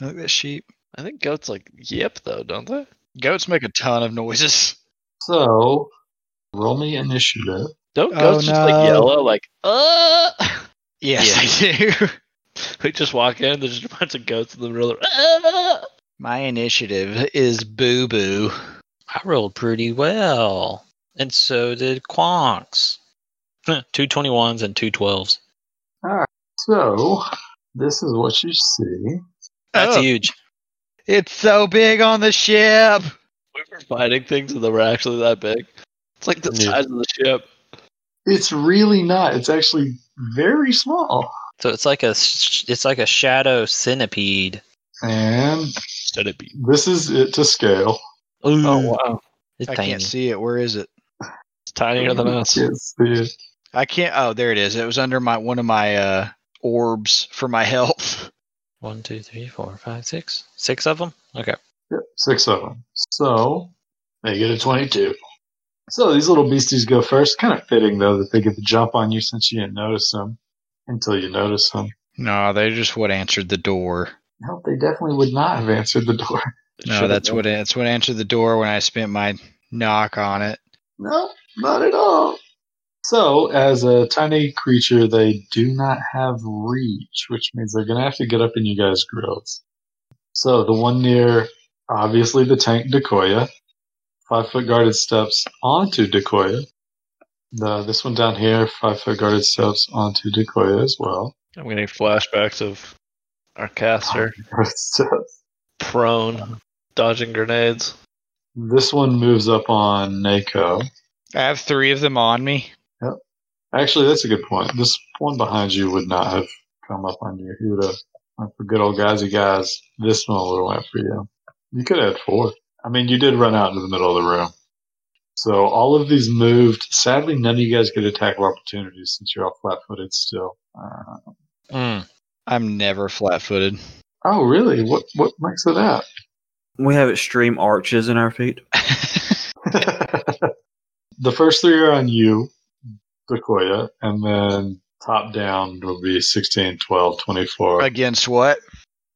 Speaker 2: I think that's sheep.
Speaker 6: I think goats like yip though, don't they?
Speaker 2: Goats make a ton of noises.
Speaker 1: So roll me initiative.
Speaker 6: Don't
Speaker 2: Oh,
Speaker 6: goats just
Speaker 2: no.
Speaker 6: like yellow like uh?
Speaker 2: Yes, I do.
Speaker 6: we just walk in. There's just a bunch of goats in the middle. Of, "Ah!"
Speaker 2: My initiative is boo boo.
Speaker 3: I rolled pretty well, and so did Quonks. Two twenty ones and two twelves.
Speaker 1: So, this is what you see.
Speaker 3: That's
Speaker 2: Oh,
Speaker 3: huge.
Speaker 2: It's so big on the ship.
Speaker 6: We were finding things and they were actually that big. It's like the
Speaker 3: Yeah.
Speaker 6: size of the ship.
Speaker 1: It's really not. It's actually very small.
Speaker 3: So it's like a s- it's like a shadow centipede.
Speaker 1: And
Speaker 6: Centipede.
Speaker 1: this is it to scale.
Speaker 3: Ooh,
Speaker 2: wow.
Speaker 3: it's
Speaker 2: I
Speaker 3: tiny.
Speaker 2: can't see it. Where is it?
Speaker 6: Oh, It's tinier than us.
Speaker 1: Can't see it.
Speaker 2: I can't. Oh, there it is. It was under my one of my uh, orbs for my health.
Speaker 3: One, two, three, four, five, six. Six of them. Okay.
Speaker 1: Yep, six of them. So they get a 22. So these little beasties go first. Kind of fitting, though, that they get the jump on you since you didn't notice them until you notice them.
Speaker 2: No, they just what answered the door.
Speaker 1: No, they definitely would not have answered the door.
Speaker 2: No,
Speaker 6: Should've
Speaker 2: that's
Speaker 6: known.
Speaker 2: what that's what answered the door when I spent my knock on it.
Speaker 1: No, not at all. So, as a tiny creature, they do not have reach, which means they're going to have to get up in you guys' grills. So, the one near, obviously, the tank Decoya, five foot guarded steps onto Decoya. The, this one down here, five foot guarded steps onto Decoya as well.
Speaker 6: I'm getting flashbacks of our caster
Speaker 1: Guarded steps.
Speaker 6: prone, dodging grenades.
Speaker 1: This one moves up on Nako.
Speaker 2: I have three of them on me.
Speaker 1: Actually, that's a good point. This one behind you would not have come up on you. He would have went for good old guys and guys. This one would have went for you. You could have had four. I mean, you did run out into the middle of the room. So all of these moved. Sadly, none of you guys get attack of opportunities since you're all flat-footed still. Uh,
Speaker 3: Mm.
Speaker 2: I'm never flat-footed.
Speaker 1: oh, really? What what makes it up?
Speaker 4: We have extreme arches in our feet.
Speaker 1: the first three are on you, Decoya, and then top down will be 16, 12, 24.
Speaker 2: Against what?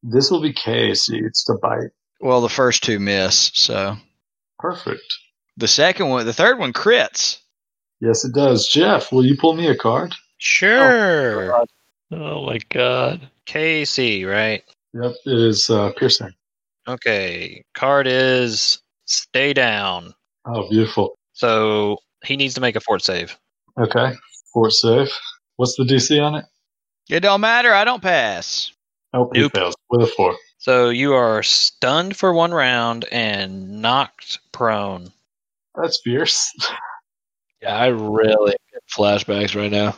Speaker 1: this will be KAC. It's the bite.
Speaker 2: Well, the first two miss. So
Speaker 1: Perfect.
Speaker 2: the second one, the third one crits.
Speaker 1: Yes, it does. Jeff, will you pull me a card?
Speaker 3: Sure.
Speaker 6: Oh my god.
Speaker 3: KC, right?
Speaker 1: Yep, it is uh, piercing.
Speaker 3: Okay. Card is stay down.
Speaker 1: Oh, beautiful.
Speaker 3: So he needs to make a fort save.
Speaker 1: Okay, fort safe. What's the DC on it?
Speaker 2: It don't matter. I don't pass.
Speaker 1: Nope, he
Speaker 3: Nope.
Speaker 1: fails with a four.
Speaker 3: So you are stunned for one round and knocked prone.
Speaker 1: That's fierce.
Speaker 6: Yeah, I really get flashbacks right now.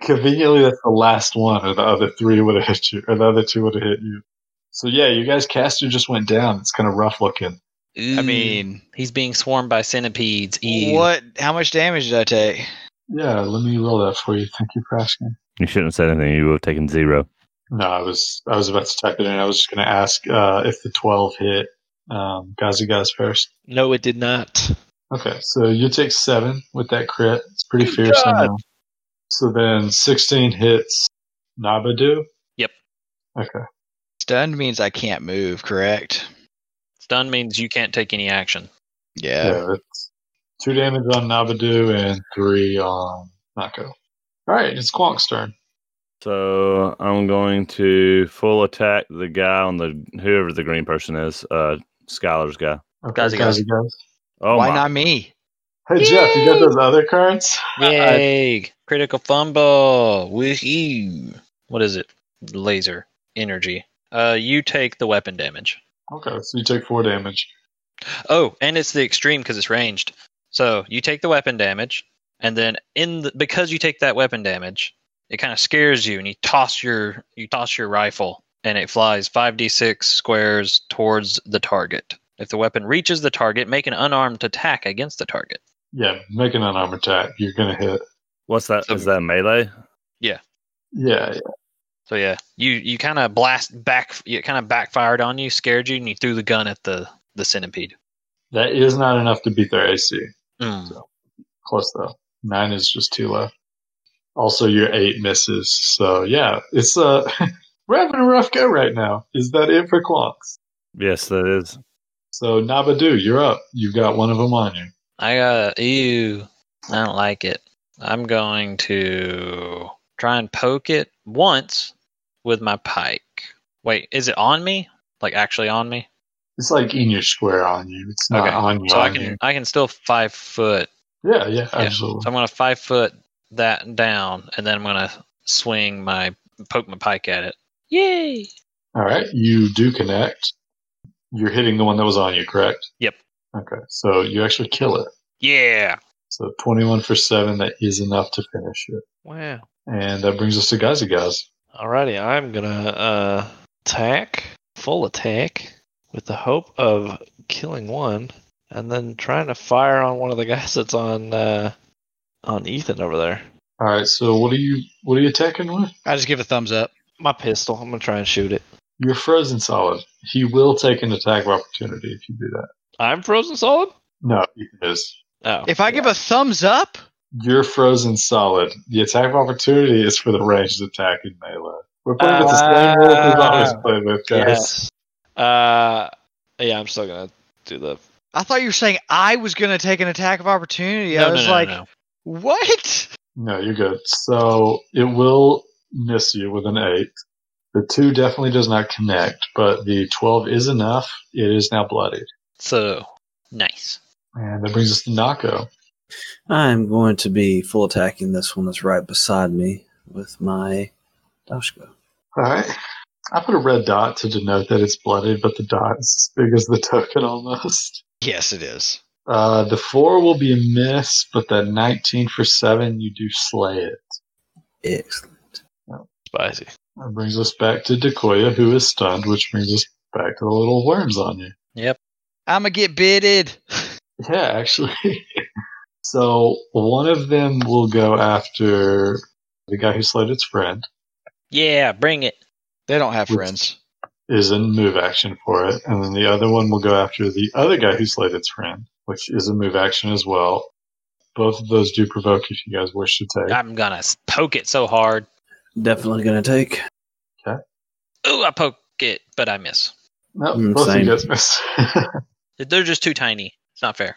Speaker 1: Conveniently, that's the last one, or the other three would have hit you, or the other two would have hit you. So yeah, you guys caster just went down. It's kind of rough looking.
Speaker 3: Mm,
Speaker 2: I mean,
Speaker 3: he's being swarmed by centipedes. Ew.
Speaker 2: what? How much damage did I take?
Speaker 1: Yeah, let me roll that for you. Thank you for asking.
Speaker 5: You shouldn't have said anything. You would have taken zero.
Speaker 1: No, I was I was about to type it in. I was just going to ask uh, if the twelve hit um, Gazi guys first.
Speaker 6: No, it did not.
Speaker 1: Okay, so you take seven with that crit. It's pretty
Speaker 6: Good
Speaker 1: fierce. I
Speaker 6: God.
Speaker 1: know. So then sixteen hits Nabadu.
Speaker 3: Yep.
Speaker 1: Okay.
Speaker 2: Stunned means I can't move. Correct.
Speaker 3: Stun means you can't take any action.
Speaker 1: Yeah.
Speaker 2: Yeah.
Speaker 1: that's two damage on Nabadu and three on Nako. All right, it's Quonk's turn.
Speaker 5: So I'm going to full attack the guy on the whoever the green person is, uh, Scholar's guy.
Speaker 1: Okay,
Speaker 3: Guys, guys.
Speaker 1: guys, guys.
Speaker 5: Oh
Speaker 2: Why
Speaker 5: my!
Speaker 2: not me?
Speaker 1: Hey Jeff, you got those other cards?
Speaker 3: Yay! Critical fumble. Woohoo! What is it? Laser energy. Uh, you take the weapon damage.
Speaker 1: Okay, so you take four damage.
Speaker 3: Oh, and it's the extreme because it's ranged. So you take the weapon damage, and then in the, because you take that weapon damage, it kind of scares you, and you toss your you toss your rifle, and it flies five d six squares towards the target. If the weapon reaches the target, make an unarmed attack against the target.
Speaker 1: Yeah, make an unarmed attack. You're gonna hit.
Speaker 5: What's that? Is
Speaker 3: So-
Speaker 5: that melee?
Speaker 1: Yeah,
Speaker 3: So yeah, you you kind of blast back. It kind of backfired on you, scared you, and you threw the gun at the the centipede.
Speaker 1: that is not enough to beat their AC.
Speaker 3: Mm.
Speaker 1: close though. Nine is just too low. Also, your eight misses. So yeah, it's uh, we're having a rough go right now. Is that it for Quonks?
Speaker 5: Yes, that is.
Speaker 1: So Nabadu, you're up. You've got one of them on you.
Speaker 3: I got ew. I don't like it. I'm going to try and poke it once with my pike. Wait, is it on me? Like actually on me?
Speaker 1: It's like in your square on you. It's not
Speaker 3: Okay,
Speaker 1: on you.
Speaker 3: So I
Speaker 1: on
Speaker 3: can
Speaker 1: you. Mm.
Speaker 3: I can still five foot.
Speaker 1: Yeah, yeah,
Speaker 3: Yeah.
Speaker 1: absolutely.
Speaker 3: So I'm gonna five foot that down, and then I'm gonna swing my poke my pike at it. Yay!
Speaker 1: All right, you do connect. You're hitting the one that was on you, correct?
Speaker 3: Yep.
Speaker 1: Okay, so you actually kill it.
Speaker 3: Yeah.
Speaker 1: So 21 for 7, that is enough to finish it.
Speaker 6: Wow.
Speaker 1: And that brings us to Guys Guys.
Speaker 6: Alrighty, I'm gonna uh, attack, full attack, with the hope of killing one, and then trying to fire on one of the guys that's on uh, on Ethan over there.
Speaker 1: All right, so what are you what are you attacking with?
Speaker 2: I just give a thumbs up.
Speaker 6: My pistol. I'm gonna try and shoot it.
Speaker 1: You're frozen solid. He will take an attack of opportunity if you do that.
Speaker 6: I'm frozen solid.
Speaker 1: No, Ethan is.
Speaker 6: Oh,
Speaker 2: If I give a thumbs up,
Speaker 1: You're frozen solid. The attack of opportunity is for the ranged attack in melee. We're playing with the same rules we've always played with, guys.
Speaker 6: yes. Uh, yeah, I'm still gonna do the.
Speaker 2: I thought you were saying I was going to take an attack of opportunity. I
Speaker 3: no,
Speaker 2: was
Speaker 3: no, no,
Speaker 2: like,
Speaker 3: no.
Speaker 2: what?
Speaker 1: No, you're good. So it will miss you with an eight. The two definitely does not connect, but the twelve is enough. It is now bloodied,
Speaker 3: So nice.
Speaker 1: and that brings us to Nako.
Speaker 4: I'm going to be full attacking this one that's right beside me with my Dashko.
Speaker 1: All right. I put a red dot to denote that it's blooded, but the dot is as big as the token almost.
Speaker 2: Yes, it is.
Speaker 1: Uh, the four will be a miss, but that 19 for seven, you do slay it.
Speaker 4: Excellent.
Speaker 6: Spicy.
Speaker 1: That brings us back to Decoya, who is stunned, which brings us back to the little worms on you.
Speaker 2: I'm going to get bitted.
Speaker 1: Yeah, actually. so one of them will go after the guy who slayed its friend,
Speaker 3: Yeah, bring it.
Speaker 2: They don't have
Speaker 1: Oops.
Speaker 2: friends.
Speaker 1: is in move action for it, and then the other one will go after the other guy who slayed its friend, which is a move action as well. Both of those do provoke if you guys wish to take.
Speaker 3: I'm gonna s- poke it so hard.
Speaker 4: Definitely going to take.
Speaker 3: Ooh, I poke it, but I miss.
Speaker 1: No,
Speaker 4: Mm,
Speaker 1: both of
Speaker 4: same.
Speaker 1: you guys miss.
Speaker 3: They're just too tiny. It's not fair.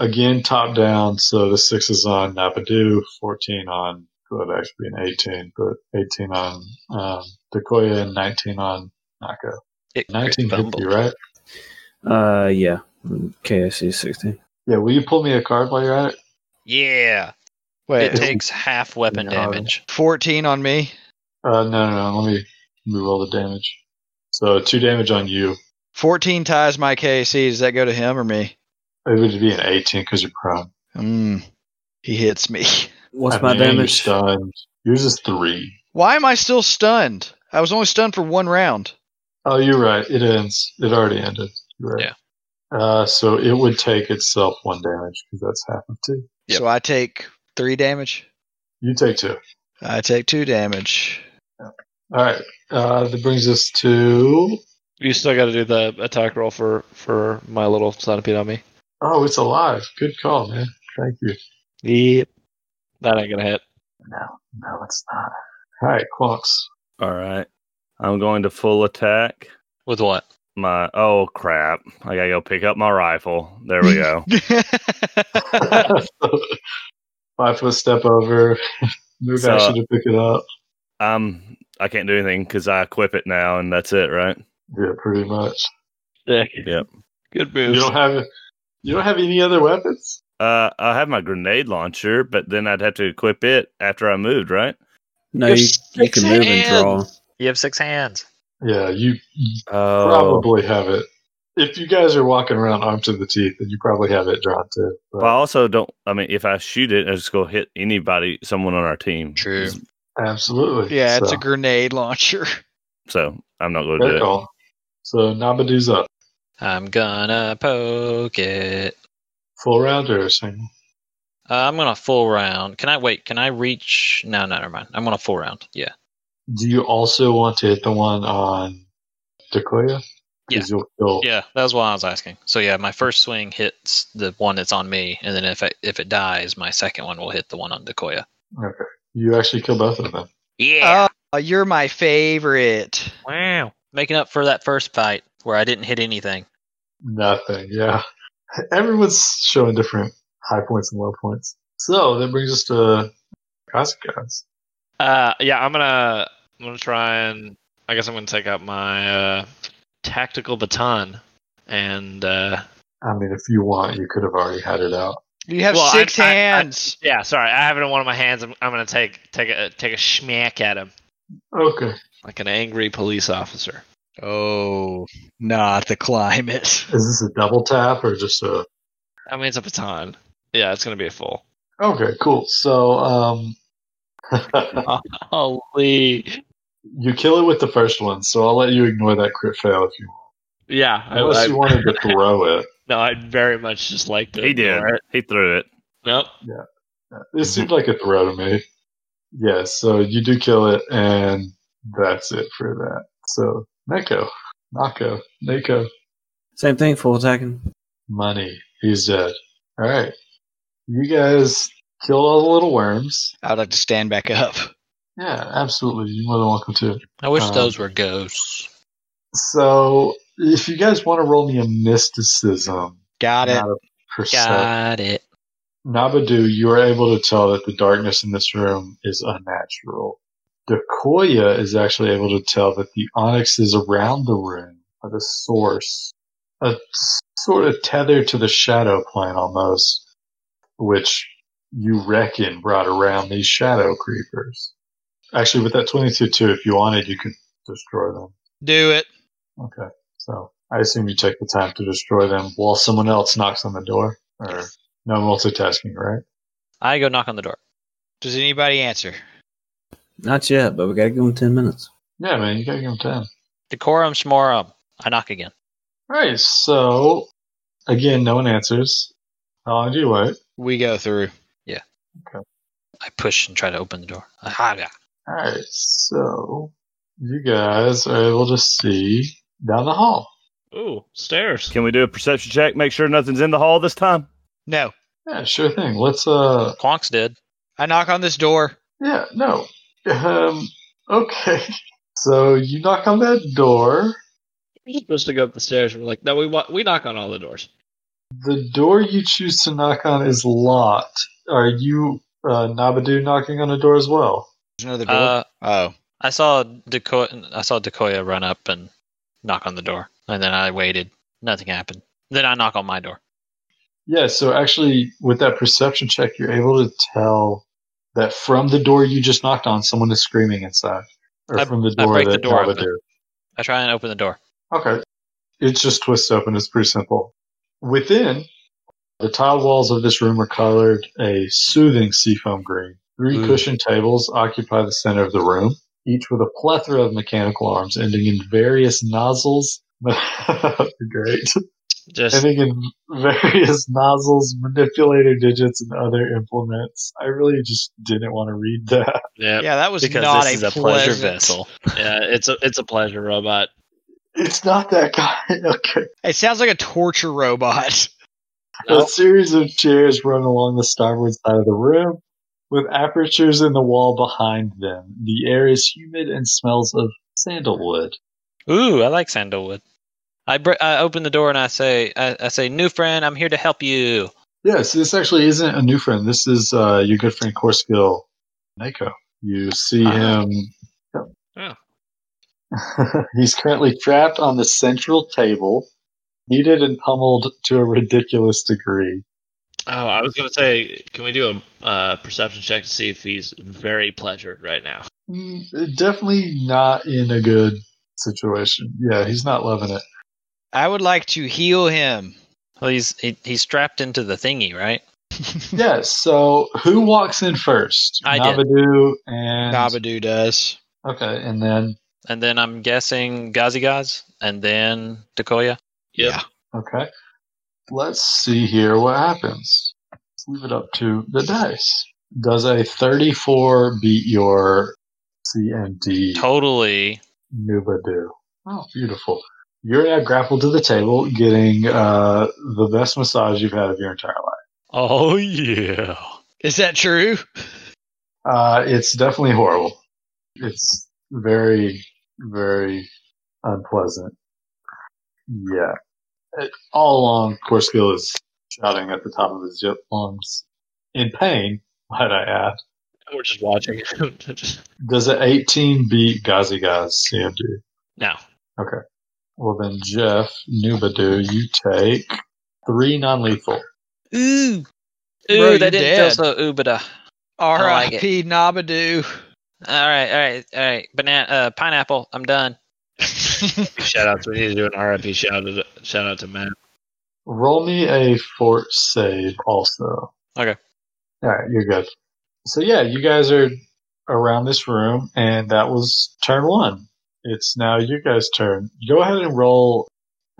Speaker 1: Again, top down, so the six is on Napadu, 14 on, could actually be an 18, but 18 on um, Decoya and 19 on Naka.
Speaker 3: It
Speaker 1: 19 hit
Speaker 3: crits
Speaker 1: you,
Speaker 3: fumble.
Speaker 1: right?
Speaker 4: Uh, yeah. KSC 16.
Speaker 1: Yeah, will you pull me a card while you're at it?
Speaker 3: Yeah.
Speaker 2: Wait,
Speaker 3: It
Speaker 1: it's-
Speaker 3: takes half weapon
Speaker 1: No.
Speaker 3: damage.
Speaker 2: 14 on me.
Speaker 1: Uh, no, no, no, let me move all the damage. So two damage on you.
Speaker 2: 14 ties my KC. Does that go to him or me?
Speaker 1: It would be an 18 because you're prone.
Speaker 2: Mm, he hits me.
Speaker 4: What's
Speaker 1: I
Speaker 4: my
Speaker 1: mean, You're
Speaker 4: damage?
Speaker 1: stunned. Yours is three.
Speaker 2: Why am I still stunned? I was only stunned for one round.
Speaker 1: Oh, you're right. It ends. It already ended. You're right. Yeah. Uh, so it would take itself one damage because that's half of two.
Speaker 3: Yep.
Speaker 2: So I take three damage.
Speaker 1: You take two.
Speaker 2: I take two damage.
Speaker 1: All right. Uh, that brings us to.
Speaker 6: You still got to do the attack roll for for my little centipede on me.
Speaker 1: Oh, it's alive. Good call, man. Thank you.
Speaker 6: Yep. That ain't gonna hit.
Speaker 1: No, no, it's not. All right, Quonks.
Speaker 5: All right. I'm going to full attack.
Speaker 3: With what?
Speaker 5: My oh crap. I gotta go pick up my rifle. There we go.
Speaker 1: Five foot step over. Move
Speaker 2: uh,
Speaker 5: So-
Speaker 1: action to pick it up.
Speaker 5: um I can't do anything because I equip it now and that's it, right?
Speaker 1: Yeah, pretty much.
Speaker 5: Yep.
Speaker 6: Good
Speaker 1: You
Speaker 6: move.
Speaker 1: don't have. You don't have any other weapons.
Speaker 5: Uh I have my grenade launcher, but then I'd have to equip it after I moved, right?
Speaker 4: No,
Speaker 3: You're
Speaker 4: you, you can move and draw.
Speaker 3: You have six hands.
Speaker 1: Yeah, you
Speaker 5: Oh
Speaker 1: probably have it. If you guys are walking around armed to the teeth, then you probably have it drawn too. But
Speaker 5: But I also don't. I mean, if I shoot it, I just go hit anybody, someone on our team.
Speaker 2: True.
Speaker 1: absolutely,
Speaker 2: yeah, it's
Speaker 1: so,
Speaker 2: a grenade launcher.
Speaker 5: So I'm not going to
Speaker 1: fair
Speaker 5: do it.
Speaker 1: call. So Nabadu's up.
Speaker 3: I'm gonna poke it.
Speaker 1: Full round or single?
Speaker 3: Uh, I'm gonna full round. Can I wait? Can I reach? No, no, never mind. I'm gonna full round. Yeah.
Speaker 1: Do you also want to hit the one on Decoya? 'Cause You'll kill.
Speaker 3: Yeah, that was what I was asking. So yeah, my first swing hits the one that's on me, and then if I, if it dies, my second one will hit the one on Decoya.
Speaker 1: Okay. You actually kill both of them.
Speaker 3: Yeah,
Speaker 2: Oh, you're my favorite.
Speaker 3: wow, making up for that first fight where I didn't hit anything.
Speaker 1: Nothing. Yeah. Everyone's showing different high points and low points. So that brings us to Kazakas.
Speaker 6: Uh, yeah, I'm gonna I'm gonna try and I guess I'm gonna take out my uh, tactical baton and uh,
Speaker 1: I mean, if you want, you could have already had it out.
Speaker 2: You have
Speaker 6: Well, I-
Speaker 2: six
Speaker 6: I- I-
Speaker 2: hands.
Speaker 6: yeah, sorry, I have it in one of my hands. I'm, I'm gonna take take a take a schmack at him.
Speaker 1: Okay.
Speaker 6: like an angry police officer.
Speaker 2: Oh, not the climate.
Speaker 1: Is this a double tap or just a?
Speaker 6: I mean, it's a baton. Yeah, it's gonna be a full.
Speaker 1: Okay, cool. So, um,
Speaker 6: Holy.
Speaker 1: you kill it with the first one. So I'll let you ignore that crit fail if you want,
Speaker 6: Yeah. I,
Speaker 1: unless
Speaker 6: I,
Speaker 1: you wanted to throw it.
Speaker 6: no, I'd very much just like to.
Speaker 5: He did.
Speaker 6: ignore it.
Speaker 5: He threw it.
Speaker 6: Nope.
Speaker 1: It seemed like a throw to me. Yeah. So you do kill it, and that's it for that. So Neko, Nako, Neko,
Speaker 4: Same thing, full attacking.
Speaker 1: money. He's dead. All right. You guys kill all the little worms.
Speaker 2: I'd like to stand back up.
Speaker 1: Yeah, absolutely. You're more than welcome to.
Speaker 3: I wish
Speaker 1: Um,
Speaker 3: those were ghosts.
Speaker 1: So, if you guys want to roll me a mysticism,
Speaker 2: Got it.
Speaker 1: not a perception,
Speaker 3: Got it.
Speaker 1: Nabadu, you are able to tell that the darkness in this room is unnatural. Decoya is actually able to tell that the onyxes around the room are the source, a sort of tether to the shadow plane almost, which you reckon brought around these shadow creepers. Actually, with that 22 too, if you wanted, you could destroy them.
Speaker 2: Do it.
Speaker 1: Okay. So I assume you take the time to destroy them while someone else knocks on the door. Or no multitasking, right?
Speaker 3: I go knock on the door.
Speaker 2: Does anybody answer?
Speaker 4: Not yet, but we gotta give them ten minutes.
Speaker 1: Yeah, man, you gotta give them time.
Speaker 3: Decorum smorum. I knock again.
Speaker 1: Alright, so again, no one answers. How long do you wait?
Speaker 2: We go through.
Speaker 3: I push and try to open the door. Ah, yeah.
Speaker 1: Alright, so you guys are able to see down the hall.
Speaker 6: Ooh, stairs.
Speaker 5: Can we do a perception check? Make sure nothing's in the hall this time.
Speaker 2: No.
Speaker 1: Yeah, sure thing. Let's uh
Speaker 3: Quonks did.
Speaker 2: I knock on this door.
Speaker 1: yeah, no. Um okay. So you knock on that door.
Speaker 6: We're supposed to go up the stairs. We're like, no, we wa- we knock on all the doors.
Speaker 1: The door you choose to knock on is locked. Are you uh, Nabadoo knocking on the door as well?
Speaker 2: There's another door.
Speaker 3: Uh,
Speaker 2: oh.
Speaker 3: I saw Decoy. I saw Decoya run up and knock on the door, and then I waited. Nothing happened. Then I knock on my door.
Speaker 1: Yeah, so actually, with that perception check, you're able to tell that from the door you just knocked on, someone is screaming inside. Or
Speaker 3: I-
Speaker 1: from the
Speaker 3: I
Speaker 1: door
Speaker 3: break the
Speaker 1: that
Speaker 3: door
Speaker 1: Nabadoo.
Speaker 3: open. I try and open the door.
Speaker 1: Okay. It just twists open. It's pretty simple. Within, the tile walls of this room are colored a soothing seafoam green. Three
Speaker 3: Mm.
Speaker 2: Ooh.
Speaker 1: cushioned tables occupy the center of the room, each with a plethora of mechanical arms ending in various nozzles. Great.
Speaker 6: Just
Speaker 1: Ending in various nozzles, manipulator digits, and other implements. I really just didn't want to read that.
Speaker 6: yeah, yeah.
Speaker 2: Yeah, that was
Speaker 3: Because
Speaker 2: not
Speaker 3: this
Speaker 2: a,
Speaker 3: is a pleasure
Speaker 2: pleasant-
Speaker 3: vessel.
Speaker 6: It's a it's a pleasure robot.
Speaker 1: It's not that guy. Okay.
Speaker 2: It sounds like a torture robot.
Speaker 1: A series of chairs run along the starboard side of the room, with apertures in the wall behind them. The air is humid and smells of sandalwood.
Speaker 3: Ooh, I like sandalwood. I br- I open the door and I say I, I say new friend, I'm here to help you.
Speaker 1: Yeah, so this actually isn't a new friend. This is uh, your good friend Corskill Neko. You see
Speaker 6: Ah.
Speaker 1: him.
Speaker 3: Oh.
Speaker 1: He's currently trapped on the central table, heated and pummeled to a ridiculous degree.
Speaker 6: Oh, I was gonna say, can we do a uh, perception check to see if he's very pleasured right now?
Speaker 1: Mm, Definitely not in a good situation. Yeah, he's not loving it.
Speaker 2: I would like to heal him.
Speaker 3: Well, he's he, he's strapped into the thingy, right?
Speaker 1: Yes. So who walks in first?
Speaker 3: I did.
Speaker 1: Nabadoo and
Speaker 2: Nabadoo does.
Speaker 1: Okay, and then
Speaker 3: And then I'm guessing Gazigaz, and then Decoya.
Speaker 6: Yep.
Speaker 2: Yeah.
Speaker 1: okay. Let's see here what happens. Let's leave it up to the dice. Does a 34 beat your CMD
Speaker 3: Totally.
Speaker 1: Nubadoo? Oh, beautiful. You're now grappled to the table, getting uh, the best massage you've had of your entire life.
Speaker 3: Oh yeah.
Speaker 2: Is that true?
Speaker 1: Uh, it's definitely horrible. It's very, very unpleasant. Yeah. It, all along, Corskill is shouting at the top of his jet lungs in pain, might I add.
Speaker 6: We're just watching him. Just-
Speaker 1: Does an 18 beat Gazi Gaz CMD?
Speaker 6: no.
Speaker 1: Well, then, Jeff Nubadu, you take three non lethal.
Speaker 2: Ooh.
Speaker 3: Ooh,
Speaker 2: Bro,
Speaker 3: they
Speaker 2: you're
Speaker 3: didn't
Speaker 2: dead.
Speaker 3: feel so ubada. like
Speaker 2: R.I.P. Nabadoo.
Speaker 3: All right, all right, all right. Banana, uh, pineapple. I'm done.
Speaker 6: shout out to we need to do an RIP shout out shout out to Matt.
Speaker 1: Roll me a fort save also.
Speaker 3: Okay.
Speaker 1: All right, you're good. So yeah, you guys are around this room, and that was turn one. It's now you guys' turn. Go ahead and roll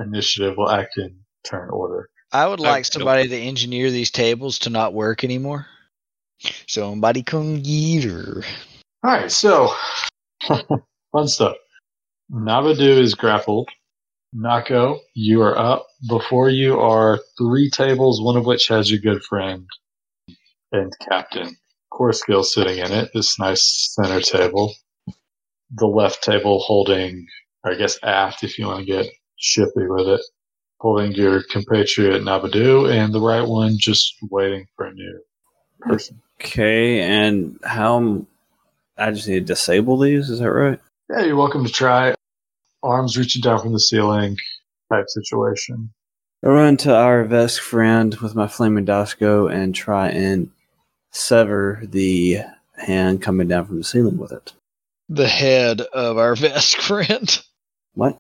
Speaker 1: initiative. We'll act in turn order.
Speaker 2: I would like
Speaker 6: Okay.
Speaker 2: somebody to engineer these tables to not work anymore. Somebody come get her.
Speaker 1: All right, so fun stuff. Navadu is grappled. Nako, you are up. Before you are three tables, one of which has your good friend and captain. Corskill sitting in it, this nice center table. The left table holding, or I guess aft if you want to get shippy with it, holding your compatriot Navadu, and the right one just waiting for a new person.
Speaker 4: Okay, and how? m- I just need to disable these. Is that right?
Speaker 1: Yeah, you're welcome to try. Arms reaching down from the ceiling type situation.
Speaker 4: I run to our Vesk friend with my flaming Dasco and try and sever the hand coming down from the ceiling with it.
Speaker 2: The head of our best friend.
Speaker 4: What?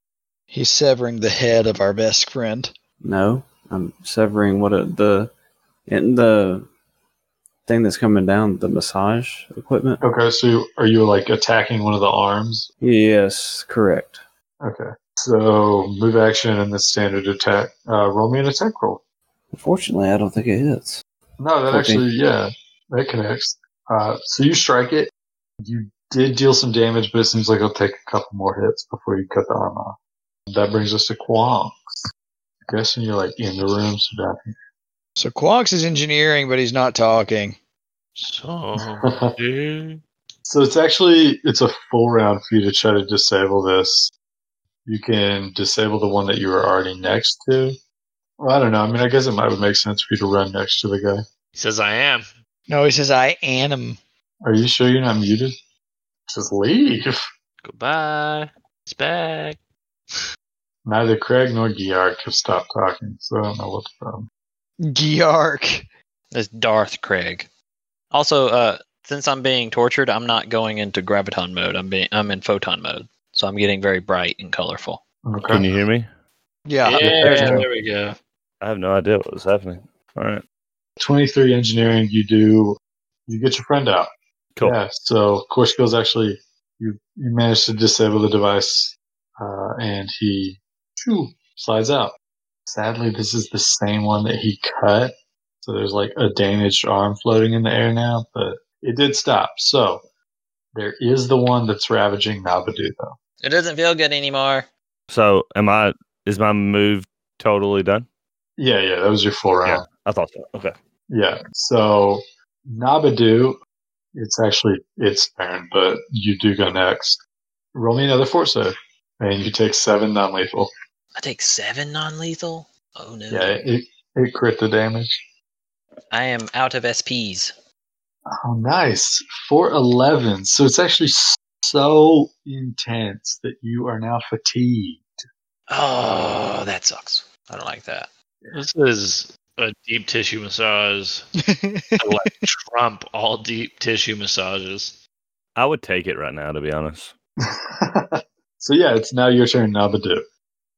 Speaker 2: He's severing the head of our best friend.
Speaker 4: No, I'm severing what a, the in the thing that's coming down the massage equipment.
Speaker 1: Okay, so are you like attacking one of the arms?
Speaker 4: Yes, correct.
Speaker 1: Okay. So move action and the standard attack. Uh, roll me an attack roll.
Speaker 4: Unfortunately, I don't think it hits.
Speaker 1: No, that
Speaker 4: Okay.
Speaker 1: actually, yeah, that connects. Uh, so you strike it. You did deal some damage, but it seems like it'll take a couple more hits before you cut the arm off. That brings us to Quongs. Guessing you're like in the room, so that
Speaker 2: So Quonks is engineering, but he's not talking.
Speaker 6: So
Speaker 1: So it's actually it's a full round for you to try to disable this. You can disable the one that you were already next to. Well, I don't know. I mean, I guess it might would make sense for you to run next to the guy.
Speaker 6: he says I am.
Speaker 2: No, he says I am.
Speaker 1: Are you sure you're not muted? Just leave.
Speaker 6: Goodbye. He's back.
Speaker 1: Neither Craig nor Geark have stopped talking, so I don't know what's the problem.
Speaker 2: Geark.
Speaker 3: It's Darth Craig. Also, uh, since I'm being tortured, I'm not going into graviton mode. I'm being I'm in photon mode, so I'm getting very bright and colorful.
Speaker 5: Can
Speaker 1: Okay.
Speaker 5: you hear me?
Speaker 2: Yeah.
Speaker 6: yeah, there we go.
Speaker 5: I have no idea what was happening. All right.
Speaker 1: Twenty-three engineering. You do. You get your friend out.
Speaker 5: Cool.
Speaker 1: Yeah. So Core Skills actually, you you managed to disable the device, uh, and he phew, slides out. Sadly, this is the same one that he cut. So there's like a damaged arm floating in the air now, but it did stop. So there is the one that's ravaging Nabadu though.
Speaker 3: It doesn't feel good anymore.
Speaker 5: So am I is my move totally done?
Speaker 1: Yeah, yeah, that was your full round.
Speaker 5: I thought so. Okay.
Speaker 1: Yeah. So Nabadu, it's actually its turn, but you do go next. Roll me another force save, and you take seven non-lethal.
Speaker 3: I take seven non-lethal. Oh no!
Speaker 1: Yeah, it, it crit the damage.
Speaker 3: I am out of SPs.
Speaker 1: Oh, nice. Four eleven. So it's actually so intense that you are now fatigued.
Speaker 3: Oh, that sucks. I don't like that.
Speaker 6: This is a deep tissue massage. I like Trump all deep tissue massages.
Speaker 5: I would take it right now to be honest.
Speaker 1: so yeah, it's now your turn, Nabadu.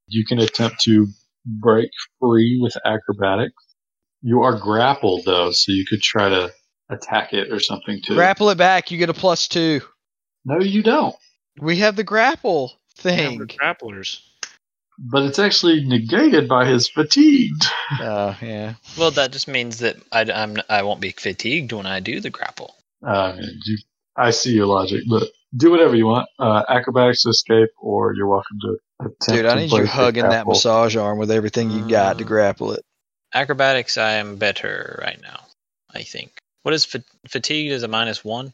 Speaker 1: You can attempt to break free with acrobatics. You are grappled though, so you could try to attack it or something too.
Speaker 2: Grapple it back. You get a plus two.
Speaker 1: no, you don't.
Speaker 2: We have the grapple
Speaker 6: Yeah, we're
Speaker 2: thing.
Speaker 6: grapplers.
Speaker 1: But it's actually negated by his fatigue.
Speaker 2: Oh yeah.
Speaker 3: Well, that just means that I, I'm I won't be fatigued when I do the grapple.
Speaker 1: I mean, Uh, you, I see your logic, but do whatever you want. Uh, acrobatics to escape, or you're welcome to attempt
Speaker 2: Dude,
Speaker 1: to
Speaker 2: I need
Speaker 1: break
Speaker 2: you
Speaker 1: the
Speaker 2: hugging that
Speaker 1: grapple.
Speaker 2: massage arm with everything you got to
Speaker 3: Mm.
Speaker 2: grapple it.
Speaker 3: Acrobatics, I am better right now. I think. What is fa- fatigued? Is a minus one.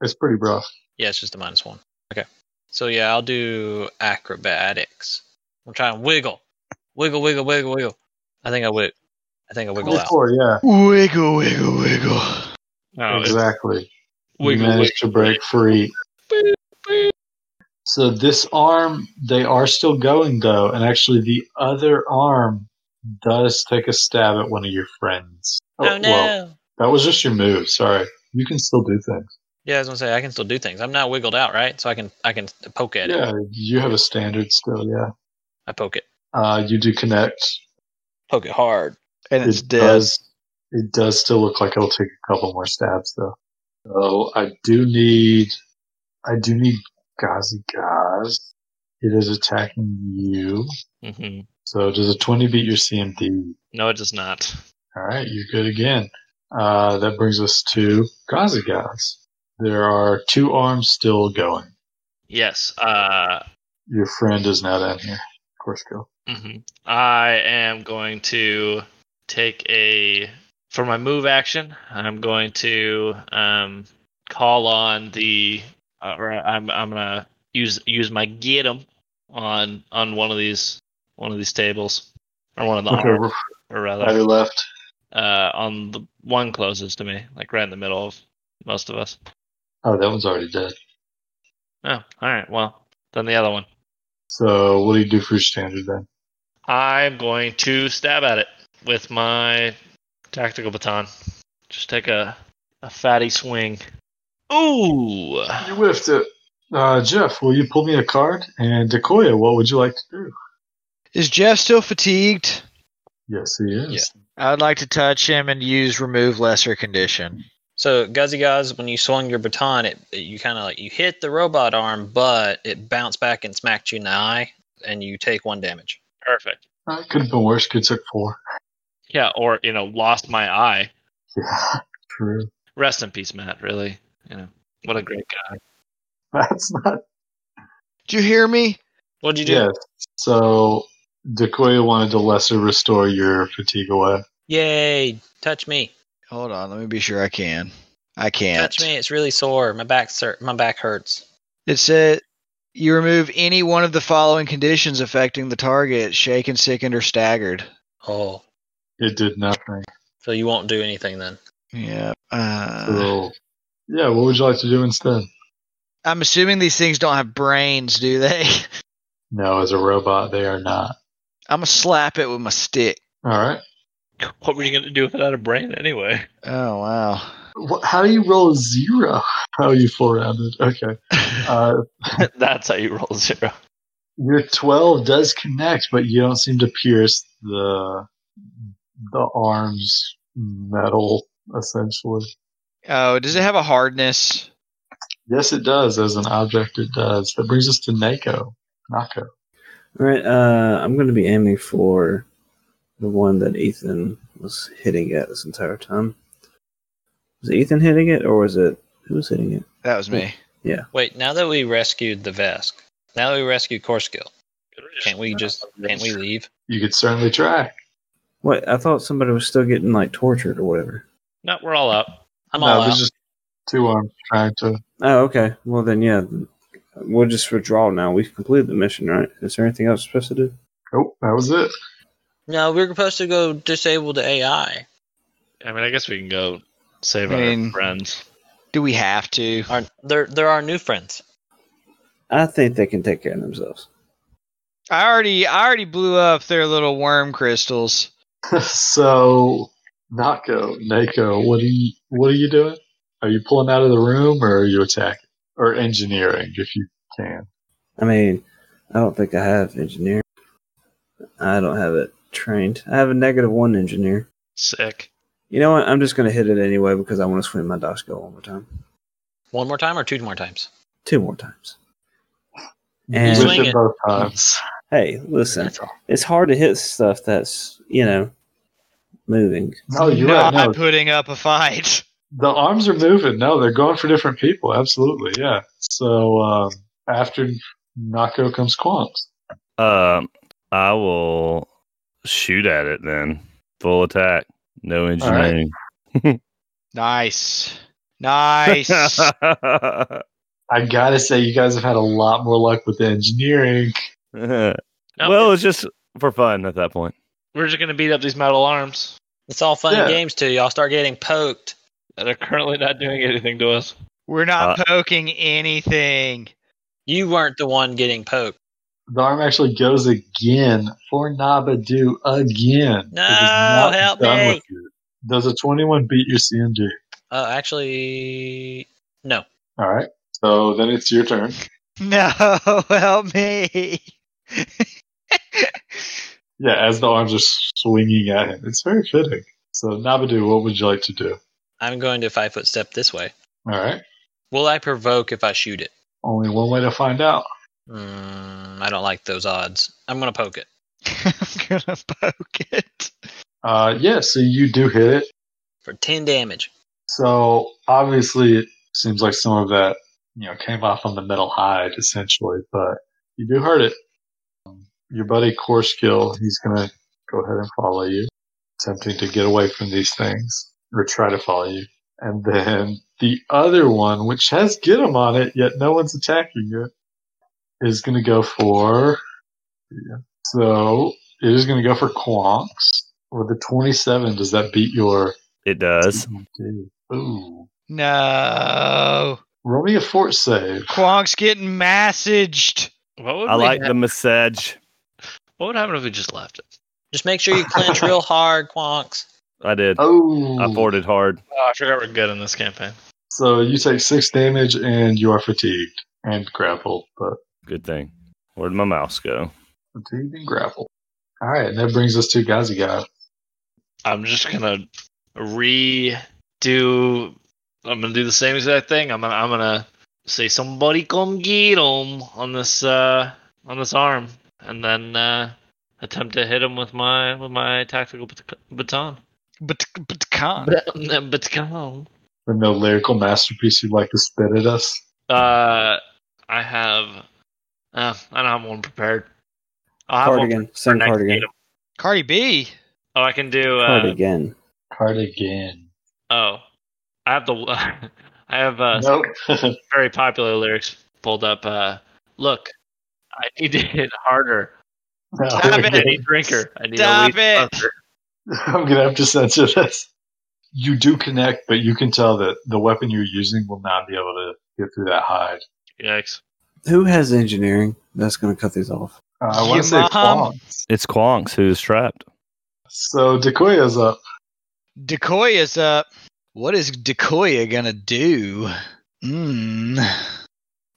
Speaker 1: It's pretty rough.
Speaker 3: Yeah, it's just a minus one. Okay. So yeah, I'll do acrobatics. I'm trying to wiggle, wiggle, wiggle, wiggle, wiggle. I think I would. I think I wiggle out.
Speaker 1: 24, yeah,
Speaker 2: Wiggle, wiggle, wiggle.
Speaker 6: No, Oh, it's
Speaker 1: exactly.
Speaker 6: wiggle,
Speaker 1: you
Speaker 6: wiggle.
Speaker 1: managed to break free. So this arm, they are still going though, and actually the other arm does take a stab at one of your friends.
Speaker 3: Oh no!
Speaker 1: Well, that was just your move. Sorry, you can still do things.
Speaker 3: Yeah, I was gonna say I can still do things. I'm not wiggled out, right? So I can I can poke at it.
Speaker 1: Yeah, you have a standard still. Yeah,
Speaker 3: I poke it.
Speaker 1: uh, you do connect.
Speaker 3: Poke it hard.
Speaker 2: and it's
Speaker 1: it
Speaker 2: dead.
Speaker 1: does. It does still look like it'll take a couple more stabs though. So I do need. I do need Gazi Gaz. It is attacking you.
Speaker 3: Mm-hmm.
Speaker 1: So does a twenty beat your CMD?
Speaker 6: No, it does not.
Speaker 1: All right, you're good again. Uh, that brings us to Gazi Gaz. There are two arms still going.
Speaker 6: Yes. Uh,
Speaker 1: Your friend is now down here. Of course, go.
Speaker 6: hmm I am going to take a for my move action. I'm going to um, call on the uh, or I'm I'm gonna use use my get 'em on on one of these one of these tables or one of the
Speaker 1: Okay,
Speaker 6: arms,
Speaker 1: r-
Speaker 6: or
Speaker 1: right or
Speaker 6: rather
Speaker 1: left?
Speaker 6: uh, on the one closest to me, like right in the middle of most of us.
Speaker 1: Oh, that one's already dead.
Speaker 6: Oh, all right. Well, then the other one.
Speaker 1: So what do you do for your standard then?
Speaker 6: I'm going to stab at it with my tactical baton. Just take a, a fatty swing. Ooh!
Speaker 1: You whiffed it. Uh, Jeff, will you pull me a card? And Decoya, what would you like to do?
Speaker 2: Is Jeff still fatigued?
Speaker 1: Yes, he is.
Speaker 2: I'd like to touch him and use remove lesser condition.
Speaker 3: So Guzzy guys, when you swung your baton, it you kind of like you hit the robot arm, but it bounced back and smacked you in the eye, and you take one damage.
Speaker 6: Perfect.
Speaker 1: Uh, it could have been worse. Could took four.
Speaker 6: Yeah, or, you know, lost my eye.
Speaker 1: Yeah, true.
Speaker 6: Rest in peace, Matt, really. You know, what a great guy.
Speaker 1: That's not.
Speaker 2: Do you hear me?
Speaker 3: What'd you do?
Speaker 1: Yes. So Decoya wanted to lesser restore your fatigue away.
Speaker 3: Yay! Touch me.
Speaker 2: Hold on, let me be sure I can. I can't.
Speaker 3: Touch me. It's really sore. My back sur- my back hurts.
Speaker 2: It said you remove any one of the following conditions affecting the target: shaken, sickened, or staggered.
Speaker 3: Oh,
Speaker 1: It did nothing.
Speaker 3: so you won't do anything then?
Speaker 2: Yeah. Uh,
Speaker 1: So, yeah, what would you like to do instead?
Speaker 2: I'm assuming these things don't have brains, do they?
Speaker 1: No, as a robot, they are not.
Speaker 2: I'm gonna slap it with my stick.
Speaker 1: All right.
Speaker 6: What were you going to do without a brain anyway?
Speaker 2: Oh wow.
Speaker 1: Wh- How do you roll a zero? How are you full rounded? Okay. Uh,
Speaker 6: That's how you roll zero.
Speaker 1: your 12 does connect but you don't seem to pierce the the arms metal essentially
Speaker 2: Oh, does it have a hardness?
Speaker 1: yes it does as an object it does that brings us to nako nako
Speaker 4: All right, uh, I'm going to be aiming for the one that Ethan was hitting at this entire time. Was it Ethan hitting it, or was it who was hitting it?
Speaker 2: That was me.
Speaker 3: Wait, now that we rescued the Vesk, now that we rescued Corskill, can't we just can't we leave?
Speaker 1: you could certainly try
Speaker 4: What I thought somebody was still getting like tortured or whatever.
Speaker 6: No, we're all up.
Speaker 3: I'm
Speaker 1: no
Speaker 3: all
Speaker 1: there's
Speaker 3: out.
Speaker 1: just two arms trying to
Speaker 4: Oh, okay. Well, then, yeah, we'll just withdraw now. We've completed the mission, right? Is there anything else we're supposed to do?
Speaker 1: oh that was it
Speaker 3: No, we we're supposed to go disable the AI.
Speaker 6: I mean, I guess we can go save
Speaker 2: I mean-
Speaker 6: our friends.
Speaker 2: Do we have to?
Speaker 3: Our, they're they're our new friends.
Speaker 4: I think they can take care of themselves.
Speaker 2: I already I already blew up their little worm crystals.
Speaker 1: so nako nako what are you what are you doing are you pulling out of the room or are you attacking or engineering if you can
Speaker 4: I mean, I don't think I have engineer. I don't have it trained. I have a negative one engineer.
Speaker 6: Sick.
Speaker 4: You know what? I'm just going to hit it anyway because I want to swing my dice go one more time.
Speaker 3: One more time or two more times?
Speaker 4: Two more times.
Speaker 1: You
Speaker 4: And
Speaker 1: whiffed
Speaker 3: Swing
Speaker 1: it
Speaker 3: it.
Speaker 1: both times
Speaker 4: hey, listen,
Speaker 3: That's all.
Speaker 4: it's hard to hit stuff that's, you know, moving.
Speaker 1: no Oh, you're
Speaker 2: not
Speaker 1: right no
Speaker 2: putting up a fight.
Speaker 1: the arms are moving. No, they're going for different people. Absolutely, yeah. So um, after Nako comes Quant.
Speaker 5: Um, I will shoot at it then. Full attack, no engineering.
Speaker 2: Nice. Nice.
Speaker 1: I gotta say, you guys have had a lot more luck with the engineering.
Speaker 5: well, it's just for fun at that point.
Speaker 6: we're just going to beat up these metal arms
Speaker 3: It's all fun and
Speaker 1: Yeah.
Speaker 3: games till y'all start getting poked.
Speaker 6: that are currently not doing anything to us.
Speaker 2: We're not poking anything.
Speaker 3: You weren't the one getting poked.
Speaker 1: The arm actually goes again for Nabadu again.
Speaker 3: No,
Speaker 1: It is not
Speaker 3: help
Speaker 1: done
Speaker 3: me.
Speaker 1: with you. Does a twenty-one beat your CMD?
Speaker 3: Uh, actually, no.
Speaker 1: All right. So then it's your turn.
Speaker 2: No, help me.
Speaker 1: Yeah, as the arms are swinging at him. It's very fitting. So, Nabadu, what would you like to do?
Speaker 3: I'm going to five foot step this way.
Speaker 1: All right.
Speaker 3: Will I provoke if I shoot it?
Speaker 1: Only one way to find out.
Speaker 3: Mm, I don't like those odds. I'm going to poke it.
Speaker 2: I'm gonna poke it.
Speaker 1: Uh, yeah, so you do hit it.
Speaker 3: for 10 damage.
Speaker 1: So obviously, it seems like some of that, you know, came off on the metal hide essentially, but you do hurt it. Um, Your buddy Korskill, he's gonna go ahead and follow you, attempting to get away from these things or try to follow you. And then the other one, which has get him on it, yet no one's attacking it, is gonna go for. Yeah. So it is gonna go for Quonks with the twenty-seven. Does that beat your?
Speaker 5: It does.
Speaker 1: Okay. Ooh.
Speaker 2: No.
Speaker 1: Roll me a fort save.
Speaker 2: Quonk's getting massaged.
Speaker 6: What would
Speaker 5: I
Speaker 6: we
Speaker 5: like
Speaker 6: ha-
Speaker 5: the massage.
Speaker 6: What would happen if we just left it?
Speaker 3: Just make sure you clench real hard, Quonks.
Speaker 5: I did.
Speaker 1: Oh,
Speaker 5: I forded hard.
Speaker 6: Oh, I forgot we're good in this campaign.
Speaker 1: So you take six damage and you are fatigued and grappled, but
Speaker 5: Good thing. Where'd my mouse go?
Speaker 1: fatigued and grappled. All right, and that brings us to Gazi Guy.
Speaker 6: I'm just gonna redo. I'm gonna do the same exact thing. I'm gonna I'm gonna say somebody come get him on this uh on this arm, and then uh attempt to hit him with my with my tactical bat- baton.
Speaker 2: But but can't.
Speaker 6: uh, baton.
Speaker 1: The no lyrical masterpiece you'd like to spit at us.
Speaker 6: Uh, I have. Uh, I don't have one prepared. I'll have one
Speaker 4: Cardigan.
Speaker 6: for
Speaker 4: Send
Speaker 6: next
Speaker 4: cardigan.
Speaker 6: item.
Speaker 2: Cardi B.
Speaker 6: Oh, I can do. Uh,
Speaker 4: Cardigan.
Speaker 1: Cardigan.
Speaker 6: Oh, I have the. I have uh,
Speaker 1: Nope.
Speaker 6: very popular lyrics pulled up. Uh, look, I need to hit harder.
Speaker 1: no.
Speaker 2: Stop
Speaker 6: I'm a
Speaker 2: it.
Speaker 6: lead drinker. I need
Speaker 2: Stop
Speaker 6: a lead
Speaker 2: it.
Speaker 6: Drinker.
Speaker 1: I'm gonna have to censor this. You do connect, but you can tell that the weapon you're using will not be able to get through that hide.
Speaker 6: Yikes!
Speaker 4: Who has engineering? That's going to cut these off.
Speaker 1: Uh, I want
Speaker 2: Your
Speaker 1: to say
Speaker 2: mom.
Speaker 1: Quonks.
Speaker 5: It's Quonks who's trapped.
Speaker 1: So Decoya's up.
Speaker 2: Decoy is up. What is Decoy gonna do? Mm.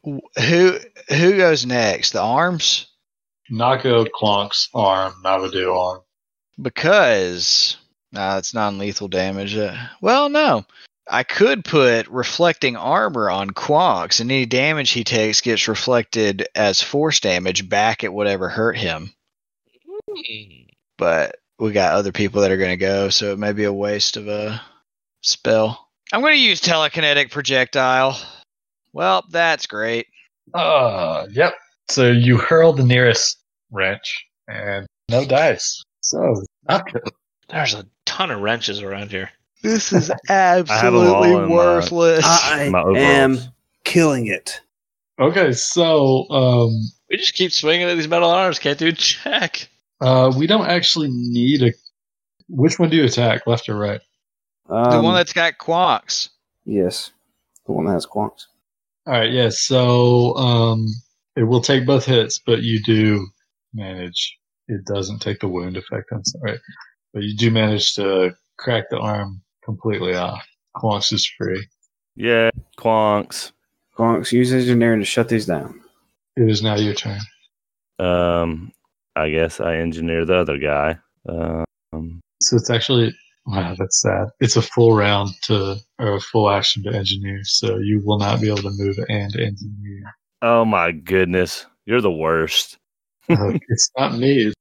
Speaker 2: Wh- Who who goes next? The arms?
Speaker 1: Nako Quonks arm, Navadu arm.
Speaker 2: Because nah, it's non-lethal damage. Uh, well, no. I could put reflecting armor on Quox, and any damage he takes gets reflected as force damage back at whatever hurt him. But we got other people that are going to go, so it may be a waste of a spell. I'm going to use telekinetic projectile. Well, that's great.
Speaker 1: Uh, yep. So you hurl the nearest wrench and no dice. So, not good.
Speaker 6: There's a ton of wrenches around here.
Speaker 2: This is
Speaker 5: absolutely in my- worthless.
Speaker 4: I
Speaker 5: My overalls.
Speaker 4: am killing it.
Speaker 1: Okay, so um,
Speaker 6: We just keep swinging at these metal arms. Can't do check.
Speaker 1: uh, we don't actually need a. Which one do you attack, left or right?
Speaker 4: Um,
Speaker 2: the one that's got Quox.
Speaker 4: yes, the one that has quants.
Speaker 1: All right, yeah. So um, it will take both hits, but you do manage. It doesn't take the wound effect. I'm sorry, but you do manage to crack the arm completely off. Quonks is free.
Speaker 5: Yeah, Quonks.
Speaker 4: Quants use engineering to shut these down.
Speaker 1: It is now your turn.
Speaker 5: Um, I guess I engineer the other guy. Um,
Speaker 1: So it's actually wow, that's sad. It's a full round to or a full action to engineer, so you will not be able to move and engineer.
Speaker 5: oh my goodness, you're the worst.
Speaker 1: Uh, it's not me.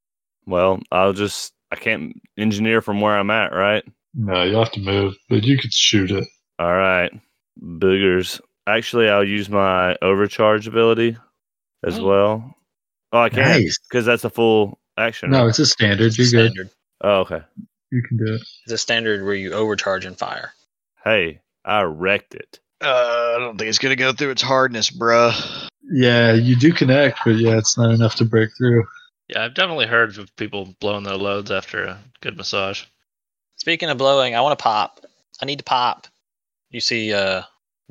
Speaker 5: Well, I'll just I can't engineer from where I'm at, right?
Speaker 1: No, you'll have to move, but you could shoot it.
Speaker 5: All right, boogers. Actually, I'll use my overcharge ability as
Speaker 6: Oh.
Speaker 5: well. Oh, I can't because that's a full action.
Speaker 1: No,
Speaker 5: right?
Speaker 1: it's a standard. You're good.
Speaker 3: Standard.
Speaker 5: Oh, okay.
Speaker 1: You can do it.
Speaker 3: The standard where you overcharge and fire.
Speaker 5: Hey, I wrecked it.
Speaker 2: Uh, I don't think it's going to go through its hardness, bruh.
Speaker 1: Yeah, you do connect, but yeah, it's not enough to break through.
Speaker 6: Yeah, I've definitely heard of people blowing their loads after a good massage.
Speaker 3: Speaking of blowing, I want to pop. I need to pop. You see uh,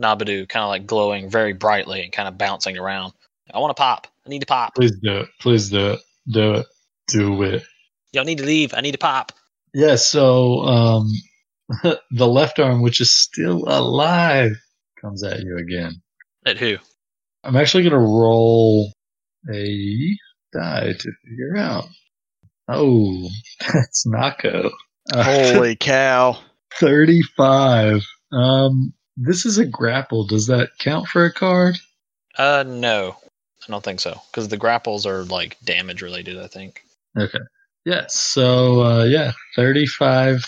Speaker 3: Nabadoo kind of like glowing very brightly and kind of bouncing around. I want to pop. I need to pop.
Speaker 1: Please do it. Please do it. Do it. Do it.
Speaker 3: Y'all need to leave. I need to pop.
Speaker 1: Yeah, so um the left arm, which is still alive, comes at you again.
Speaker 3: At who?
Speaker 1: I'm actually going to roll a die to figure out. Oh, that's Nako. Uh,
Speaker 2: Holy cow.
Speaker 1: 35. Um, this is a grapple. Does that count for a card?
Speaker 3: Uh, no, I don't think so. Because the grapples are like damage related. I think.
Speaker 1: Yes. So, uh, yeah, 35.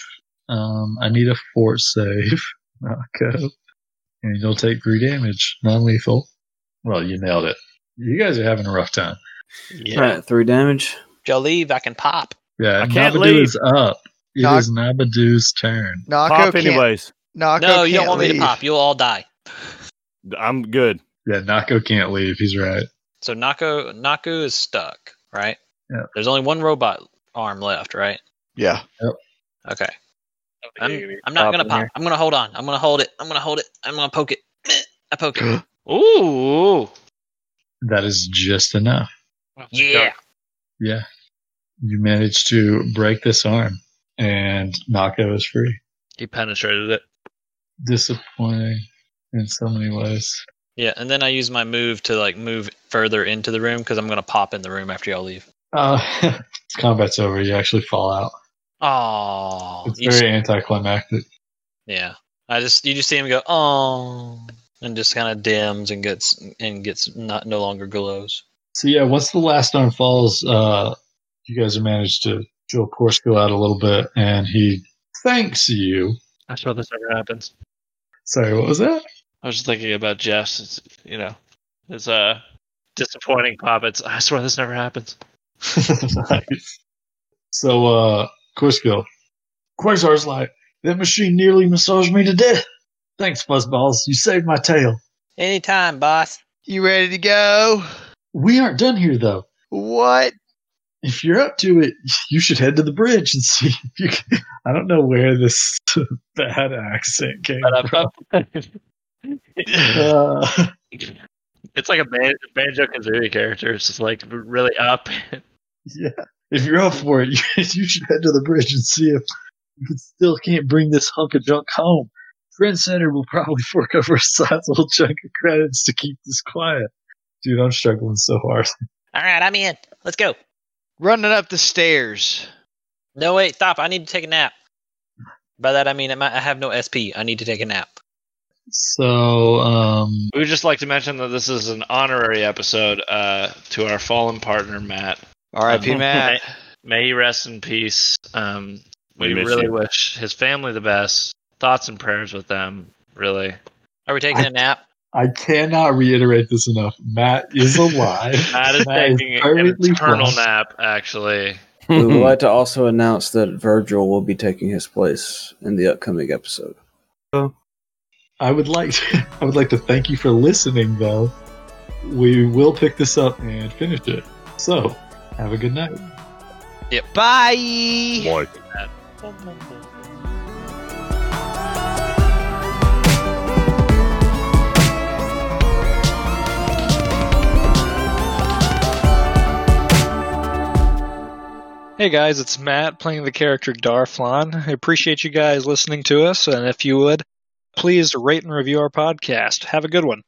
Speaker 1: Um, I need a fort save. Nako. And you'll take three damage, non lethal. Well, you nailed it. You guys are having a rough time.
Speaker 3: Yeah.
Speaker 4: All right, three damage.
Speaker 3: Y'all leave. I can pop.
Speaker 1: Yeah,
Speaker 5: I can't
Speaker 1: Nabadoo
Speaker 5: leave.
Speaker 1: is up. It is
Speaker 2: Knock-
Speaker 1: Nabadoo's turn.
Speaker 2: Nako
Speaker 5: Pop
Speaker 2: can't.
Speaker 5: anyways.
Speaker 2: Nako
Speaker 3: no, you don't
Speaker 2: can't
Speaker 3: want me
Speaker 2: leave.
Speaker 3: to pop. You'll all die.
Speaker 5: I'm good.
Speaker 1: Yeah, Nako can't leave. He's right.
Speaker 3: So Nako Naku is stuck, right?
Speaker 1: Yeah.
Speaker 3: There's only one robot arm left, right?
Speaker 2: Yeah.
Speaker 3: Okay. Oh, I'm, I'm not gonna pop. I'm gonna hold on. I'm gonna hold it. I'm gonna hold it. I'm gonna poke it. I poke it.
Speaker 6: Ooh.
Speaker 1: That is just enough.
Speaker 3: yeah.
Speaker 1: Yeah. You managed to break this arm, and Nako is free.
Speaker 6: He penetrated it.
Speaker 1: Disappointing in so many ways.
Speaker 3: Yeah, and then I use my move to like move further into the room because I'm gonna pop in the room after y'all leave.
Speaker 1: Uh, combat's over. You actually fall out.
Speaker 3: Oh,
Speaker 1: It's very anticlimactic.
Speaker 3: yeah. I just you just see him go oh, and just kind of dims and gets and gets not no longer glows.
Speaker 1: So yeah, once the last arm falls, uh, you guys have managed to drill Corsico out a little bit, and he thanks you.
Speaker 6: I swear this never happens.
Speaker 1: Sorry, what was that?
Speaker 6: I was just thinking about Jeff's. It's, you know, his uh, disappointing poppets. I swear this never happens.
Speaker 1: nice. So, uh, Corsico, Quasar's like, that machine nearly massaged me to death. Thanks, Buzzballs. You saved my tail.
Speaker 3: Anytime, boss.
Speaker 2: You ready to go?
Speaker 1: We aren't done here, though.
Speaker 2: What?
Speaker 1: If you're up to it, you should head to the bridge and see if you can. I don't know where this bad accent came from.
Speaker 6: it's
Speaker 1: Uh,
Speaker 6: like a ban- banjo kazooie character. It's just like really up.
Speaker 1: yeah. If you're up for it, you, you should head to the bridge and see if you can- still can't bring this hunk of junk home. Friend Center will probably fork over a sizable chunk of credits to keep this quiet. Dude, I'm struggling so hard.
Speaker 3: All right, I'm in. Let's go.
Speaker 2: Running up the stairs.
Speaker 3: No, wait, stop. I need to take a nap. By that I mean I might- I have no SP. I need to take a nap.
Speaker 1: So, um,
Speaker 6: We would just like to mention that this is an honorary episode uh, to our fallen partner Matt.
Speaker 2: R.I.P.
Speaker 6: Um,
Speaker 2: Matt.
Speaker 6: May he rest in peace. Um,
Speaker 5: We
Speaker 6: we
Speaker 5: miss
Speaker 6: really
Speaker 5: you.
Speaker 6: wish his family the best. Thoughts and prayers with them. Really,
Speaker 3: Are we taking a nap?
Speaker 1: I cannot reiterate this enough. Matt is alive.
Speaker 6: Matt is
Speaker 1: Matt is
Speaker 6: taking an
Speaker 1: perfectly
Speaker 6: eternal
Speaker 1: fine.
Speaker 6: nap. Actually,
Speaker 4: We would like to also announce that Virgil will be taking his place in the upcoming episode.
Speaker 1: I would like to, I would like to thank you for listening though. We will pick this up and finish it. So, have a good night.
Speaker 2: Bye.
Speaker 5: Boy.
Speaker 7: Hey guys, it's Matt playing the character Darflon. I appreciate you guys listening to us, and if you would, please rate and review our podcast. Have a good one.